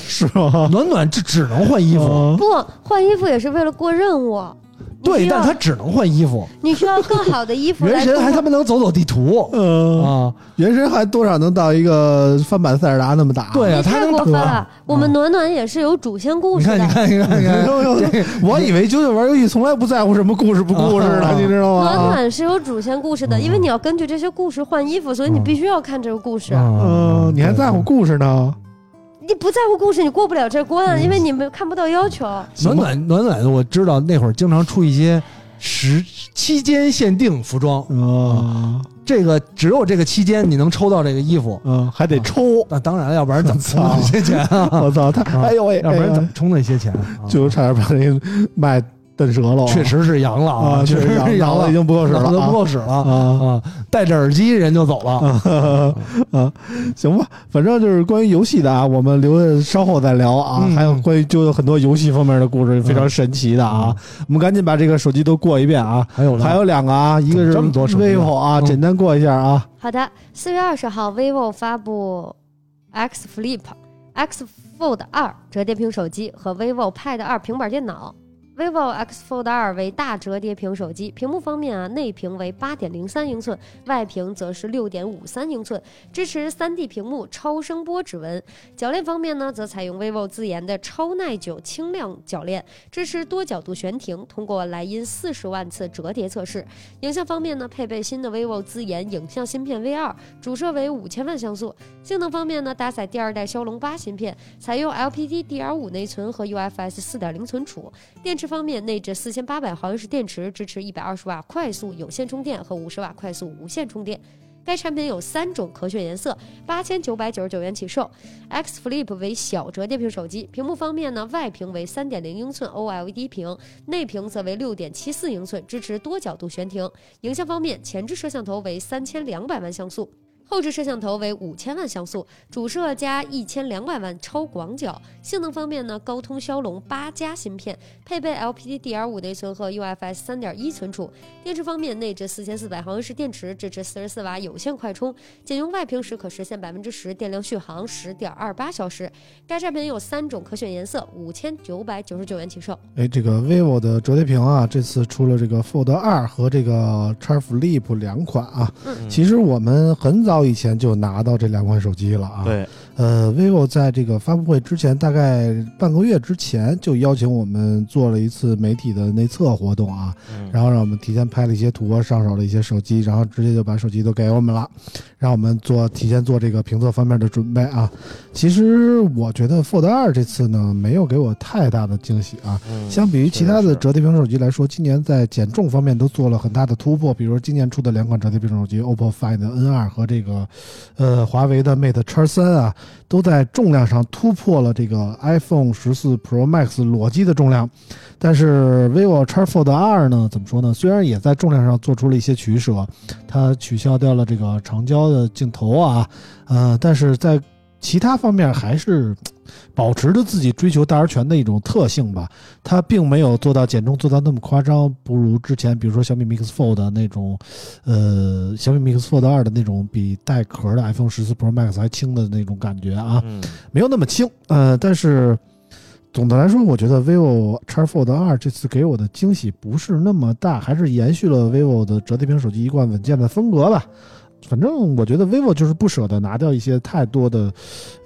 Speaker 2: 是吗？
Speaker 3: [laughs]
Speaker 2: 嗯
Speaker 3: 暖暖这只能换衣服，
Speaker 2: 哦
Speaker 1: 不换衣服也是为了过任务。你
Speaker 3: 对，
Speaker 1: 需要
Speaker 3: 但他只能换衣服。
Speaker 1: 你需要更好的衣服
Speaker 3: 原
Speaker 1: 来
Speaker 3: 神
Speaker 1: 更
Speaker 3: 还他妈能走走地图
Speaker 2: 嗯，
Speaker 3: 啊，
Speaker 2: 原神还多少能到一个翻版塞尔达那么打？
Speaker 3: 对啊，
Speaker 1: 你
Speaker 3: 他还
Speaker 1: 太
Speaker 3: 能
Speaker 1: 过
Speaker 3: 打
Speaker 1: 分了。我们暖暖也是有主线故
Speaker 3: 你
Speaker 1: 事嗯
Speaker 3: 看，你
Speaker 1: 的。
Speaker 3: 看，
Speaker 2: [laughs]
Speaker 3: 你看，你
Speaker 2: 哎
Speaker 3: 看， [laughs]
Speaker 2: 我以为啾啾玩游戏从来不在乎什么故事不故事
Speaker 3: 啊
Speaker 2: 的，你知道
Speaker 1: 暖
Speaker 2: 吗？
Speaker 1: 暖是有主线故事的，因为
Speaker 3: 嗯
Speaker 1: 你要根据这些故事换衣服，所以你必须要看这个故事。
Speaker 3: 啊
Speaker 2: 嗯，你还在乎故事呢？
Speaker 1: 你不在乎故事，你过不了这关，
Speaker 3: 嗯
Speaker 1: 因为你们看不到要求。
Speaker 3: 暖暖暖暖，我知道那会儿经常出一些时期间限定服装，
Speaker 2: 嗯
Speaker 3: 这个只有这个期间你能抽到这个衣服。啊
Speaker 2: 嗯，还得抽，
Speaker 3: 那当然了，要不然怎么充
Speaker 2: [laughs] 操
Speaker 3: 那些钱啊？
Speaker 2: 我操他！ [laughs] 哎呦喂，
Speaker 3: 要不然怎么充那些钱啊？
Speaker 2: [laughs] 就差点把那麦蹬折了。
Speaker 3: 确实是阳了
Speaker 2: 啊，
Speaker 3: 确
Speaker 2: 确
Speaker 3: 实
Speaker 2: 实养
Speaker 3: 是阳
Speaker 2: 了，已经不够使了，
Speaker 3: 都不够使了
Speaker 2: 啊。
Speaker 3: 啊！戴着耳机人就走了。
Speaker 2: 啊啊，行吧，反正就是关于游戏的啊，我们留下稍后再聊啊。
Speaker 3: 嗯
Speaker 2: 还有关于就有很多游戏方面的故事，非常神奇的啊。
Speaker 3: 嗯
Speaker 2: 我们赶紧把这个手机都过一遍啊。
Speaker 3: 还有呢
Speaker 2: 还有两个啊，一个是
Speaker 3: 这嗯么多手机啊
Speaker 2: vivo 啊，
Speaker 3: 嗯
Speaker 2: 简单过一下啊。
Speaker 1: 好的，四月二十号，vivo 发布 X Flip、X Fold 二折叠屏手机和 vivo Pad 二平板电脑。vivo X Fold 二为大折叠屏手机，屏幕方面啊，内屏为八点零三英寸，外屏则是六点五三英寸，支持三 D 屏幕、超声波指纹。铰链方面呢，则采用 vivo 自研的超耐久轻量铰链，支持多角度悬停，通过莱茵四十万次折叠测试。影像方面呢，配备新的 vivo 自研影像芯片 V 二，主摄为五千万像素。性能方面呢，搭载第二代骁龙八芯片，采用 LPDDR5 内存和 UFS 四点零存储。电池方面，内置四千八百毫安时电池，支持一百二十瓦快速有线充电和五十瓦快速无线充电。该产品有三种可选颜色，八千九百九十九元起售。X Flip 为小折叠屏手机，屏幕方面呢，外屏为三点零英寸 OLED 屏，内屏则为六点七四英寸，支持多角度悬停。影像方面，前置摄像头为三千两百万像素。后置摄像头为五千万像素，主摄加一千两百万超广角。性能方面呢，高通骁龙八加芯片，配备 LPDDR5 内存和 UFS 三点一存储。电池方面，内置四千四百毫安时电池，支持四十四瓦有线快充，仅用外屏时可实现百分之十电量续航，十点二八小时。该产品有三种可选颜色，五千九百九十九元起售。
Speaker 2: 哎，这个 vivo 的折叠屏啊，这次出了这个 Fold 二和这个 X Flip 两款啊。
Speaker 4: 嗯
Speaker 2: 其实我们很早以前就拿到这两款手机了啊。，
Speaker 4: 对，
Speaker 2: 呃，vivo 在这个发布会之前，大概半个月之前就邀请我们做了一次媒体的内测活动啊。
Speaker 4: 嗯
Speaker 2: 然后让我们提前拍了一些图啊，上手了一些手机，然后直接就把手机都给我们了，让我们做提前做这个评测方面的准备啊。其实我觉得 Fold 二这次呢，没有给我太大的惊喜啊。
Speaker 4: 嗯
Speaker 2: 相比于其他
Speaker 4: 确实
Speaker 2: 的
Speaker 4: 是
Speaker 2: 折叠屏手机来说，今年在减重方面都做了很大的突破，比如今年出的两款折叠屏手机，OPPO Find N 2和这个呃华为的 Mate X 3啊，都在重量上突破了这个 iPhone 14 Pro Max 裸机的重量。但是 vivo X Fold 2呢，怎么说呢？虽然也在重量上做出了一些取舍，它取消掉了这个长焦的镜头啊，呃，但是在其他方面还是保持着自己追求大而全的一种特性吧。它并没有做到减重做到那么夸张，不如之前比如说小米 Mix Fold 那种，呃，小米 Mix Fold 2的那种比带壳的 iPhone 14 Pro Max 还轻的那种感觉啊。
Speaker 4: 嗯
Speaker 2: 没有那么轻，呃，但是总的来说，我觉得 vivo X Fold 二这次给我的惊喜不是那么大，还是延续了 vivo 的折叠屏手机一贯稳健的风格吧。反正我觉得 vivo 就是不舍得拿掉一些太多的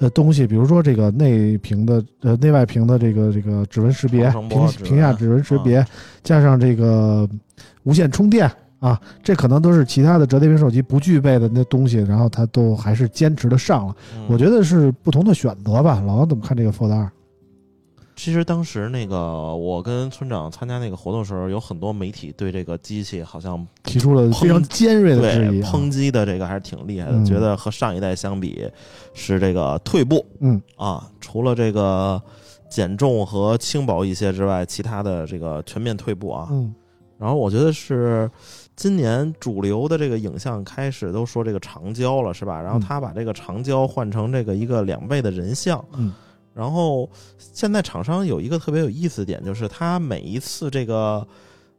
Speaker 2: 呃东西，比如说这个内屏的呃内外屏的这个这个指纹识别
Speaker 4: 超声，波
Speaker 2: 屏
Speaker 4: 指纹
Speaker 2: 屏下指纹啊识别，加上这个无线充电啊，这可能都是其他的折叠屏手机不具备的那东西，然后它都还是坚持的上了。
Speaker 4: 嗯
Speaker 2: 我觉得是不同的选择吧。老王怎么看这个 Fold 二？
Speaker 4: 其实当时那个我跟村长参加那个活动的时候，有很多媒体对这个机器好像
Speaker 2: 提出了 [laughs] 非常尖锐的质
Speaker 4: 对
Speaker 2: 疑、啊。
Speaker 4: 抨击的这个还是挺厉害的，
Speaker 2: 嗯
Speaker 4: 觉得和上一代相比是这个退步
Speaker 2: 嗯
Speaker 4: 啊，除了这个减重和轻薄一些之外，其他的这个全面退步啊。
Speaker 2: 嗯，
Speaker 4: 然后我觉得是今年主流的这个影像开始都说这个长焦了，是吧？
Speaker 2: 嗯
Speaker 4: 然后他把这个长焦换成这个一个两倍的人像，
Speaker 2: 嗯。
Speaker 4: 然后现在厂商有一个特别有意思的点，就是它每一次这个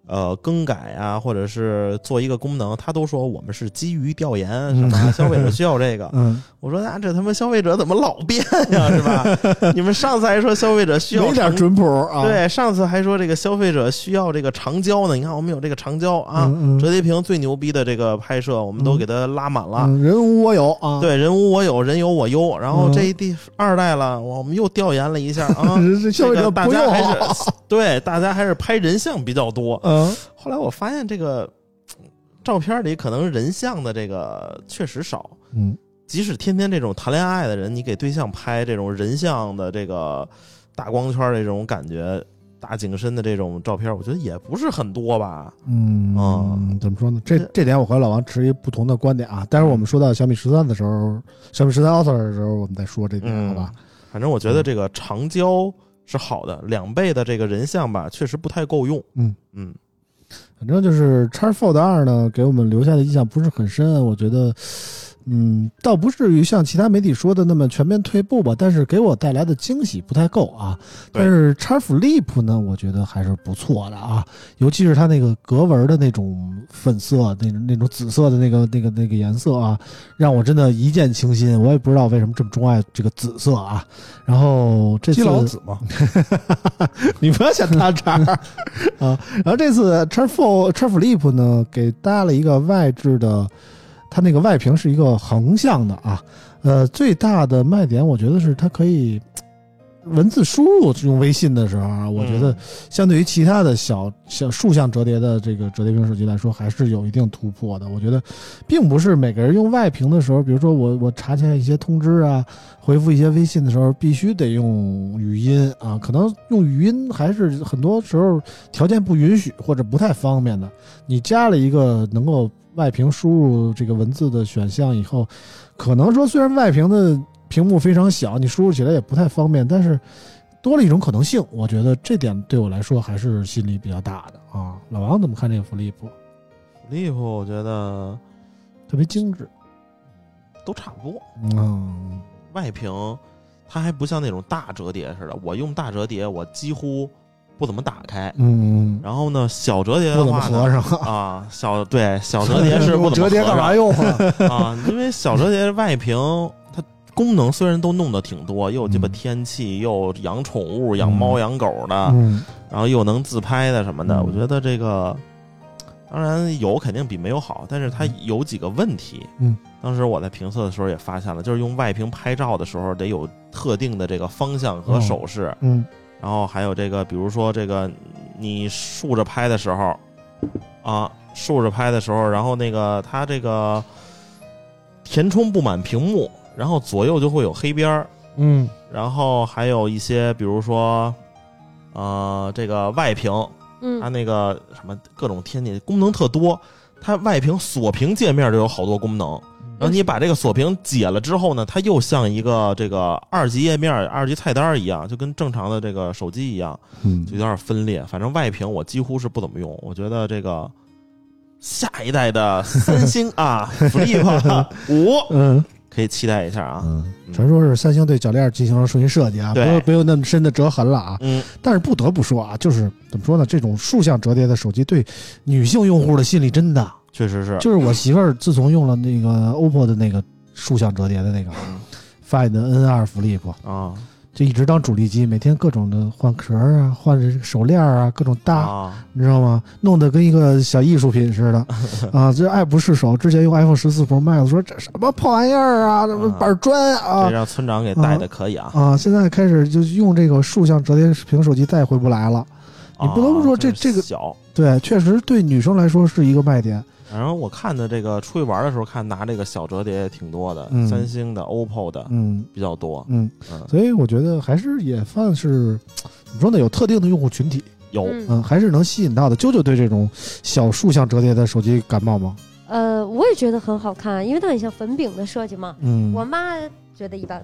Speaker 4: 呃更改啊，或者是做一个功能，它都说我们是基于调研，什么消费
Speaker 2: [laughs]
Speaker 4: 者需要这个。
Speaker 2: 嗯，
Speaker 4: 我说那、这他妈消费者怎么老变呀，
Speaker 2: [laughs]
Speaker 4: 是吧？你们上次还说消费者需要
Speaker 2: 没点
Speaker 4: 长
Speaker 2: 准谱啊。
Speaker 4: 对，上次还说这个消费者需要这个长焦呢，你看我们有这个长焦啊，
Speaker 2: 嗯，嗯
Speaker 4: 折叠屏最牛逼的这个拍摄，我们都给它拉满了。
Speaker 2: 嗯，人无我有啊。，
Speaker 4: 对，人无我有，人有我优。然后
Speaker 2: 嗯
Speaker 4: 这一第二代了，我们又调研了一下啊，
Speaker 2: 这 [laughs] 消费
Speaker 4: 这
Speaker 2: 者
Speaker 4: 个大
Speaker 2: 不
Speaker 4: 家
Speaker 2: 用
Speaker 4: 还
Speaker 2: 啊。
Speaker 4: 是对大家还是拍人像比较多。
Speaker 2: 嗯
Speaker 4: 后来我发现这个照片里可能人像的这个确实少，
Speaker 2: 嗯，
Speaker 4: 即使天天这种谈恋爱的人，你给对象拍这种人像的这个大光圈的这种感觉、大景深的这种照片，我觉得也不是很多吧。
Speaker 2: 嗯
Speaker 4: 嗯
Speaker 2: 怎么说呢？这
Speaker 4: 这嗯
Speaker 2: 这点我和老王持一不同的观点啊。待会儿我们说到小米十三的时候，小米十三 Ultra 的时候，我们再说这点，
Speaker 4: 嗯
Speaker 2: 好吧？
Speaker 4: 反正
Speaker 2: 嗯
Speaker 4: 我觉得这个长焦是好的，两倍的这个人像吧，确实不太够用。
Speaker 2: 嗯
Speaker 4: 嗯
Speaker 2: 反正就是叉 Fold 二呢，给我们留下的印象不是很深。我觉得，嗯，倒不至于像其他媒体说的那么全面退步吧，但是给我带来的惊喜不太够啊。
Speaker 4: 对
Speaker 2: 但是叉 Flip 呢，我觉得还是不错的啊，尤其是它那个格纹的那种粉色，那种那种紫色的那个那个那个颜色啊，让我真的一见倾心。我也不知道为什么这么钟爱这个紫色啊。然后这次
Speaker 3: 基佬子嘛，
Speaker 2: [laughs] 你不要想搭茬儿啊！然后这次 t r f o t r Flip 呢，给搭了一个外置的，它那个外屏是一个横向的啊。呃，最大的卖点我觉得是它可以，文字输入用微信的时候啊，我觉
Speaker 4: 嗯
Speaker 2: 得相对于其他的小小竖向折叠的这个折叠屏手机来说，还是有一定突破的。我觉得，并不是每个人用外屏的时候，比如说我我查看一些通知啊，回复一些微信的时候，必须得用语音啊，可能用语音还是很多时候条件不允许或者不太方便的。你加了一个能够外屏输入这个文字的选项以后，可能说虽然外屏的屏幕非常小，你输入起来也不太方便，但是多了一种可能性。我觉得这点对我来说还是心里比较大的啊。老王怎么看这个福利普？
Speaker 4: 利普我觉得
Speaker 2: 特别精致，
Speaker 4: 都差不多。
Speaker 2: 嗯，
Speaker 4: 外屏它还不像那种大折叠似的，我用大折叠我几乎不怎么打开。
Speaker 2: 嗯，
Speaker 4: 然后呢，小折叠
Speaker 2: 不怎
Speaker 4: 的
Speaker 2: 么
Speaker 4: 话呢
Speaker 2: 合上。
Speaker 4: 啊，小对小折叠
Speaker 2: [laughs]
Speaker 4: 是不怎
Speaker 3: 折
Speaker 4: 么
Speaker 3: 叠
Speaker 4: 合
Speaker 3: 干嘛
Speaker 4: 上
Speaker 3: 用 [laughs] 啊？
Speaker 4: 啊？因为小折叠外屏它功能虽然都弄得挺多，又鸡巴
Speaker 2: 嗯
Speaker 4: 天气，又养宠物、养猫、养狗的，
Speaker 2: 嗯，
Speaker 4: 然后又能自拍的什么的，
Speaker 2: 嗯
Speaker 4: 我觉得这个当然有肯定比没有好，但是它有几个问题。
Speaker 2: 嗯，
Speaker 4: 当时我在评测的时候也发现了，就是用外屏拍照的时候得有特定的这个方向和
Speaker 2: 哦
Speaker 4: 手势，
Speaker 2: 嗯，
Speaker 4: 然后还有这个，比如说这个你竖着拍的时候啊，竖着拍的时候，然后那个它这个填充不满屏幕，然后左右就会有黑边儿，
Speaker 2: 嗯，
Speaker 4: 然后还有一些比如说。呃，这个外屏它
Speaker 1: 嗯，
Speaker 4: 那个什么各种天气功能特多，它外屏锁屏界面就有好多功能。然后你把这个锁屏解了之后呢，它又像一个这个二级页面、二级菜单一样，就跟正常的这个手机一样，
Speaker 2: 嗯
Speaker 4: 就有点分裂。反正外屏我几乎是不怎么用，我觉得这个下一代的三星啊 Flip 五
Speaker 2: 嗯，
Speaker 4: 可以期待一下啊。
Speaker 2: 嗯，传说是三星对铰链进行了重新设计啊，不
Speaker 4: 对
Speaker 2: 用不用那么深的折痕了啊。
Speaker 4: 嗯，
Speaker 2: 但是不得不说啊，就是怎么说呢，这种竖向折叠的手机对女性用户的吸引力真大。
Speaker 4: 确实是，
Speaker 2: 就是我媳妇儿自从用了那个 OPPO 的那个竖向折叠的那个
Speaker 4: 嗯
Speaker 2: Find N2 Flip，
Speaker 4: 啊
Speaker 2: 就一直当主力机，每天各种的换壳儿啊，换这个手链儿啊，各种搭，
Speaker 4: 啊，
Speaker 2: 你知道吗？弄得跟一个小艺术品似的，啊，这爱不释手。之前用 iPhone 十四 Pro Max 说这什么破玩意儿啊，什么板砖
Speaker 4: 这
Speaker 2: 啊。
Speaker 4: 让村长给带的可以啊。
Speaker 2: 啊，现在开始就用这个竖向折叠屏手机，再也回不来了。你不得不说
Speaker 4: 啊
Speaker 2: 这
Speaker 4: 真是
Speaker 2: 这个
Speaker 4: 小，
Speaker 2: 对，确实对女生来说是一个卖点。
Speaker 4: 反正我看的这个出去玩的时候看拿这个小折叠也挺多的，
Speaker 2: 嗯
Speaker 4: 三星的、OPPO 的
Speaker 2: 嗯
Speaker 4: 比较多。
Speaker 2: 嗯，
Speaker 4: 嗯，
Speaker 2: 所以我觉得还是也算是怎么说呢，有特定的用户群体，
Speaker 4: 有
Speaker 2: 嗯，
Speaker 1: 嗯，
Speaker 2: 还是能吸引到的。啾啾对这种小竖向折叠的手机感冒吗？
Speaker 1: 呃，我也觉得很好看，因为它很像粉饼的设计嘛。
Speaker 2: 嗯，
Speaker 1: 我妈觉得一般，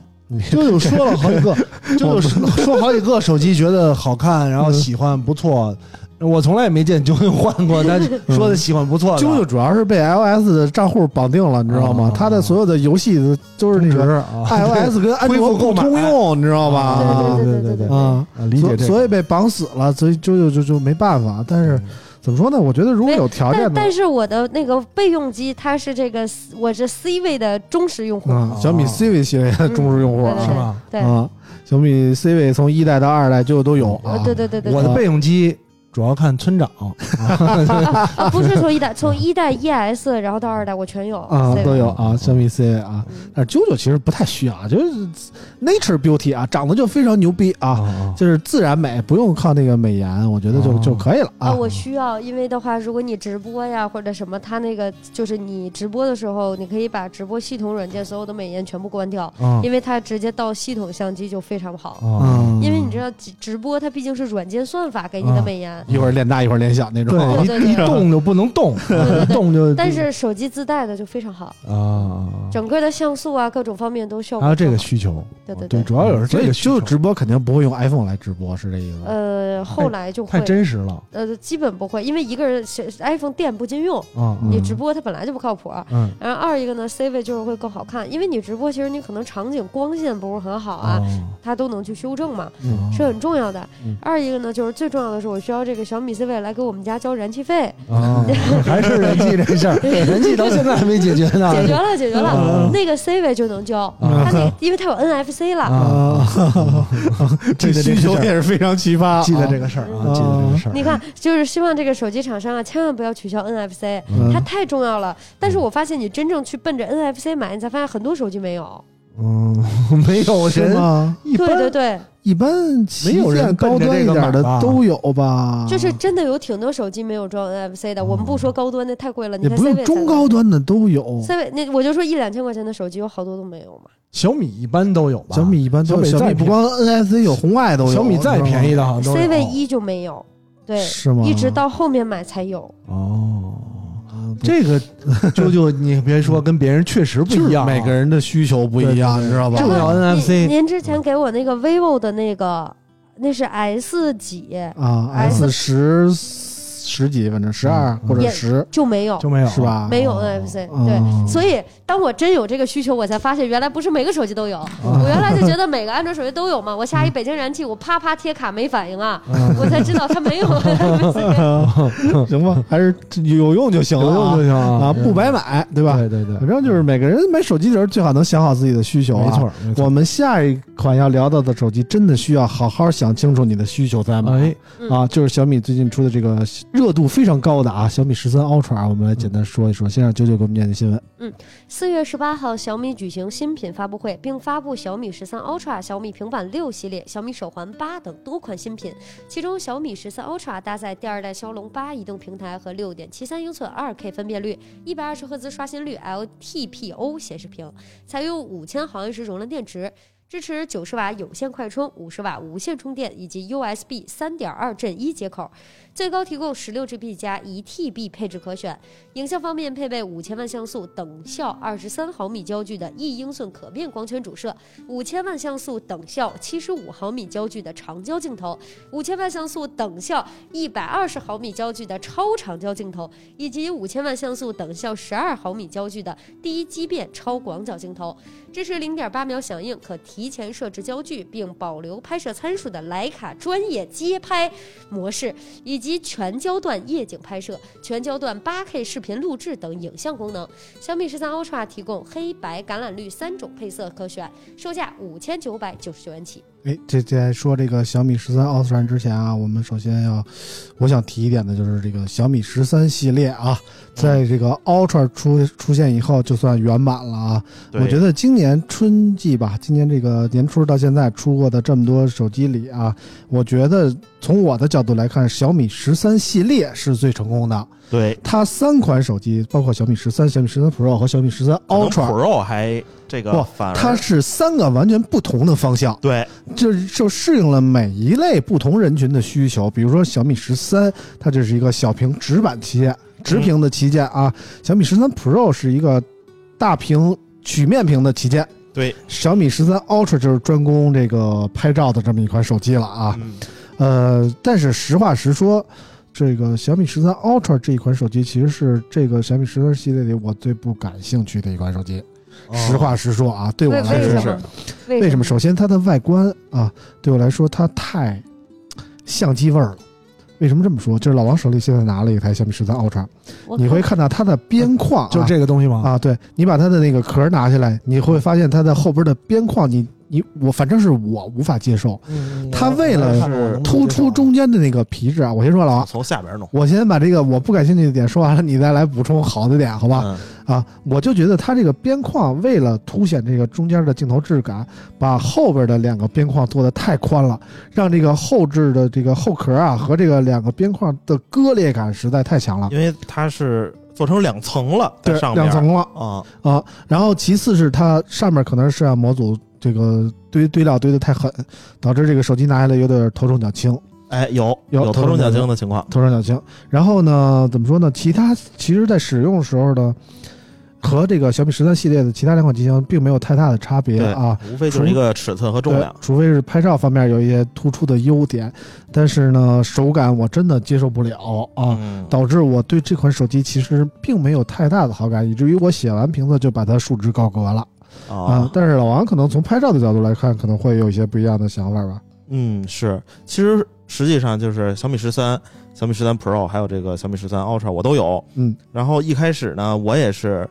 Speaker 3: 就有说了好几
Speaker 4: [laughs]
Speaker 3: 个，就有说说好几个手机觉得好看，然后喜欢不错。我从来也没见九 [laughs] 九换过，但是说的喜欢不错的。
Speaker 2: 啾啾主要是被 iOS 的账户绑定了，你知道吗？
Speaker 3: 啊
Speaker 2: 它的所有的游戏都是那个
Speaker 3: 啊，
Speaker 2: iOS 跟安
Speaker 3: [laughs] 恢
Speaker 2: 卓不
Speaker 3: 复购买
Speaker 2: 通用，你知道
Speaker 3: 啊
Speaker 2: 吧？
Speaker 1: 对对对对对对
Speaker 2: 啊，
Speaker 3: 啊理
Speaker 2: 所
Speaker 3: 解这个，嗯
Speaker 2: 所以被绑死了，所以啾啾就就没办法。但是怎么说呢？我觉得如果有条件
Speaker 1: 但
Speaker 2: 的
Speaker 1: 但是我的那个备用机，它是这个我是 C 位的忠实用户，
Speaker 2: 啊，小米
Speaker 3: 哦
Speaker 2: C 位系列的忠实用户
Speaker 1: 嗯对
Speaker 3: 是
Speaker 2: 啊
Speaker 3: 吧？
Speaker 1: 对，
Speaker 2: 啊，小米 C 位从一代到二代就都有啊
Speaker 3: 嗯
Speaker 1: 呃，。对对对对，
Speaker 3: 我
Speaker 1: 对
Speaker 3: 的备用机主要看村长，
Speaker 1: 啊，不是从一代，从一代 ES，然后到二代我全有
Speaker 2: 啊，
Speaker 1: C
Speaker 2: 都
Speaker 1: 位嗯
Speaker 2: 有啊，小米 C 位啊，但是啾啾其实不太需要，就是 nature beauty 啊，长得就非常牛逼啊，
Speaker 3: 啊
Speaker 2: 就是自然美，不用靠那个美颜，我觉得就
Speaker 3: 哦
Speaker 2: 就可以了
Speaker 1: 啊，
Speaker 2: 啊。
Speaker 1: 我需要，因为的话，如果你直播呀或者什么，它那个就是你直播的时候，你可以把直播系统软件所有的美颜全部关掉，
Speaker 3: 啊
Speaker 1: 因为它直接到系统相机就非常好。
Speaker 3: 啊！
Speaker 2: 嗯，
Speaker 1: 因为你知道直直播它毕竟是软件算法给你的美颜，
Speaker 2: 嗯一会儿练大一会儿练小那种，
Speaker 1: [laughs] 对对
Speaker 3: 对，一一动就不能
Speaker 1: [laughs]
Speaker 3: 动，
Speaker 1: 对对
Speaker 3: 动就
Speaker 1: 但是手机自带的就非常好，
Speaker 3: 啊，
Speaker 1: 整个的像素啊各种方面都效
Speaker 3: 还
Speaker 1: 果
Speaker 3: 有
Speaker 1: 更好。
Speaker 3: 这个需求，
Speaker 1: 对对
Speaker 3: 对，
Speaker 1: 对，
Speaker 3: 主要有是
Speaker 2: 所
Speaker 3: 这
Speaker 2: 以
Speaker 3: 个需
Speaker 2: 就
Speaker 3: 求，
Speaker 2: 直播肯定不会用 iPhone 来直播，是这意思吧？
Speaker 1: 呃，后来就会
Speaker 3: 太真实了
Speaker 1: 呃基本不会，因为一个人是 iPhone 电不禁用，
Speaker 3: 啊！
Speaker 1: 你
Speaker 2: 嗯
Speaker 1: 直播它本来就不靠谱。
Speaker 3: 嗯
Speaker 1: 然后二一个呢，C 位就是会更好看，因为你直播其实你可能场景光线不是很好啊，它都能去修正嘛，
Speaker 3: 哦嗯
Speaker 1: 是很重要的。
Speaker 3: 嗯
Speaker 1: 二一个呢，就是最重要的是我需要这个小米 C 位来给我们家交燃气费，
Speaker 3: 啊， [laughs] 还是人气
Speaker 2: [laughs]
Speaker 3: 这事儿，人气到现在还没解决呢。
Speaker 1: 解决了，解决了，
Speaker 3: 啊
Speaker 1: 那个 C 位就能交，
Speaker 2: 啊
Speaker 1: 它那因为它有 NFC
Speaker 2: [laughs]
Speaker 1: 了。
Speaker 3: 啊，
Speaker 2: 这
Speaker 3: 记得
Speaker 2: 需
Speaker 3: 这个事
Speaker 2: 求
Speaker 3: 儿
Speaker 2: 也是非常奇葩啊，
Speaker 3: 记得这个事儿啊，记得这个事儿。
Speaker 1: 嗯你看，就是希望这个手机厂商啊，千万不要取消 NFC，、
Speaker 2: 嗯
Speaker 1: 它太重要了。但是我发现你真正去奔着 NFC 买，你才发现很多手机没有。
Speaker 3: 嗯，没有
Speaker 2: 是
Speaker 3: 人
Speaker 2: 吗？
Speaker 3: 一
Speaker 1: 对对
Speaker 3: 般
Speaker 1: 对，
Speaker 2: 一般旗
Speaker 3: 没有人
Speaker 2: 舰高
Speaker 3: 奔着
Speaker 2: 端
Speaker 3: 这
Speaker 2: 一
Speaker 3: 个
Speaker 2: 点的
Speaker 3: 买吧
Speaker 2: 都有吧？
Speaker 1: 就是真的有挺多手机没有装 NFC 的，我们不说高端的太贵了，你
Speaker 2: 也
Speaker 1: 看
Speaker 2: 不
Speaker 1: C
Speaker 2: 用
Speaker 1: 位
Speaker 2: 中高端的哦都有。
Speaker 1: C 位那我就说一两千块钱的手机有好多都没有嘛。
Speaker 3: 小米一般都有吧？
Speaker 2: 小米一般都有，
Speaker 3: 小米
Speaker 2: 小
Speaker 3: 再
Speaker 2: 米不光 NFC 有，红外都有。
Speaker 3: 小米再便宜的好像都有哦
Speaker 1: C
Speaker 2: 哦
Speaker 1: 位一就没有，对，
Speaker 2: 是吗？
Speaker 1: 一直到后面买才有。
Speaker 3: 哦。
Speaker 2: 啊不
Speaker 3: 这个啾啾，你别说，跟别人确实不
Speaker 2: 就是
Speaker 3: 一样啊。
Speaker 2: 每个人的需求不一样，
Speaker 3: 对对对
Speaker 2: 你知道吧
Speaker 3: 这？个要
Speaker 1: 您
Speaker 3: NFC
Speaker 1: 您之前给我那个 vivo 的那个，那是 S 几
Speaker 2: 啊
Speaker 1: S
Speaker 2: ，S 十十几，反正十二
Speaker 3: 哎嗯
Speaker 2: 或者
Speaker 1: 也
Speaker 2: 十
Speaker 1: 就没有，
Speaker 3: 啊就没有
Speaker 2: 是？吧？
Speaker 1: 没有
Speaker 3: 哦
Speaker 1: NFC、
Speaker 2: 嗯
Speaker 1: 对，所以当我真有这个需求，我才发现原来不是每个手机都有。
Speaker 3: 哦
Speaker 1: 我原来就觉得每个安卓手机都有嘛，我下一北京燃气，我啪啪贴卡没反应啊，
Speaker 3: 嗯
Speaker 1: 我才知道它没有
Speaker 2: [laughs]
Speaker 1: NFC。
Speaker 2: 行吧，还是有用就行
Speaker 3: 有
Speaker 2: 了
Speaker 3: 用
Speaker 2: 啊
Speaker 3: 就行啊
Speaker 2: 啊，不白买，对吧？
Speaker 3: 对对对，
Speaker 2: 反正就是每个人买手机的时候，最好能想好自己的需求啊。
Speaker 3: 没错，没错
Speaker 2: 我们下一款要聊到的手机，真的需要好好想清楚你的需求再买、
Speaker 3: 哎，
Speaker 2: 啊！就是小米最近出的这个热度非常高的啊，小米十三 Ultra，我们来简单说一说。先让九九给我们念念新闻。
Speaker 1: 四月十八号，小米举行新品发布会，并发布小米十三 Ultra、小米平板六系列、小米手环八等多款新品。其中，小米十三 Ultra 搭载第二代骁龙八移动平台和六点七三英寸二 K 分辨率、一百二十赫兹刷新率 LTPO 显示屏，采用五千毫安时容量电池。支持九十瓦有线快充、五十瓦无线充电以及 USB 三点二阵一接口，最高提供十六 GB 加一 TB 配置可选。影像方面配备五千万像素等效二十三毫米焦距的一英寸可变光圈主摄，五千万像素等效七十五毫米焦距的长焦镜头，五千万像素等效一百二十毫米焦距的超长焦镜头，以及五千万像素等效十二毫米焦距的第一畸变超广角镜头。支持零点八秒响应，可提前设置焦距并保留拍摄参数的徕卡专业街拍模式，以及全焦段夜景拍摄、全焦段 8K 视频录制等影像功能。小米十三 Ultra 提供黑白、橄榄绿三种配色可选，售价五千九百九十九元起。
Speaker 2: 哎，这在说这个小米十三 Ultra 之前啊，我们首先要，我想提一点的就是这个小米十三系列啊，
Speaker 4: 嗯
Speaker 2: 在这个 Ultra 出出现以后，就算圆满了啊。我觉
Speaker 4: 得
Speaker 2: 得今年春季吧，今年这个年初到现在出过的这么多手机里啊，我觉得从我的角度来看，小米十三系列是最成功的。
Speaker 4: 对
Speaker 2: 它三款手机，包括小米十三、小米十三 Pro 和小米十三
Speaker 4: 可能
Speaker 2: Ultra，
Speaker 4: Pro 还这个
Speaker 2: 不
Speaker 4: 反而
Speaker 2: 它是三个完全不同的方向。
Speaker 4: 对
Speaker 2: 就是就适应了每一类不同人群的需求。比如说小米十三，它就是一个小屏直板旗舰，直屏的旗舰啊；小米十三 Pro 是一个大屏曲面屏的旗舰。
Speaker 4: 对，
Speaker 2: 小米十三 Ultra 就是专攻这个拍照的这么一款手机了啊。
Speaker 4: 嗯
Speaker 2: 呃，但是实话实说，这个小米十三 Ultra 这一款手机其实是这个小米十三系列里我最不感兴趣的一款手机。
Speaker 4: 哦
Speaker 2: 实话实说啊，对我
Speaker 1: 为
Speaker 2: 来说
Speaker 1: 为什
Speaker 4: 是
Speaker 1: 么？为
Speaker 2: 为什么？首先，它的外观啊，对我来说，它太相机味儿了。为什么这么说？就是老王手里现在拿了一台小米十三 Ultra，
Speaker 1: 我
Speaker 2: 你会看到它的边框、啊，
Speaker 3: 就这个东西吗？
Speaker 2: 啊，对你把它的那个壳拿下来，你会发现它的后边的边框，你你我反正是我无法接受，
Speaker 3: 嗯，
Speaker 2: 它为了
Speaker 3: 是
Speaker 2: 突出中间的那个皮质啊。我先说了啊，
Speaker 4: 从下边弄
Speaker 2: 我先把这个我不感兴趣的点说完了，你再来补充好的点，好吧？
Speaker 4: 嗯
Speaker 2: 啊，我就觉得它这个边框为了凸显这个中间的镜头质感，把后边的两个边框做的太宽了，让这个后置的这个后壳啊和这个两个边框的割裂感实在太强了。
Speaker 4: 因为它是做成两层了，在
Speaker 2: 对，
Speaker 4: 上边
Speaker 2: 两层了
Speaker 4: 啊，
Speaker 2: 啊。然后其次是它上面可能是摄像模组这个堆堆料堆的太狠，导致这个手机拿下来有点头重脚轻。
Speaker 4: 哎，有
Speaker 2: 有
Speaker 4: 头重脚
Speaker 2: 头重脚
Speaker 4: 轻
Speaker 2: 轻
Speaker 4: 的情况，
Speaker 2: 头上脚轻。然后呢，怎么说呢？其他其实在使用时候呢，和这个小米十三系列的其他两款机型并没有太大的差别
Speaker 4: 对
Speaker 2: 啊。，
Speaker 4: 无非就是一个尺寸和重量
Speaker 2: 对，除非是拍照方面有一些突出的优点，但是呢，手感我真的接受不了啊，
Speaker 4: 嗯
Speaker 2: 导致我对这款手机其实并没有太大的好感，以至于我写完评测就把它束之高阁了啊
Speaker 4: 啊。，
Speaker 2: 但是老王可能从拍照的角度来看，可能会有一些不一样的想法吧。
Speaker 4: 嗯，是，其实实际上就是小米十三、小米十三 Pro，还有这个小米十三 Ultra 我都有。
Speaker 2: 嗯，
Speaker 4: 然后一开始呢，我也是，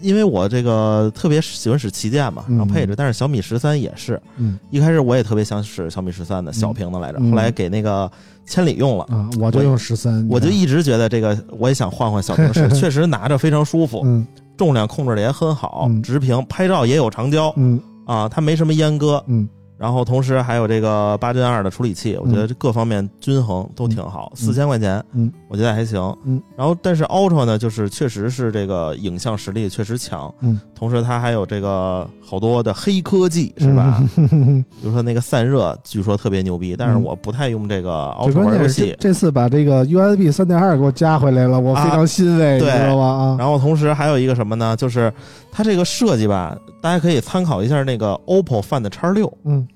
Speaker 4: 因为我这个特别喜欢使旗舰嘛，
Speaker 2: 嗯
Speaker 4: 然后配置，但是小米十三也是，
Speaker 2: 嗯
Speaker 4: 一开始我也特别想使小米十三的小屏的来着，
Speaker 2: 嗯
Speaker 4: 后来给那个千里用了。
Speaker 2: 啊，我就
Speaker 4: 嗯我
Speaker 2: 用十三，啊
Speaker 4: 我就一直觉得这个，我也想换换小屏
Speaker 2: [laughs]
Speaker 4: 使，确实拿着非常舒服，
Speaker 2: 嗯
Speaker 4: 重量控制的也很好，
Speaker 2: 嗯
Speaker 4: 直屏拍照也有长焦
Speaker 2: 嗯
Speaker 4: 啊，它没什么阉割，
Speaker 2: 嗯
Speaker 4: 然后同时还有这个八针二的处理器，我觉得这各方面均衡都挺好，四千块钱，
Speaker 2: 嗯，
Speaker 4: 我觉得还行，
Speaker 2: 嗯。
Speaker 4: 然后但是 Ultra 呢，就是确实是这个影像实力确实强，
Speaker 2: 嗯。
Speaker 4: 同时它还有这个好多的黑科技，是吧？比如说那个散热，据说特别牛逼，但是
Speaker 2: 嗯
Speaker 4: 我不太用这个
Speaker 2: 最
Speaker 4: Ultra
Speaker 2: 关
Speaker 4: 哦玩游
Speaker 2: 键是
Speaker 4: 戏啊
Speaker 2: 这。这次把这个 USB 三点二给我加回来了，我非常欣慰，你
Speaker 4: 对
Speaker 2: 知道吗？啊，
Speaker 4: 然后同时还有一个什么呢？就是它这个设计吧，大家可以参考一下那个 OPPO Find X 六，
Speaker 2: 嗯，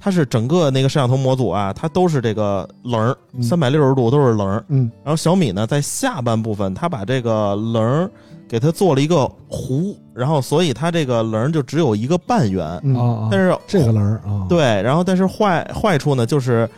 Speaker 4: 它是整个那个摄像头模组啊，它都是这个棱儿，
Speaker 2: 嗯
Speaker 4: 三百六十度都是棱儿。
Speaker 2: 嗯，
Speaker 4: 然后小米呢，在下半部分，它把这个棱儿给它做了一个弧，然后所以它这个棱儿就只有一个半圆，
Speaker 2: 嗯
Speaker 3: 啊，
Speaker 4: 但是
Speaker 3: 这个棱儿啊，
Speaker 4: 对，然后但是坏坏处呢，就是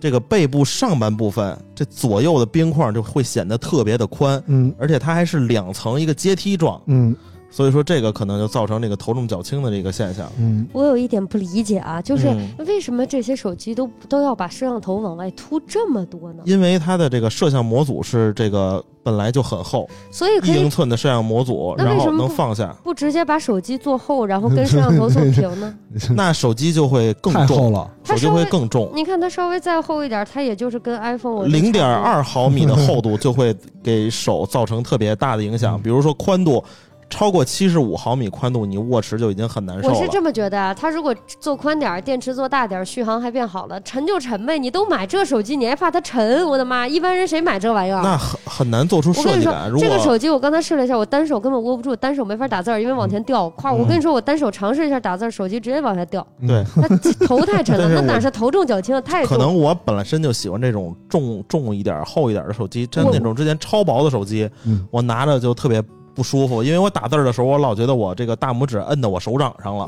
Speaker 4: 这个背部上半部分这左右的边框就会显得特别的宽，
Speaker 2: 嗯
Speaker 4: 而且它还是两层一个阶梯状，
Speaker 2: 嗯
Speaker 4: 所以说这个可能就造成这个头重脚轻的这个现象。
Speaker 2: 嗯，
Speaker 1: 我有一点不理解啊，就是
Speaker 4: 嗯
Speaker 1: 为什么这些手机都都要把摄像头往外凸这么多呢？
Speaker 4: 因为它的这个摄像模组是这个本来就很厚，
Speaker 1: 所以可
Speaker 4: 一英
Speaker 1: 以
Speaker 4: 寸的摄像模组，
Speaker 1: 那为
Speaker 4: 然
Speaker 1: 什
Speaker 4: 后
Speaker 1: 么
Speaker 4: 能
Speaker 1: 不
Speaker 4: 放下，
Speaker 1: 不直接把手机做厚，然后跟摄像头做平呢？
Speaker 4: 那手机就会
Speaker 3: 嗯
Speaker 4: 更
Speaker 3: 太厚
Speaker 4: 重，
Speaker 3: 了，
Speaker 4: 手机
Speaker 1: 它稍微
Speaker 4: 会更重，
Speaker 1: 你看它稍微再厚一点，它也就是跟 iPhone 我觉得
Speaker 4: 零点
Speaker 1: 差不多
Speaker 4: 二毫米的厚度就会给手造成特别大的影
Speaker 3: 嗯
Speaker 4: 响，比如说宽度。超过七十五毫米宽度，你握持就已经很难受
Speaker 1: 我是
Speaker 4: 了。
Speaker 1: 这么觉得啊，它如果做宽点儿，电池做大点儿，续航还变好了，沉就沉呗。你都买这手机，你还怕它沉？我的妈，一般人谁买这玩意儿？
Speaker 4: 那很很难做出
Speaker 1: 我跟
Speaker 4: 设
Speaker 1: 你
Speaker 4: 计
Speaker 1: 说
Speaker 4: 感。如，
Speaker 1: 这个
Speaker 4: 果
Speaker 1: 手机我刚才试了一下，我单手根本握不住，单手没法打字儿，因
Speaker 4: 嗯
Speaker 1: 为往前掉。块儿，我跟你说，我单手尝试一下打字儿，手机直接往下掉，
Speaker 3: 嗯
Speaker 4: 对， [laughs]
Speaker 1: 它头太沉了，
Speaker 4: 但是
Speaker 1: 那
Speaker 4: 我
Speaker 1: 哪是头重脚轻，太
Speaker 4: 可
Speaker 1: 重。
Speaker 4: 能我本来身就喜欢这种重重一点、厚一点的手机，真
Speaker 1: 我
Speaker 4: 那种之前超薄的手机，
Speaker 3: 嗯
Speaker 4: 我拿着就特别不舒服，因为我打字儿的时候，我老觉得我这个大拇指摁到我手掌上了。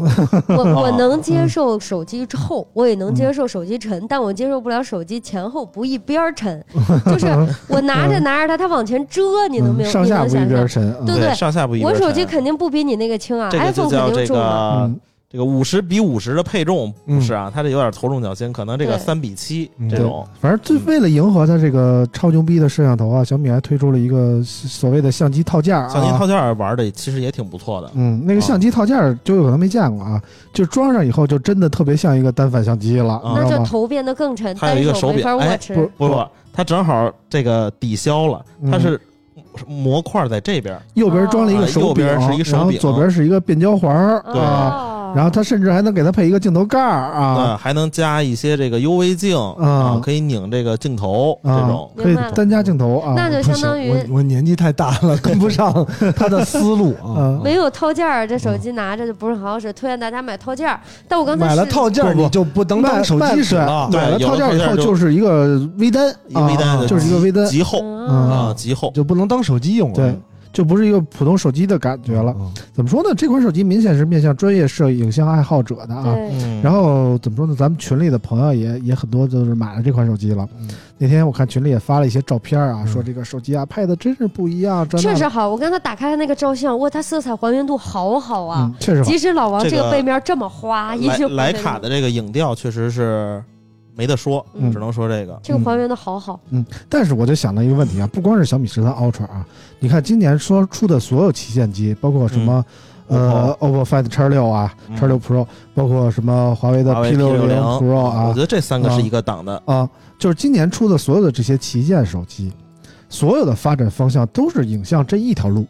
Speaker 1: 我我
Speaker 4: 啊嗯
Speaker 1: 能接受手机厚，我也能接受手机沉，但我接受不了手机前后不一边儿沉，
Speaker 4: [laughs]
Speaker 1: 就是我拿着拿着它，它往前遮，你能
Speaker 2: 嗯
Speaker 1: 明白？
Speaker 2: 上下
Speaker 1: 你
Speaker 2: 不一
Speaker 1: 能想象
Speaker 2: 边沉，嗯
Speaker 1: 对对
Speaker 4: 上下不一。
Speaker 1: 我手机，肯定不比你那个轻啊
Speaker 4: 啊这个就
Speaker 1: ，iPhone
Speaker 4: 叫
Speaker 1: 肯
Speaker 4: 这
Speaker 1: 定重啊。
Speaker 4: 个
Speaker 2: 嗯
Speaker 4: 这个五十比五十的配重
Speaker 3: 嗯
Speaker 4: 不是啊，它这有点头重脚轻，可能这个
Speaker 1: 对
Speaker 4: 三比七
Speaker 3: 嗯
Speaker 4: 这种。
Speaker 2: 反正最为了迎合它这个超牛逼的摄像头啊，小米还推出了一个所谓的相机套件儿啊。
Speaker 4: 相机套件儿玩的其实也挺不错的，
Speaker 2: 嗯，那个
Speaker 4: 啊
Speaker 2: 相机套件儿就有可能没见过啊，就装上以后就真的特别像一个单反相机了，
Speaker 4: 啊
Speaker 2: 你
Speaker 1: 那
Speaker 2: 知道
Speaker 1: 就
Speaker 2: 吗？
Speaker 1: 头变得更沉，
Speaker 4: 还有
Speaker 1: 单
Speaker 4: 一个
Speaker 1: 手
Speaker 4: 手
Speaker 1: 没法
Speaker 4: 柄
Speaker 1: 握
Speaker 4: 哎
Speaker 1: 持。
Speaker 2: 不
Speaker 4: 不不，它正好这个抵消了，它
Speaker 2: 嗯
Speaker 4: 是模块在这边儿，
Speaker 2: 右边装了一
Speaker 4: 啊
Speaker 2: 个手
Speaker 4: 右
Speaker 2: 柄，
Speaker 4: 边是一个手
Speaker 2: 然后
Speaker 4: 柄
Speaker 2: 左边是一个变焦环儿
Speaker 4: 对
Speaker 2: 啊，
Speaker 1: 哦
Speaker 2: 然后它甚至还能给它配一个镜头盖儿啊
Speaker 4: 嗯，还能加一些这个 UV 镜
Speaker 2: 啊
Speaker 4: 可以拧这个镜头这
Speaker 2: 啊
Speaker 4: 种，。
Speaker 2: 可以
Speaker 1: 明白了
Speaker 2: 单加镜头啊。
Speaker 1: 那就相当于
Speaker 3: 不行我我年纪太大了，跟不上
Speaker 2: [laughs]
Speaker 3: 他的思路啊
Speaker 2: 嗯。
Speaker 1: 没有套件儿，这
Speaker 4: 嗯
Speaker 1: 手机拿着就不是很好使，推荐大家买套件儿。但我刚才
Speaker 3: 买了
Speaker 1: 是
Speaker 3: 套件儿
Speaker 2: 不
Speaker 3: 你就不能
Speaker 2: 卖
Speaker 3: 当手
Speaker 2: 卖
Speaker 3: 机使了
Speaker 2: 啊对，买了
Speaker 4: 对有
Speaker 2: 套
Speaker 4: 了
Speaker 2: 件儿以
Speaker 4: 套件
Speaker 2: 后
Speaker 4: 儿就
Speaker 2: 就是一个微单，
Speaker 4: 一微单
Speaker 2: 啊
Speaker 4: 的
Speaker 2: 就是一个微单，
Speaker 4: 极厚
Speaker 1: 嗯
Speaker 4: 啊，极厚。
Speaker 3: 就不能当手机用了。
Speaker 2: 对，就不是一个普通手机的感觉了。
Speaker 3: 嗯，
Speaker 2: 怎么说呢？这款手机明显是面向专业摄影像爱好者的啊。
Speaker 1: 对，
Speaker 4: 嗯
Speaker 2: 然后怎么说呢？咱们群里的朋友也也很多，就是买了这款手机了。
Speaker 3: 嗯
Speaker 2: 那天我看群里也发了一些照片啊，
Speaker 3: 嗯
Speaker 2: 说这个手机啊拍的真是不一样，这那
Speaker 1: 确
Speaker 2: 的
Speaker 1: 实好。我刚才打开了那个照相，哇，它色彩还原度好好啊
Speaker 2: 嗯！，确实好
Speaker 1: 即使老王
Speaker 4: 这
Speaker 1: 这个
Speaker 4: 个
Speaker 1: 背面这么花，也
Speaker 4: 莱
Speaker 1: 是
Speaker 4: 莱卡的这个影调确实是没得说，
Speaker 1: 嗯
Speaker 4: 只能说这个。
Speaker 1: 这个还原的好好。
Speaker 2: 但是我就想到一个问题啊，不光是小米十三 Ultra 啊，你看今年说出的所有旗舰机，包括什么、呃 OPPO Find X 六啊、
Speaker 4: 嗯
Speaker 2: X 六 Pro，包括什么华为的
Speaker 4: 华为
Speaker 2: P 六
Speaker 4: P60
Speaker 2: Pro
Speaker 4: 我
Speaker 2: 啊
Speaker 4: 觉得这三个是一个档的，
Speaker 2: 啊，就是今年出的所有的这些旗舰手机，所有的发展方向都是影像这一条路，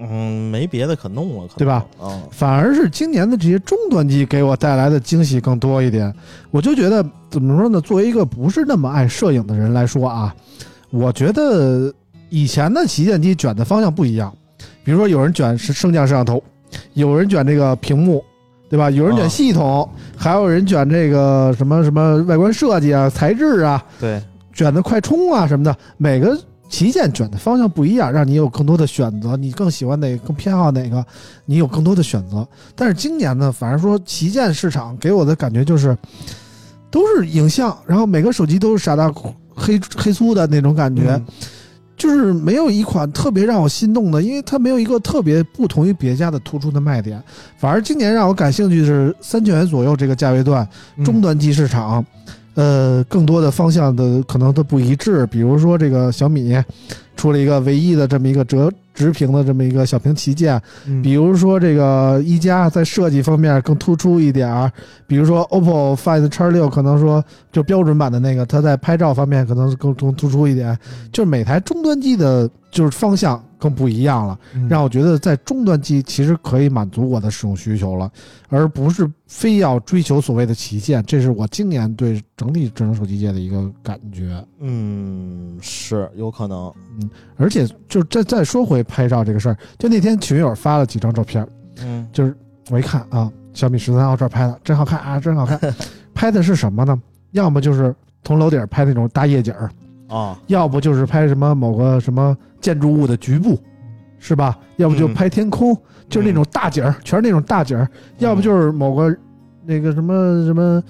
Speaker 4: 嗯，没别的可弄了，可能
Speaker 2: 对吧？
Speaker 4: 嗯，
Speaker 2: 反而是今年的这些终端机给我带来的惊喜更多一点。我就觉得怎么说呢？作为一个不是那么爱摄影的人来说啊，我觉得以前的旗舰机卷的方向不一样，比如说有人卷是升降摄像头，有人卷这个屏幕。对吧？有人卷
Speaker 4: 啊
Speaker 2: 系统，还有人卷这个什么什么外观设计啊、材质啊，
Speaker 4: 对，
Speaker 2: 卷的快充啊什么的，每个旗舰卷的方向不一样，让你有更多的选择，你更喜欢哪个，更偏好哪个，你有更多的选择。但是今年呢，反而说旗舰市场给我的感觉就是，都是影像，然后每个手机都是傻大黑黑粗的那种感觉。
Speaker 3: 嗯
Speaker 2: 就是没有一款特别让我心动的，因为它没有一个特别不同于别家的突出的卖点。
Speaker 3: 嗯
Speaker 2: 反而今年让我感兴趣的是三千元左右这个价位段，中端机市场，呃，更多的方向的可能它不一致。比如说这个小米出了一个唯一的这么一个折直屏的这么一个小屏旗舰，
Speaker 3: 嗯
Speaker 2: 比如说这个一加在设计方面更突出一点儿，比如说 OPPO Find X 六可能说就标准版的那个，它在拍照方面可能更更突出一点，就是每台终端机的就是方向更不一样了，
Speaker 3: 嗯
Speaker 2: 让我觉得在终端机其实可以满足我的使用需求了，而不是非要追求所谓的旗舰，这是我今年对整体智能手机界的一个感觉。
Speaker 4: 嗯，是有可能，
Speaker 2: 而且就再再说回拍照这个事儿，就那天群友发了几张照片，
Speaker 4: 嗯
Speaker 2: 就是我一看啊，小米十三 Ultra 拍的真好看啊，真好看。拍的是什么呢？要么就是从楼顶儿拍那种大夜景儿，
Speaker 4: 啊，
Speaker 2: 要不就是拍什么某个什么建筑物的局部，是吧？要不就
Speaker 4: 嗯
Speaker 2: 拍天空，就是
Speaker 3: 嗯
Speaker 2: 那种大景儿，全是那种大景儿。要不就是某个那个什么什么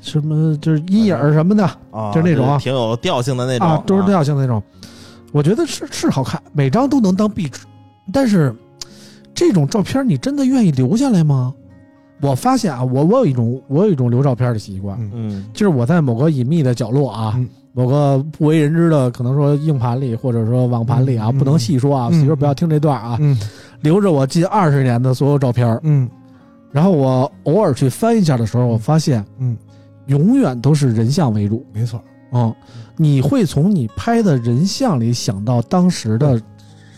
Speaker 2: 什么，就是阴影儿什么的
Speaker 4: 啊，
Speaker 2: 就是那种啊
Speaker 4: 挺有调性的那种
Speaker 2: 啊，都是
Speaker 4: 啊
Speaker 2: 调性那种。我觉得是是好看，每张都能当壁纸，但是这种照片你真的愿意留下来吗？我发现啊，我我有一种我有一种留照片的习惯，
Speaker 3: 嗯
Speaker 4: 嗯
Speaker 2: 就是我在某个隐秘的角落啊，
Speaker 3: 嗯
Speaker 2: 某个不为人知的，可能说硬盘里或者说网盘里啊，
Speaker 3: 嗯嗯
Speaker 2: 不能细说啊，
Speaker 3: 嗯
Speaker 2: 媳妇儿不要听这段啊，
Speaker 3: 嗯
Speaker 2: 留着我近二十年的所有照片儿。
Speaker 3: 嗯
Speaker 2: 然后我偶尔去翻一下的时候，我发现，
Speaker 3: 嗯，哦
Speaker 2: 永远都是人像为主。
Speaker 3: 没错，
Speaker 2: 嗯，你会从你拍的人像里想到当时的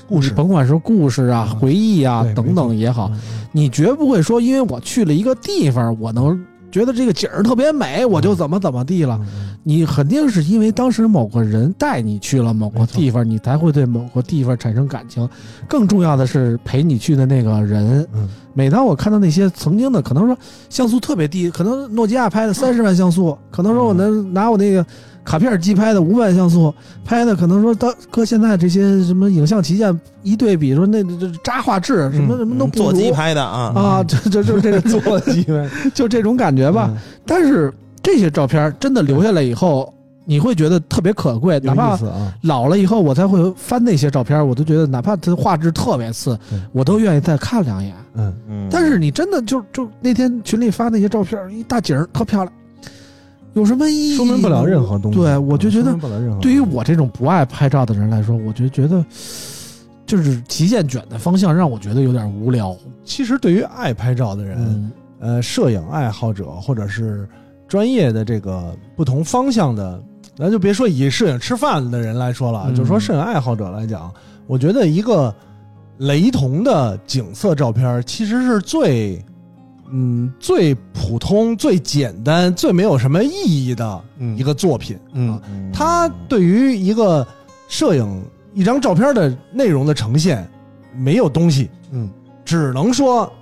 Speaker 3: 故事
Speaker 2: 甭管是故事啊、
Speaker 3: 嗯
Speaker 2: 回忆啊
Speaker 3: 对
Speaker 2: 等等也好，
Speaker 3: 嗯
Speaker 2: 你绝不会说，因为我去了一个地方，我能觉得这个景儿特别美，我就怎么怎么地了。
Speaker 3: 嗯
Speaker 2: 你肯定是因为当时某个人带你去了某个地方，你才会对某个地方产生感情。更重要的是陪你去的那个人。
Speaker 3: 嗯
Speaker 2: 每当我看到那些曾经的，可能说像素特别低，可能诺基亚
Speaker 4: 嗯
Speaker 2: 拍的三十万像素，可能说我能拿我那个卡片机拍的五万像素拍的，可能说当搁现在这些什么影像旗舰一对比，说那这这渣画质什么什么都
Speaker 4: 嗯
Speaker 2: 不
Speaker 4: 座
Speaker 2: 如
Speaker 4: 机拍的啊，
Speaker 2: 啊，就就就这个做
Speaker 3: 机会
Speaker 2: 就这种感觉吧。
Speaker 4: 嗯
Speaker 3: 嗯
Speaker 2: 但是这些照片真的留下来以后，你会觉得特别可贵，哪
Speaker 3: 有意
Speaker 2: 怕
Speaker 3: 思啊，
Speaker 2: 老了以后我才会翻那些照片，我都觉得哪怕它画质特别次
Speaker 3: 对，
Speaker 2: 我都愿意再看两眼。
Speaker 3: 嗯
Speaker 4: 嗯
Speaker 2: 但是你真的就就那天群里发那些照片，一大景儿特漂亮，有什么意义？
Speaker 3: 说明不了任何东西。嗯
Speaker 2: 对，我就觉
Speaker 3: 说
Speaker 2: 得
Speaker 3: 明不了任何东西。
Speaker 2: 对于我这种不爱拍照的人来说，我就觉得。就是极限卷的方向让我觉得有点无聊，
Speaker 3: 其实对于爱拍照的人，
Speaker 2: 嗯，
Speaker 3: 呃，摄影爱好者或者是专业的这个不同方向的，咱就别说以摄影吃饭的人来说了，啊
Speaker 2: 嗯
Speaker 3: 就说摄影爱好者来讲，我觉得一个雷同的景色照片儿其实是最，嗯，最普通、最简单、最没有什么意义的
Speaker 4: 嗯
Speaker 3: 一个作品。
Speaker 4: 嗯，
Speaker 3: 它对于一个摄影一张照片的内容的呈现没有东西，
Speaker 2: 嗯，
Speaker 3: 只能说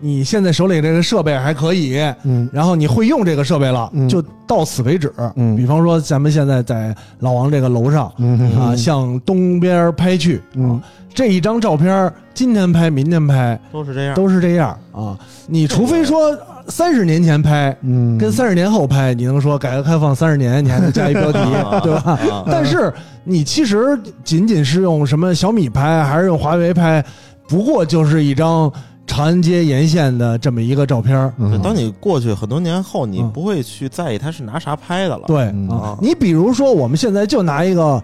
Speaker 3: 你现在手里这个设备还可以，
Speaker 2: 嗯，
Speaker 3: 然后你会用这个设备了，
Speaker 2: 嗯
Speaker 3: 就到此为止。
Speaker 2: 嗯
Speaker 3: 比方说咱们现在在老王这个楼上。
Speaker 2: 嗯
Speaker 3: 啊，向东边拍去。
Speaker 2: 嗯，
Speaker 3: 这一张照片，今天拍，明天拍，
Speaker 4: 都是这样，
Speaker 3: 都是这样啊。你除非说三十年前拍，
Speaker 2: 嗯，
Speaker 3: 跟三十年后拍，你能说改革开放三十年，你还能加一标题， [laughs] 对吧？
Speaker 4: 啊
Speaker 3: 但是你其实仅仅是用什么小米拍，还是用华为拍，不过就是一张长安街沿线的这么一个照片儿。
Speaker 4: 对
Speaker 2: 嗯
Speaker 4: 当你过去很多年后，你
Speaker 3: 嗯
Speaker 4: 不会去在意他是拿啥拍的了。
Speaker 3: 对
Speaker 2: 嗯
Speaker 3: 啊，你比如说，我们现在就拿一个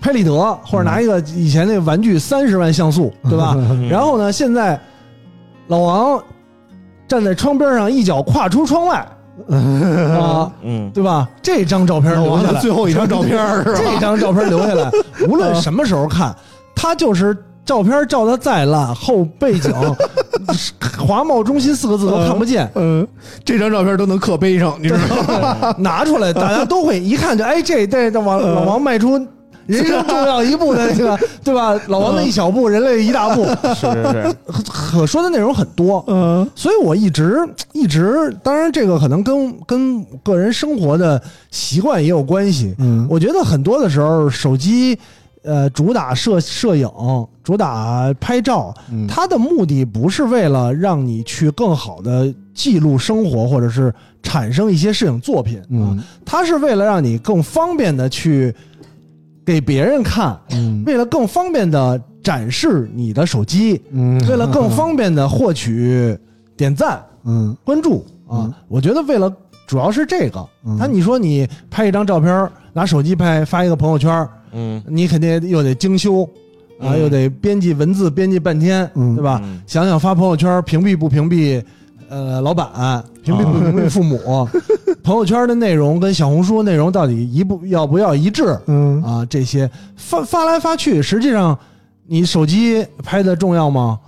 Speaker 3: 拍立得，或者拿一个以前那个玩具三十万像素，对吧？
Speaker 4: 嗯，
Speaker 3: 然后呢，现在老王站在窗边上，一脚跨出窗外，啊，
Speaker 4: 嗯，
Speaker 3: 对吧？这张照片留下来，
Speaker 2: 最后一张照片
Speaker 3: [laughs]
Speaker 2: 儿 [laughs] 是吧？
Speaker 3: 这张照片留下
Speaker 2: [laughs]
Speaker 3: 来，无论什么时候看，它就是照片照的再烂，后
Speaker 2: [laughs]
Speaker 3: 背景华贸中心四个字都看不见，
Speaker 2: 嗯，这张照片都能刻碑上，你知道吗？
Speaker 3: 拿出来大家都会一看就哎，这这这
Speaker 2: 呃
Speaker 3: 王老王迈出。人生重要一
Speaker 2: [laughs]
Speaker 3: 步的这个，对吧？老王的一小
Speaker 2: 呃
Speaker 3: 步，人类一大步，
Speaker 4: 是
Speaker 2: [laughs]
Speaker 4: 是是，
Speaker 3: 可说的内容很多。
Speaker 2: 嗯
Speaker 3: 所以我一直一直，当然这个可能跟跟个人生活的习惯也有关系。
Speaker 2: 嗯
Speaker 3: 我觉得很多的时候，手机呃主打摄摄影，主打拍照，
Speaker 2: 嗯
Speaker 3: 它的目的不是为了让你去更好的记录生活，或者是产生一些摄影作品，
Speaker 2: 嗯
Speaker 3: 啊，它是为了让你更方便的去给别人看，
Speaker 2: 嗯
Speaker 3: 为了更方便的展示你的
Speaker 2: [laughs]
Speaker 3: 手机，
Speaker 2: 嗯
Speaker 3: 为了更方便的获取点赞
Speaker 2: 嗯
Speaker 3: 关注啊，我觉得为了主要是这个
Speaker 2: 嗯。
Speaker 3: 他你说你拍一张照片儿，拿手机拍发一个朋友圈儿，
Speaker 4: 嗯，
Speaker 3: 你肯定又得精修啊，
Speaker 4: 嗯
Speaker 3: 又得编辑文字编辑半天，
Speaker 2: 嗯
Speaker 3: 对吧？
Speaker 4: 嗯
Speaker 3: 想想发朋友圈屏蔽不屏蔽，呃，老
Speaker 2: 啊
Speaker 3: 板屏蔽不
Speaker 2: [laughs]
Speaker 3: 屏蔽父母，朋友圈的内容跟小红书内容到底一不要不要一致
Speaker 2: 嗯
Speaker 3: 啊？这些发发来发去，实际上你手机拍的重要吗？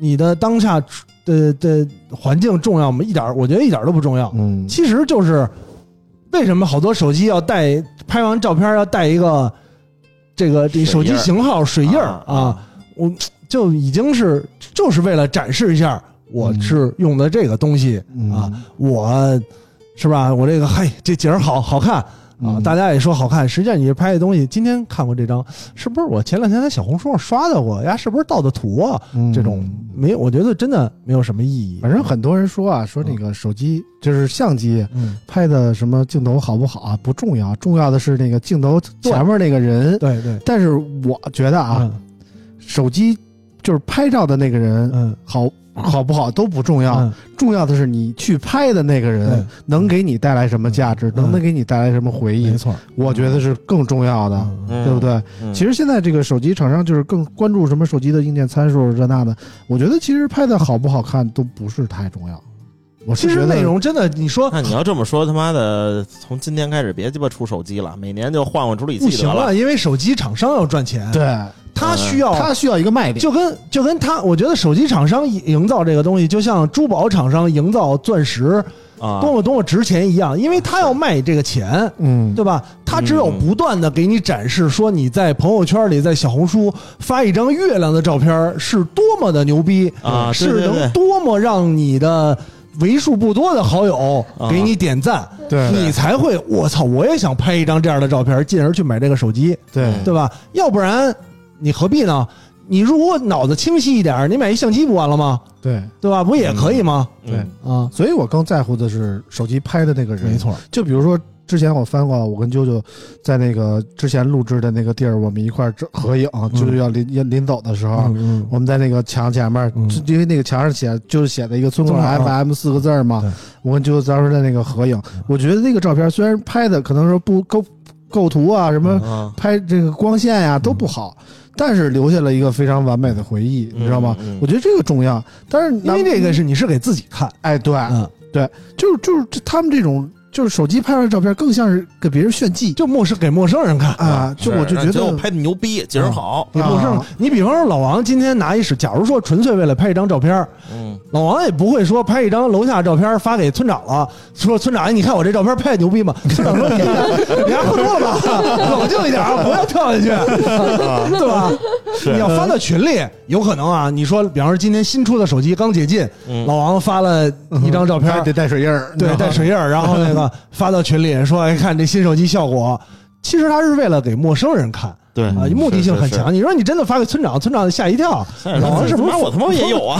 Speaker 3: 你的当下的的环境重要吗？一点儿我觉得一点儿都不重要。
Speaker 2: 嗯
Speaker 3: 其实就是为什么好多手机要带拍完照片要带一个这个这手机型号水印儿
Speaker 4: 啊
Speaker 3: 啊，我就已经是就是为了展示一下我
Speaker 2: 嗯
Speaker 3: 是用的这个东西啊，我是吧？我这个嘿，这景儿好好看啊
Speaker 2: 嗯，
Speaker 3: 大家也说好看。实际上你拍的东西，今天看过这张，是不是我前两天在小红书上刷到过呀？是不是盗的图啊？
Speaker 2: 嗯
Speaker 3: 这种没有，我觉得真的没有什么意义。
Speaker 2: 反正很多人说啊，说那个手机就是相机
Speaker 3: 嗯，
Speaker 2: 拍的什么镜头好不好啊不重要，重要的是那个镜头前面那个人。
Speaker 3: 对嗯对
Speaker 2: 但是我觉得啊，，手机就是拍照的那个
Speaker 3: 嗯
Speaker 2: 人
Speaker 3: 嗯
Speaker 2: 好好不好都不重要，
Speaker 3: 嗯
Speaker 2: 重要的是你去拍的那个人
Speaker 3: 对
Speaker 2: 能给你带来什么价值，能不能给你带来什么回忆
Speaker 3: 嗯没，错，
Speaker 2: 我觉得是更重要的，
Speaker 3: 嗯
Speaker 2: 对不对？
Speaker 4: 嗯？
Speaker 2: 其
Speaker 4: 实
Speaker 2: 实现在这个手机厂商就是更关注什么手机的硬件参数这那的，我觉得其实拍的好不好看都不是太重要。我是
Speaker 3: 其
Speaker 2: 觉
Speaker 3: 实
Speaker 2: 得
Speaker 3: 内容真的，你
Speaker 4: [laughs]
Speaker 3: 说
Speaker 4: 那你要这么说，他妈的，从今天开始别鸡巴出手机了，每年就换换处理
Speaker 3: 不
Speaker 4: 器
Speaker 3: 行
Speaker 4: 得了
Speaker 3: 了，。因为手机厂商要赚钱，
Speaker 2: 对，
Speaker 3: 他需要
Speaker 2: 它需要一个卖点。
Speaker 3: 哦就跟就跟他，我觉得手机厂商营造这个东西，就像珠宝厂商营造钻石
Speaker 4: 啊
Speaker 3: 多么多么值钱一样，因为他要卖这个钱。
Speaker 2: 嗯，
Speaker 3: 对吧？他只有
Speaker 4: 嗯
Speaker 3: 不断的给你展示，说你在朋友圈里、在小红书发一张月亮的照片是多么的牛逼
Speaker 4: 啊对
Speaker 3: 是
Speaker 4: 对对
Speaker 3: 能多么让你的为数不多的好友
Speaker 4: 啊
Speaker 3: 给你点赞，
Speaker 2: 对
Speaker 3: 你才会我操，我也想拍一张这样的照片，进而去买这个手机，
Speaker 2: 对
Speaker 3: 对吧？要不然你何必呢？你如果脑子清晰一点，你买一相机不完了吗？
Speaker 2: 对
Speaker 3: 对吧？不也可以吗？
Speaker 2: 对
Speaker 4: 嗯
Speaker 3: 啊，
Speaker 2: 所以我更在乎的是手机拍的那个人。
Speaker 3: 没，错，
Speaker 2: 就比如说之前我翻过，我跟啾啾在那个之前录制的那个地儿，我们一块儿这合影，啾啾要临要临走的时候，
Speaker 3: 嗯
Speaker 2: 我们在那个墙前面，
Speaker 3: 嗯
Speaker 2: 就因为那个墙上写就是写的一个“村口
Speaker 3: 村口啊
Speaker 2: FM” 四个字儿嘛
Speaker 3: 对，
Speaker 2: 我跟舅当时在那个合影，我觉得那个照片虽然拍的可能说不构构图啊，什么
Speaker 4: 啊，
Speaker 2: 拍这个光线呀、都不好，但是留下了一个非常完美的回忆，
Speaker 4: 嗯
Speaker 2: 你知道吗
Speaker 4: 嗯嗯？
Speaker 2: 我觉得这个重要，但是
Speaker 3: 因
Speaker 2: 咱
Speaker 3: 为
Speaker 2: 们
Speaker 3: 这个是你是给自己看，
Speaker 2: 哎对，
Speaker 3: 嗯，
Speaker 2: 就是就是这他们这种就是手机拍出来的照片更像是给别人炫技
Speaker 3: 就陌生给陌生人看。
Speaker 2: 啊，就我就觉
Speaker 4: 我
Speaker 2: 得
Speaker 4: 拍的牛逼，景儿好。
Speaker 3: 给陌生人
Speaker 2: 啊，
Speaker 3: 你比方说老王今天拿一手，假如说纯粹为了拍一张照片，
Speaker 4: 嗯，
Speaker 3: 老王也不会说拍一张楼下照片发给村长了，说村长，哎，你看我这照片拍的牛逼吗？村长说 [laughs] 你你还喝多了吧，冷静一点啊，不要跳
Speaker 4: [laughs]
Speaker 3: 下去，对吧？你要发到群里，有可能啊。你说，比方说今天新出的手机刚解禁，
Speaker 4: 嗯
Speaker 3: 老王发了一张照片，
Speaker 2: 还得带水印儿，
Speaker 3: 对，带水印儿，然后那个发到群里说，哎，看这新手机效果。其实他是为了给陌生人看
Speaker 4: 对
Speaker 3: 啊，目的性很强。。你说你真的发给村长，村长吓一跳，老
Speaker 4: 哎老
Speaker 3: 王是
Speaker 4: 是
Speaker 3: 不
Speaker 4: 不
Speaker 3: 是
Speaker 4: 是我他妈也有啊？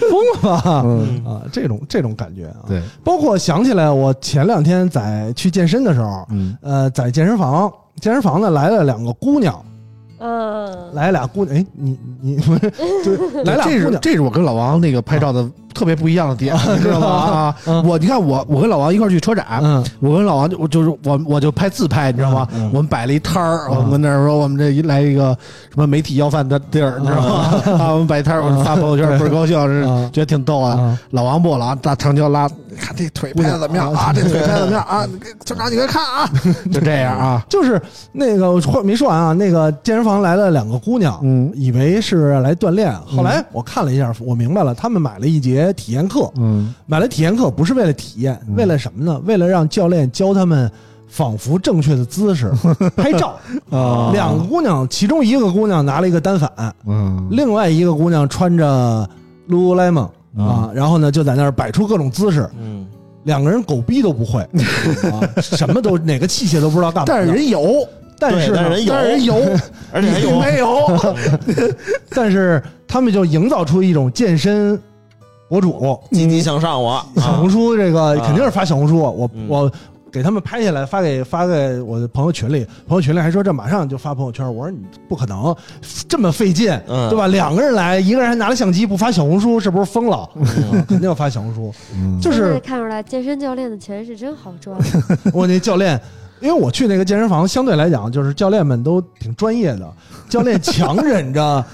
Speaker 3: 疯了吧？
Speaker 2: 嗯，
Speaker 3: 啊，这种这种感觉啊，
Speaker 2: 对，
Speaker 3: 包括想起来，我前两天在去健身的时候，
Speaker 2: 嗯
Speaker 3: 呃，在健身房，健身房呢来了两个姑娘，
Speaker 1: 嗯，
Speaker 3: 来俩姑娘，哎，你你不是，就来俩
Speaker 2: 这
Speaker 3: 姑
Speaker 2: 是
Speaker 3: 娘，
Speaker 2: 这是我跟老王那个拍照的特别不一样的点，你知
Speaker 3: [laughs]
Speaker 2: 道吗？啊，
Speaker 3: 嗯
Speaker 2: 我你看我我跟老王一块儿去车展，
Speaker 3: 嗯
Speaker 2: 我跟老王就我就是我我就拍自拍，你知道吗？
Speaker 3: 嗯
Speaker 2: 我们摆了一摊儿，
Speaker 3: 嗯
Speaker 2: 我们那儿说我们这一来一个什么媒体要饭的地儿，你知道吗？啊，我们摆摊儿，我就发朋友圈，倍儿高兴，是
Speaker 3: 嗯
Speaker 2: 觉得挺逗的。
Speaker 3: 啊，
Speaker 2: 老王不，老王大长焦拉，你看这腿拍的怎么样啊？这腿拍的怎么样啊？
Speaker 3: 嗯
Speaker 2: 你看村长，你快看啊！就这样啊，
Speaker 3: 就是那个我话没说完啊，那个健身房来了两个姑娘，
Speaker 2: 嗯
Speaker 3: 以为是来锻炼，后来我看了一下，我明白了，他们买了一节体验课，
Speaker 2: 嗯
Speaker 3: 买了体验课不是为了体验，为了什么呢？为了让教练教他们仿佛正确的姿
Speaker 2: [laughs]
Speaker 3: 势拍照。
Speaker 2: 啊
Speaker 3: 两个姑娘，其中一个姑娘拿了一个单反，
Speaker 2: 嗯
Speaker 3: 另外一个姑娘穿着 Lululemon 啊，然后呢就在那儿摆出各种姿势，
Speaker 4: 嗯，
Speaker 3: 两个人狗逼都不会，啊、什么都哪个器械都不知道干嘛的。
Speaker 2: [laughs] 但是人有，
Speaker 3: 但是
Speaker 4: 对但
Speaker 3: 呢
Speaker 4: 是人有
Speaker 2: 但是
Speaker 3: [laughs]
Speaker 2: 人有，
Speaker 4: 而且还有啊
Speaker 2: 你没有？
Speaker 3: 但是他们就营造出一种健身博主，
Speaker 4: 积极向上我，
Speaker 3: 小红
Speaker 4: 书
Speaker 3: 书这个
Speaker 4: 啊
Speaker 3: 肯定是发小红书，我
Speaker 4: 嗯
Speaker 3: 我给他们拍下来发给发给我的朋友群里，朋友群里还说这马上就发朋友圈，我说你不可能这么费劲，
Speaker 4: 嗯
Speaker 3: 对吧？两个人来，一个人还拿了相机不发小红书，这不是疯
Speaker 4: [laughs]
Speaker 3: 了？
Speaker 4: 嗯
Speaker 3: 肯定要发小红书，就
Speaker 1: 真
Speaker 3: 是
Speaker 1: 的看出来健身教练的钱是真好赚。
Speaker 3: [laughs] 我那教练，因为我去那个健身房，相对来讲就是教练们都挺专业的，教练强忍着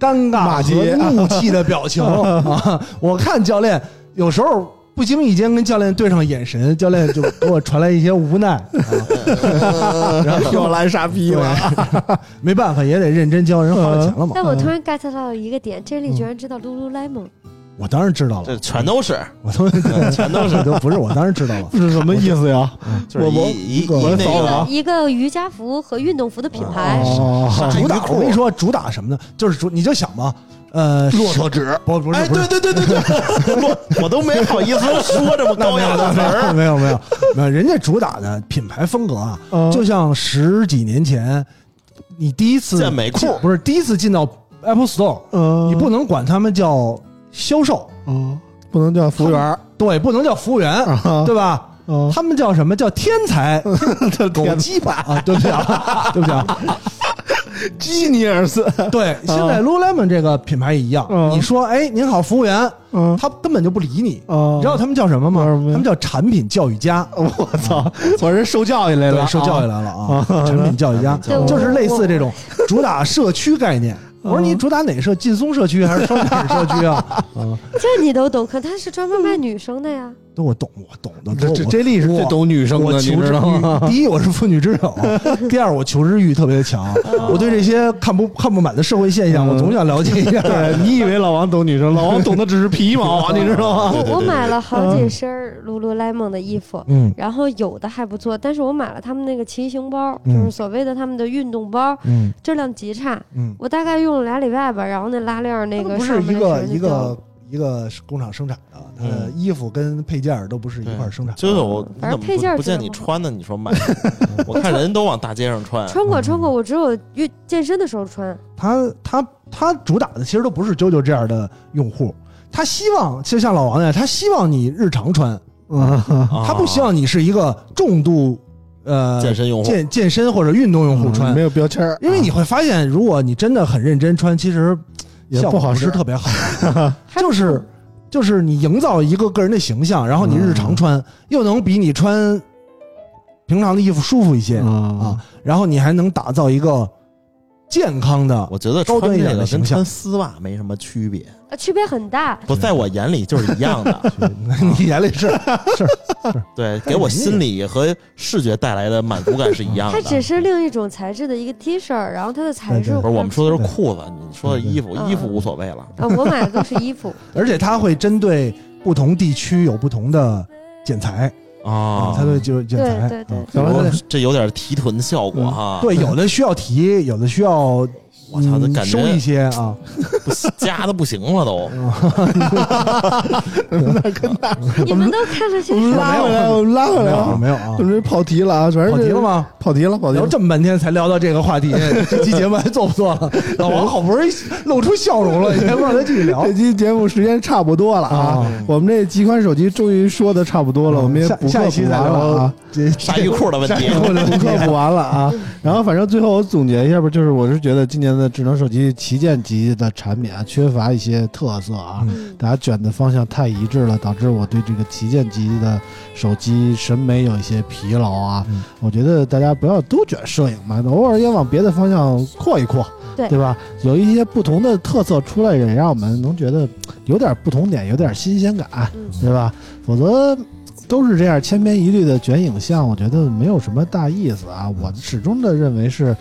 Speaker 3: 尴尬
Speaker 2: 骂街
Speaker 3: 和怒气的
Speaker 2: [laughs]
Speaker 3: 表情啊，我看教练有时候。不经意间跟教练对上眼神，教练就给我传来一些无奈啊，
Speaker 4: [laughs]
Speaker 3: 然后
Speaker 2: 又来傻逼
Speaker 3: 啊
Speaker 2: 了，
Speaker 3: 对没办法也得认真教人，花了钱了嘛。
Speaker 1: 但我突然 get 到一个点，珍
Speaker 3: 嗯
Speaker 1: 妮居然知道 Lululemon，
Speaker 3: 我当然知道
Speaker 4: 这
Speaker 3: 了，
Speaker 4: 全都是，
Speaker 3: 我都
Speaker 4: 全都是
Speaker 3: 我 [laughs] 都不是，我当然知道了。
Speaker 2: 这是什么意思呀？
Speaker 4: 就是
Speaker 2: 我我
Speaker 4: 一一
Speaker 2: 我
Speaker 4: 一那
Speaker 2: 走
Speaker 4: 个
Speaker 2: 了啊
Speaker 1: 一个瑜伽服和运动服的品牌，
Speaker 2: 哦，
Speaker 3: 主
Speaker 4: 一
Speaker 3: 打
Speaker 4: 个裤
Speaker 3: 我跟你说，主打什么呢？就是主你就想嘛，呃，
Speaker 2: 骆驼纸，
Speaker 3: 不不是
Speaker 4: 哎，
Speaker 3: 不是
Speaker 4: 对对对对对，我我都没好意思说这么高雅的词儿。
Speaker 3: 没有没有没有，人家主打的品牌风格啊，
Speaker 2: 嗯
Speaker 3: 就像十几年前你第一次
Speaker 4: 健美裤
Speaker 3: 进不是第一次进到 Apple Store，
Speaker 2: 嗯，
Speaker 3: 你不能管他们叫销售，
Speaker 2: 嗯，不能叫服务员儿
Speaker 3: 对，不能叫服务员，
Speaker 2: 啊，
Speaker 3: 对吧？
Speaker 2: 嗯，
Speaker 3: 他们叫什么叫天才狗
Speaker 2: 天
Speaker 3: 鸡巴啊？对不起啊，对不起啊。
Speaker 2: 基尼尔斯，
Speaker 3: 对，现在 Lululemon 这个品牌也一样，
Speaker 2: 嗯
Speaker 3: 你说哎您好服务员，
Speaker 2: 嗯，
Speaker 3: 他根本就不理你。
Speaker 2: 哦
Speaker 3: 你知道他们叫什么吗？
Speaker 2: 叫什么呀
Speaker 3: 他们叫产品教育家。
Speaker 2: 我操， [laughs] 我是受教育来哦
Speaker 3: 对，
Speaker 2: 了，
Speaker 3: 受教育
Speaker 2: 了，
Speaker 3: 来了啊， [laughs] 产品教育家
Speaker 1: 对我
Speaker 3: 就是类似这种 [laughs] 主打社区概念。我说你主打哪社？劲松社区还是双井社区啊？啊，
Speaker 1: [laughs] 这你都懂，可他是专门卖
Speaker 4: 嗯
Speaker 1: 女生的呀。
Speaker 3: [laughs] 都我懂，我懂的
Speaker 2: 这
Speaker 3: 多。
Speaker 2: 这
Speaker 3: 我
Speaker 2: 这力是最
Speaker 3: 我
Speaker 2: 懂女生的，
Speaker 3: 我
Speaker 2: 你
Speaker 3: 求
Speaker 2: 知
Speaker 3: 知
Speaker 2: 道吗？
Speaker 3: 欲，第一我是妇女之 [laughs] 友，第二我求知欲特别的强，我对这些看不看不满的社会现象，我总想了解 [laughs] 一下。
Speaker 2: 对哎你以为老王懂女生，老王懂的只是皮毛，啊
Speaker 3: [laughs]
Speaker 2: 你知
Speaker 3: 啊
Speaker 2: 道吗？
Speaker 4: 对对对
Speaker 1: 我我买了好几身儿 Lululemon 的衣服，
Speaker 3: 嗯
Speaker 1: 然后有的还不错，但是我买了他们那个骑行包，就
Speaker 3: 嗯
Speaker 1: 是所谓的他们的运动包，
Speaker 3: 嗯
Speaker 1: 质量极差。
Speaker 3: 嗯，
Speaker 1: 我大概用了俩礼拜吧，然后那拉链儿那个
Speaker 3: 不
Speaker 1: 上
Speaker 3: 是一
Speaker 1: 面那
Speaker 3: 个
Speaker 1: 绳就
Speaker 3: 一个嗯
Speaker 1: 掉了，
Speaker 3: 一个工厂生产的，它的
Speaker 4: 嗯
Speaker 3: 衣服跟配件儿都不是一块儿生产的。
Speaker 4: 就是我，
Speaker 1: 反正
Speaker 4: 你怎么
Speaker 1: 配件儿
Speaker 4: 不不见
Speaker 1: 知道
Speaker 4: 你
Speaker 1: 吗
Speaker 4: 穿的，你说买，我看人都往大街上穿，
Speaker 1: 穿过穿过，我只有运健身的时候穿。
Speaker 3: 他他他主打的其实都不是 JoJo 这样的用户，他希望就像老王那样，他希望你日常穿，
Speaker 4: 啊
Speaker 3: 他
Speaker 4: 他
Speaker 3: 不希望你是一个重度呃
Speaker 4: 健身用户，
Speaker 3: 健健身或者运动用户
Speaker 2: 嗯
Speaker 3: 穿
Speaker 2: 没，有标签儿，
Speaker 3: 因为你会发现，如果你真的很认真穿，其实
Speaker 2: 也
Speaker 3: 效果
Speaker 2: 不好
Speaker 3: 不是
Speaker 2: 使
Speaker 3: 特别好，就是就是你营造一个个人的形象，然后你日常穿，又能比你穿平常的衣服舒服一些
Speaker 2: 啊
Speaker 3: 啊，然后你还能打造一个健康的
Speaker 4: 我觉得
Speaker 3: 高
Speaker 4: 穿
Speaker 3: 端一
Speaker 4: 这
Speaker 3: 点
Speaker 4: 个
Speaker 3: 的
Speaker 4: 跟
Speaker 3: 形
Speaker 4: 穿
Speaker 3: 象
Speaker 4: 丝袜没什么区别，
Speaker 1: 呃，区别很大，
Speaker 4: 不在我眼里就是一样
Speaker 3: [laughs]
Speaker 4: 的。
Speaker 3: 你眼里是是，
Speaker 4: 对，给我心理和视觉带来的满足感是一样
Speaker 1: 它 [laughs]
Speaker 4: 的。
Speaker 1: 只是另一种材质的一个 T 恤儿，然后它的材质
Speaker 3: 对对
Speaker 4: 不是我们说的是
Speaker 3: 对
Speaker 4: 裤子，你说的衣服，
Speaker 1: 嗯
Speaker 4: 衣服无所谓了。
Speaker 1: 啊，我买的都是衣服，
Speaker 3: 而且它会针对不同地区有不同的剪裁
Speaker 4: 啊
Speaker 3: 它，对嗯就剪
Speaker 1: 对
Speaker 3: 裁，
Speaker 1: 对对
Speaker 3: 嗯
Speaker 2: 行了，
Speaker 4: 这有点提臀效果哈。
Speaker 3: 对，有的需要提，有的需要
Speaker 4: 我操，这
Speaker 3: 嗯
Speaker 4: 感
Speaker 3: 收一
Speaker 4: 觉
Speaker 3: 些啊，
Speaker 4: 夹的不行了都。
Speaker 3: 嗯
Speaker 1: 你们都看了些
Speaker 2: 我们
Speaker 1: 什
Speaker 2: 拉
Speaker 1: 么？
Speaker 2: 回来，我们拉回
Speaker 3: 没
Speaker 2: 来
Speaker 3: 有
Speaker 2: 啊！
Speaker 3: 没有啊
Speaker 2: 我，们这跑题了啊，反正
Speaker 3: 跑题了？吗？
Speaker 2: 跑题了，跑题
Speaker 3: 聊
Speaker 2: 了。
Speaker 3: 这么半天才聊到这个话题，这期节目还做不做了？老王好不容易露出笑容了，你还不让他继续聊
Speaker 2: 这？期节目时间差不多了啊
Speaker 3: 啊，
Speaker 2: 我们这几款手机终于说的差不多了，我们也
Speaker 3: 下
Speaker 2: 补
Speaker 3: 下
Speaker 2: 课
Speaker 3: 一期
Speaker 2: 补
Speaker 3: 再
Speaker 2: 完
Speaker 3: 聊
Speaker 2: 了啊。，
Speaker 3: 这
Speaker 4: 鲨鱼裤的问
Speaker 3: [laughs]
Speaker 4: 题，
Speaker 2: 我的补课补完了
Speaker 1: [laughs]
Speaker 2: 啊，然后反正最后我总结一下吧，就是我是觉得今年的智能手机旗舰级的产品啊，缺乏一些特色啊，
Speaker 1: 嗯
Speaker 2: 大家卷的方向太一致了，导致我对这个旗舰级的手机审美有一些疲劳啊。
Speaker 3: 嗯
Speaker 2: 我觉得大家不要都卷摄影嘛，偶尔也往别的方向扩一扩，
Speaker 1: 对
Speaker 2: 吧？有一些不同的特色出来，也让我们能觉得有点不同点，有点新鲜感，啊
Speaker 1: 嗯
Speaker 2: 对吧？否则都是这样千篇一律的卷影像，我觉得没有什么大意思啊。我始终的认为是，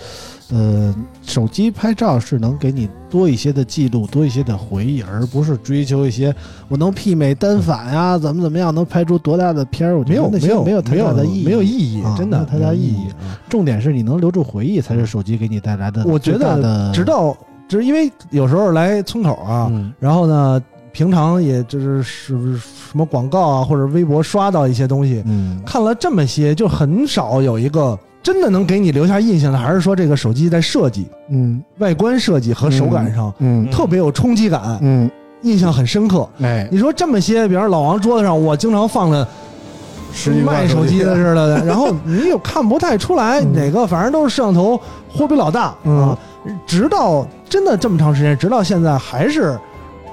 Speaker 2: 呃，手机拍照是能给你多一些的记录，多一些的回忆，而不是追求一些我能媲美单反呀、怎么怎么样，能拍出多大的片儿。我觉
Speaker 3: 没
Speaker 2: 得
Speaker 3: 有
Speaker 2: 那些
Speaker 3: 有
Speaker 2: 没
Speaker 3: 没
Speaker 2: 有太大的意义，
Speaker 3: 没有意义
Speaker 2: 啊，
Speaker 3: 真
Speaker 2: 没有
Speaker 3: 的
Speaker 2: 太大意义。重点是你能留住回忆，才是手机给你带来的
Speaker 3: 我觉
Speaker 2: 最大
Speaker 3: 得
Speaker 2: 的
Speaker 3: 直到就是因为有时候来村口啊，
Speaker 2: 嗯
Speaker 3: 然后呢，平常也就是是不是什么广告啊或者微博刷到一些东西，
Speaker 2: 嗯
Speaker 3: 看了这么些，就很少有一个真的能给你留下印象的，还是说这个手机在设计、
Speaker 2: 嗯
Speaker 3: 外观设计和手感上、
Speaker 2: 嗯
Speaker 3: 特别有冲击感，
Speaker 2: 嗯，
Speaker 3: 印象很深刻。
Speaker 2: 哎，
Speaker 3: 你说这么些，比方说老王桌子上，我经常放的
Speaker 2: 十几
Speaker 3: 卖
Speaker 2: 块
Speaker 3: 手机的似的的，然后你也看不太
Speaker 2: [laughs]
Speaker 3: 出来哪个，反正都是摄像头货比老大啊
Speaker 2: 嗯。
Speaker 3: 直到真的这么长时间，直到现在还是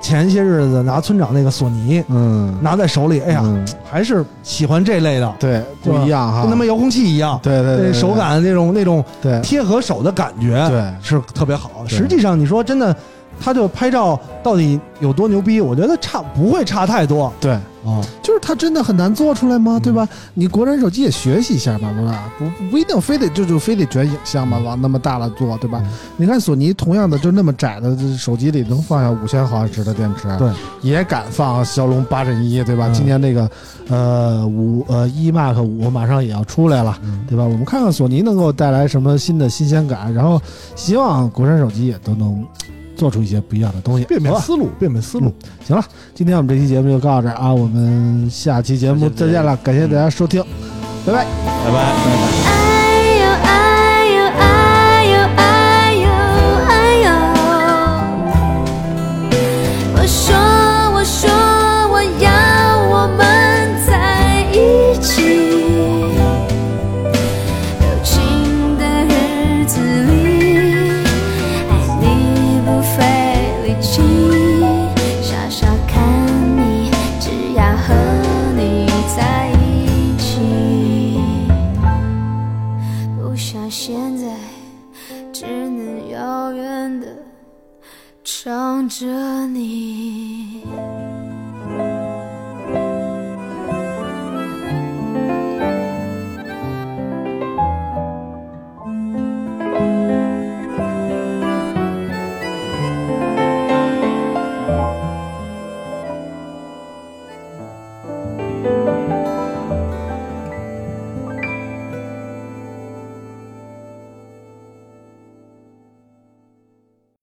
Speaker 3: 前些日子拿村长那个索尼
Speaker 2: 嗯，
Speaker 3: 拿在手里，哎呀，
Speaker 2: 嗯
Speaker 3: 还是喜欢这类的，
Speaker 2: 对，不一样哈，
Speaker 3: 跟他们遥控器一样，
Speaker 2: 对对对对
Speaker 3: 那手感那种那种
Speaker 2: 对
Speaker 3: 贴合手的感觉，
Speaker 2: 对
Speaker 3: 是特别好。
Speaker 2: 对
Speaker 3: 实际上，你说真的，他就拍照到底有多牛逼？我觉得差不会差太多
Speaker 2: 对，
Speaker 3: 啊。
Speaker 2: 就是它真的很难做出来
Speaker 3: 嗯
Speaker 2: 吗？对吧？你国产手机也学习一下嘛，对吧？不不一定非得就就非得卷影像
Speaker 3: 嗯
Speaker 2: 嘛，往那么大了做，对吧？你看索尼同样的就那么窄的这手机里能放下五千毫安时的电池，
Speaker 3: 嗯对，
Speaker 2: 也敢放骁龙八阵一，对吧？
Speaker 3: 嗯
Speaker 2: 今年那个呃五呃一 Mark 五马上也要出来了，
Speaker 3: 嗯
Speaker 2: 对吧？我们看看索尼能够带来什么新的新鲜感，然后希望国产手机也都能做出一些不一样的东西，
Speaker 3: 变
Speaker 2: 好
Speaker 3: 变
Speaker 2: 吧
Speaker 3: 思路，变变思路。
Speaker 2: 嗯行了，今天我们这期节目就到这儿啊，我们下期节目再见嗯了，感谢大家收听，拜拜。
Speaker 4: 拜拜。
Speaker 5: 哎呦哎呦哎呦哎呦哎呦！我说我说我要我们在一起，有情的日子里，爱你不费力气，傻傻看你，只要和你在一起。不像现在，只能遥远的唱着你。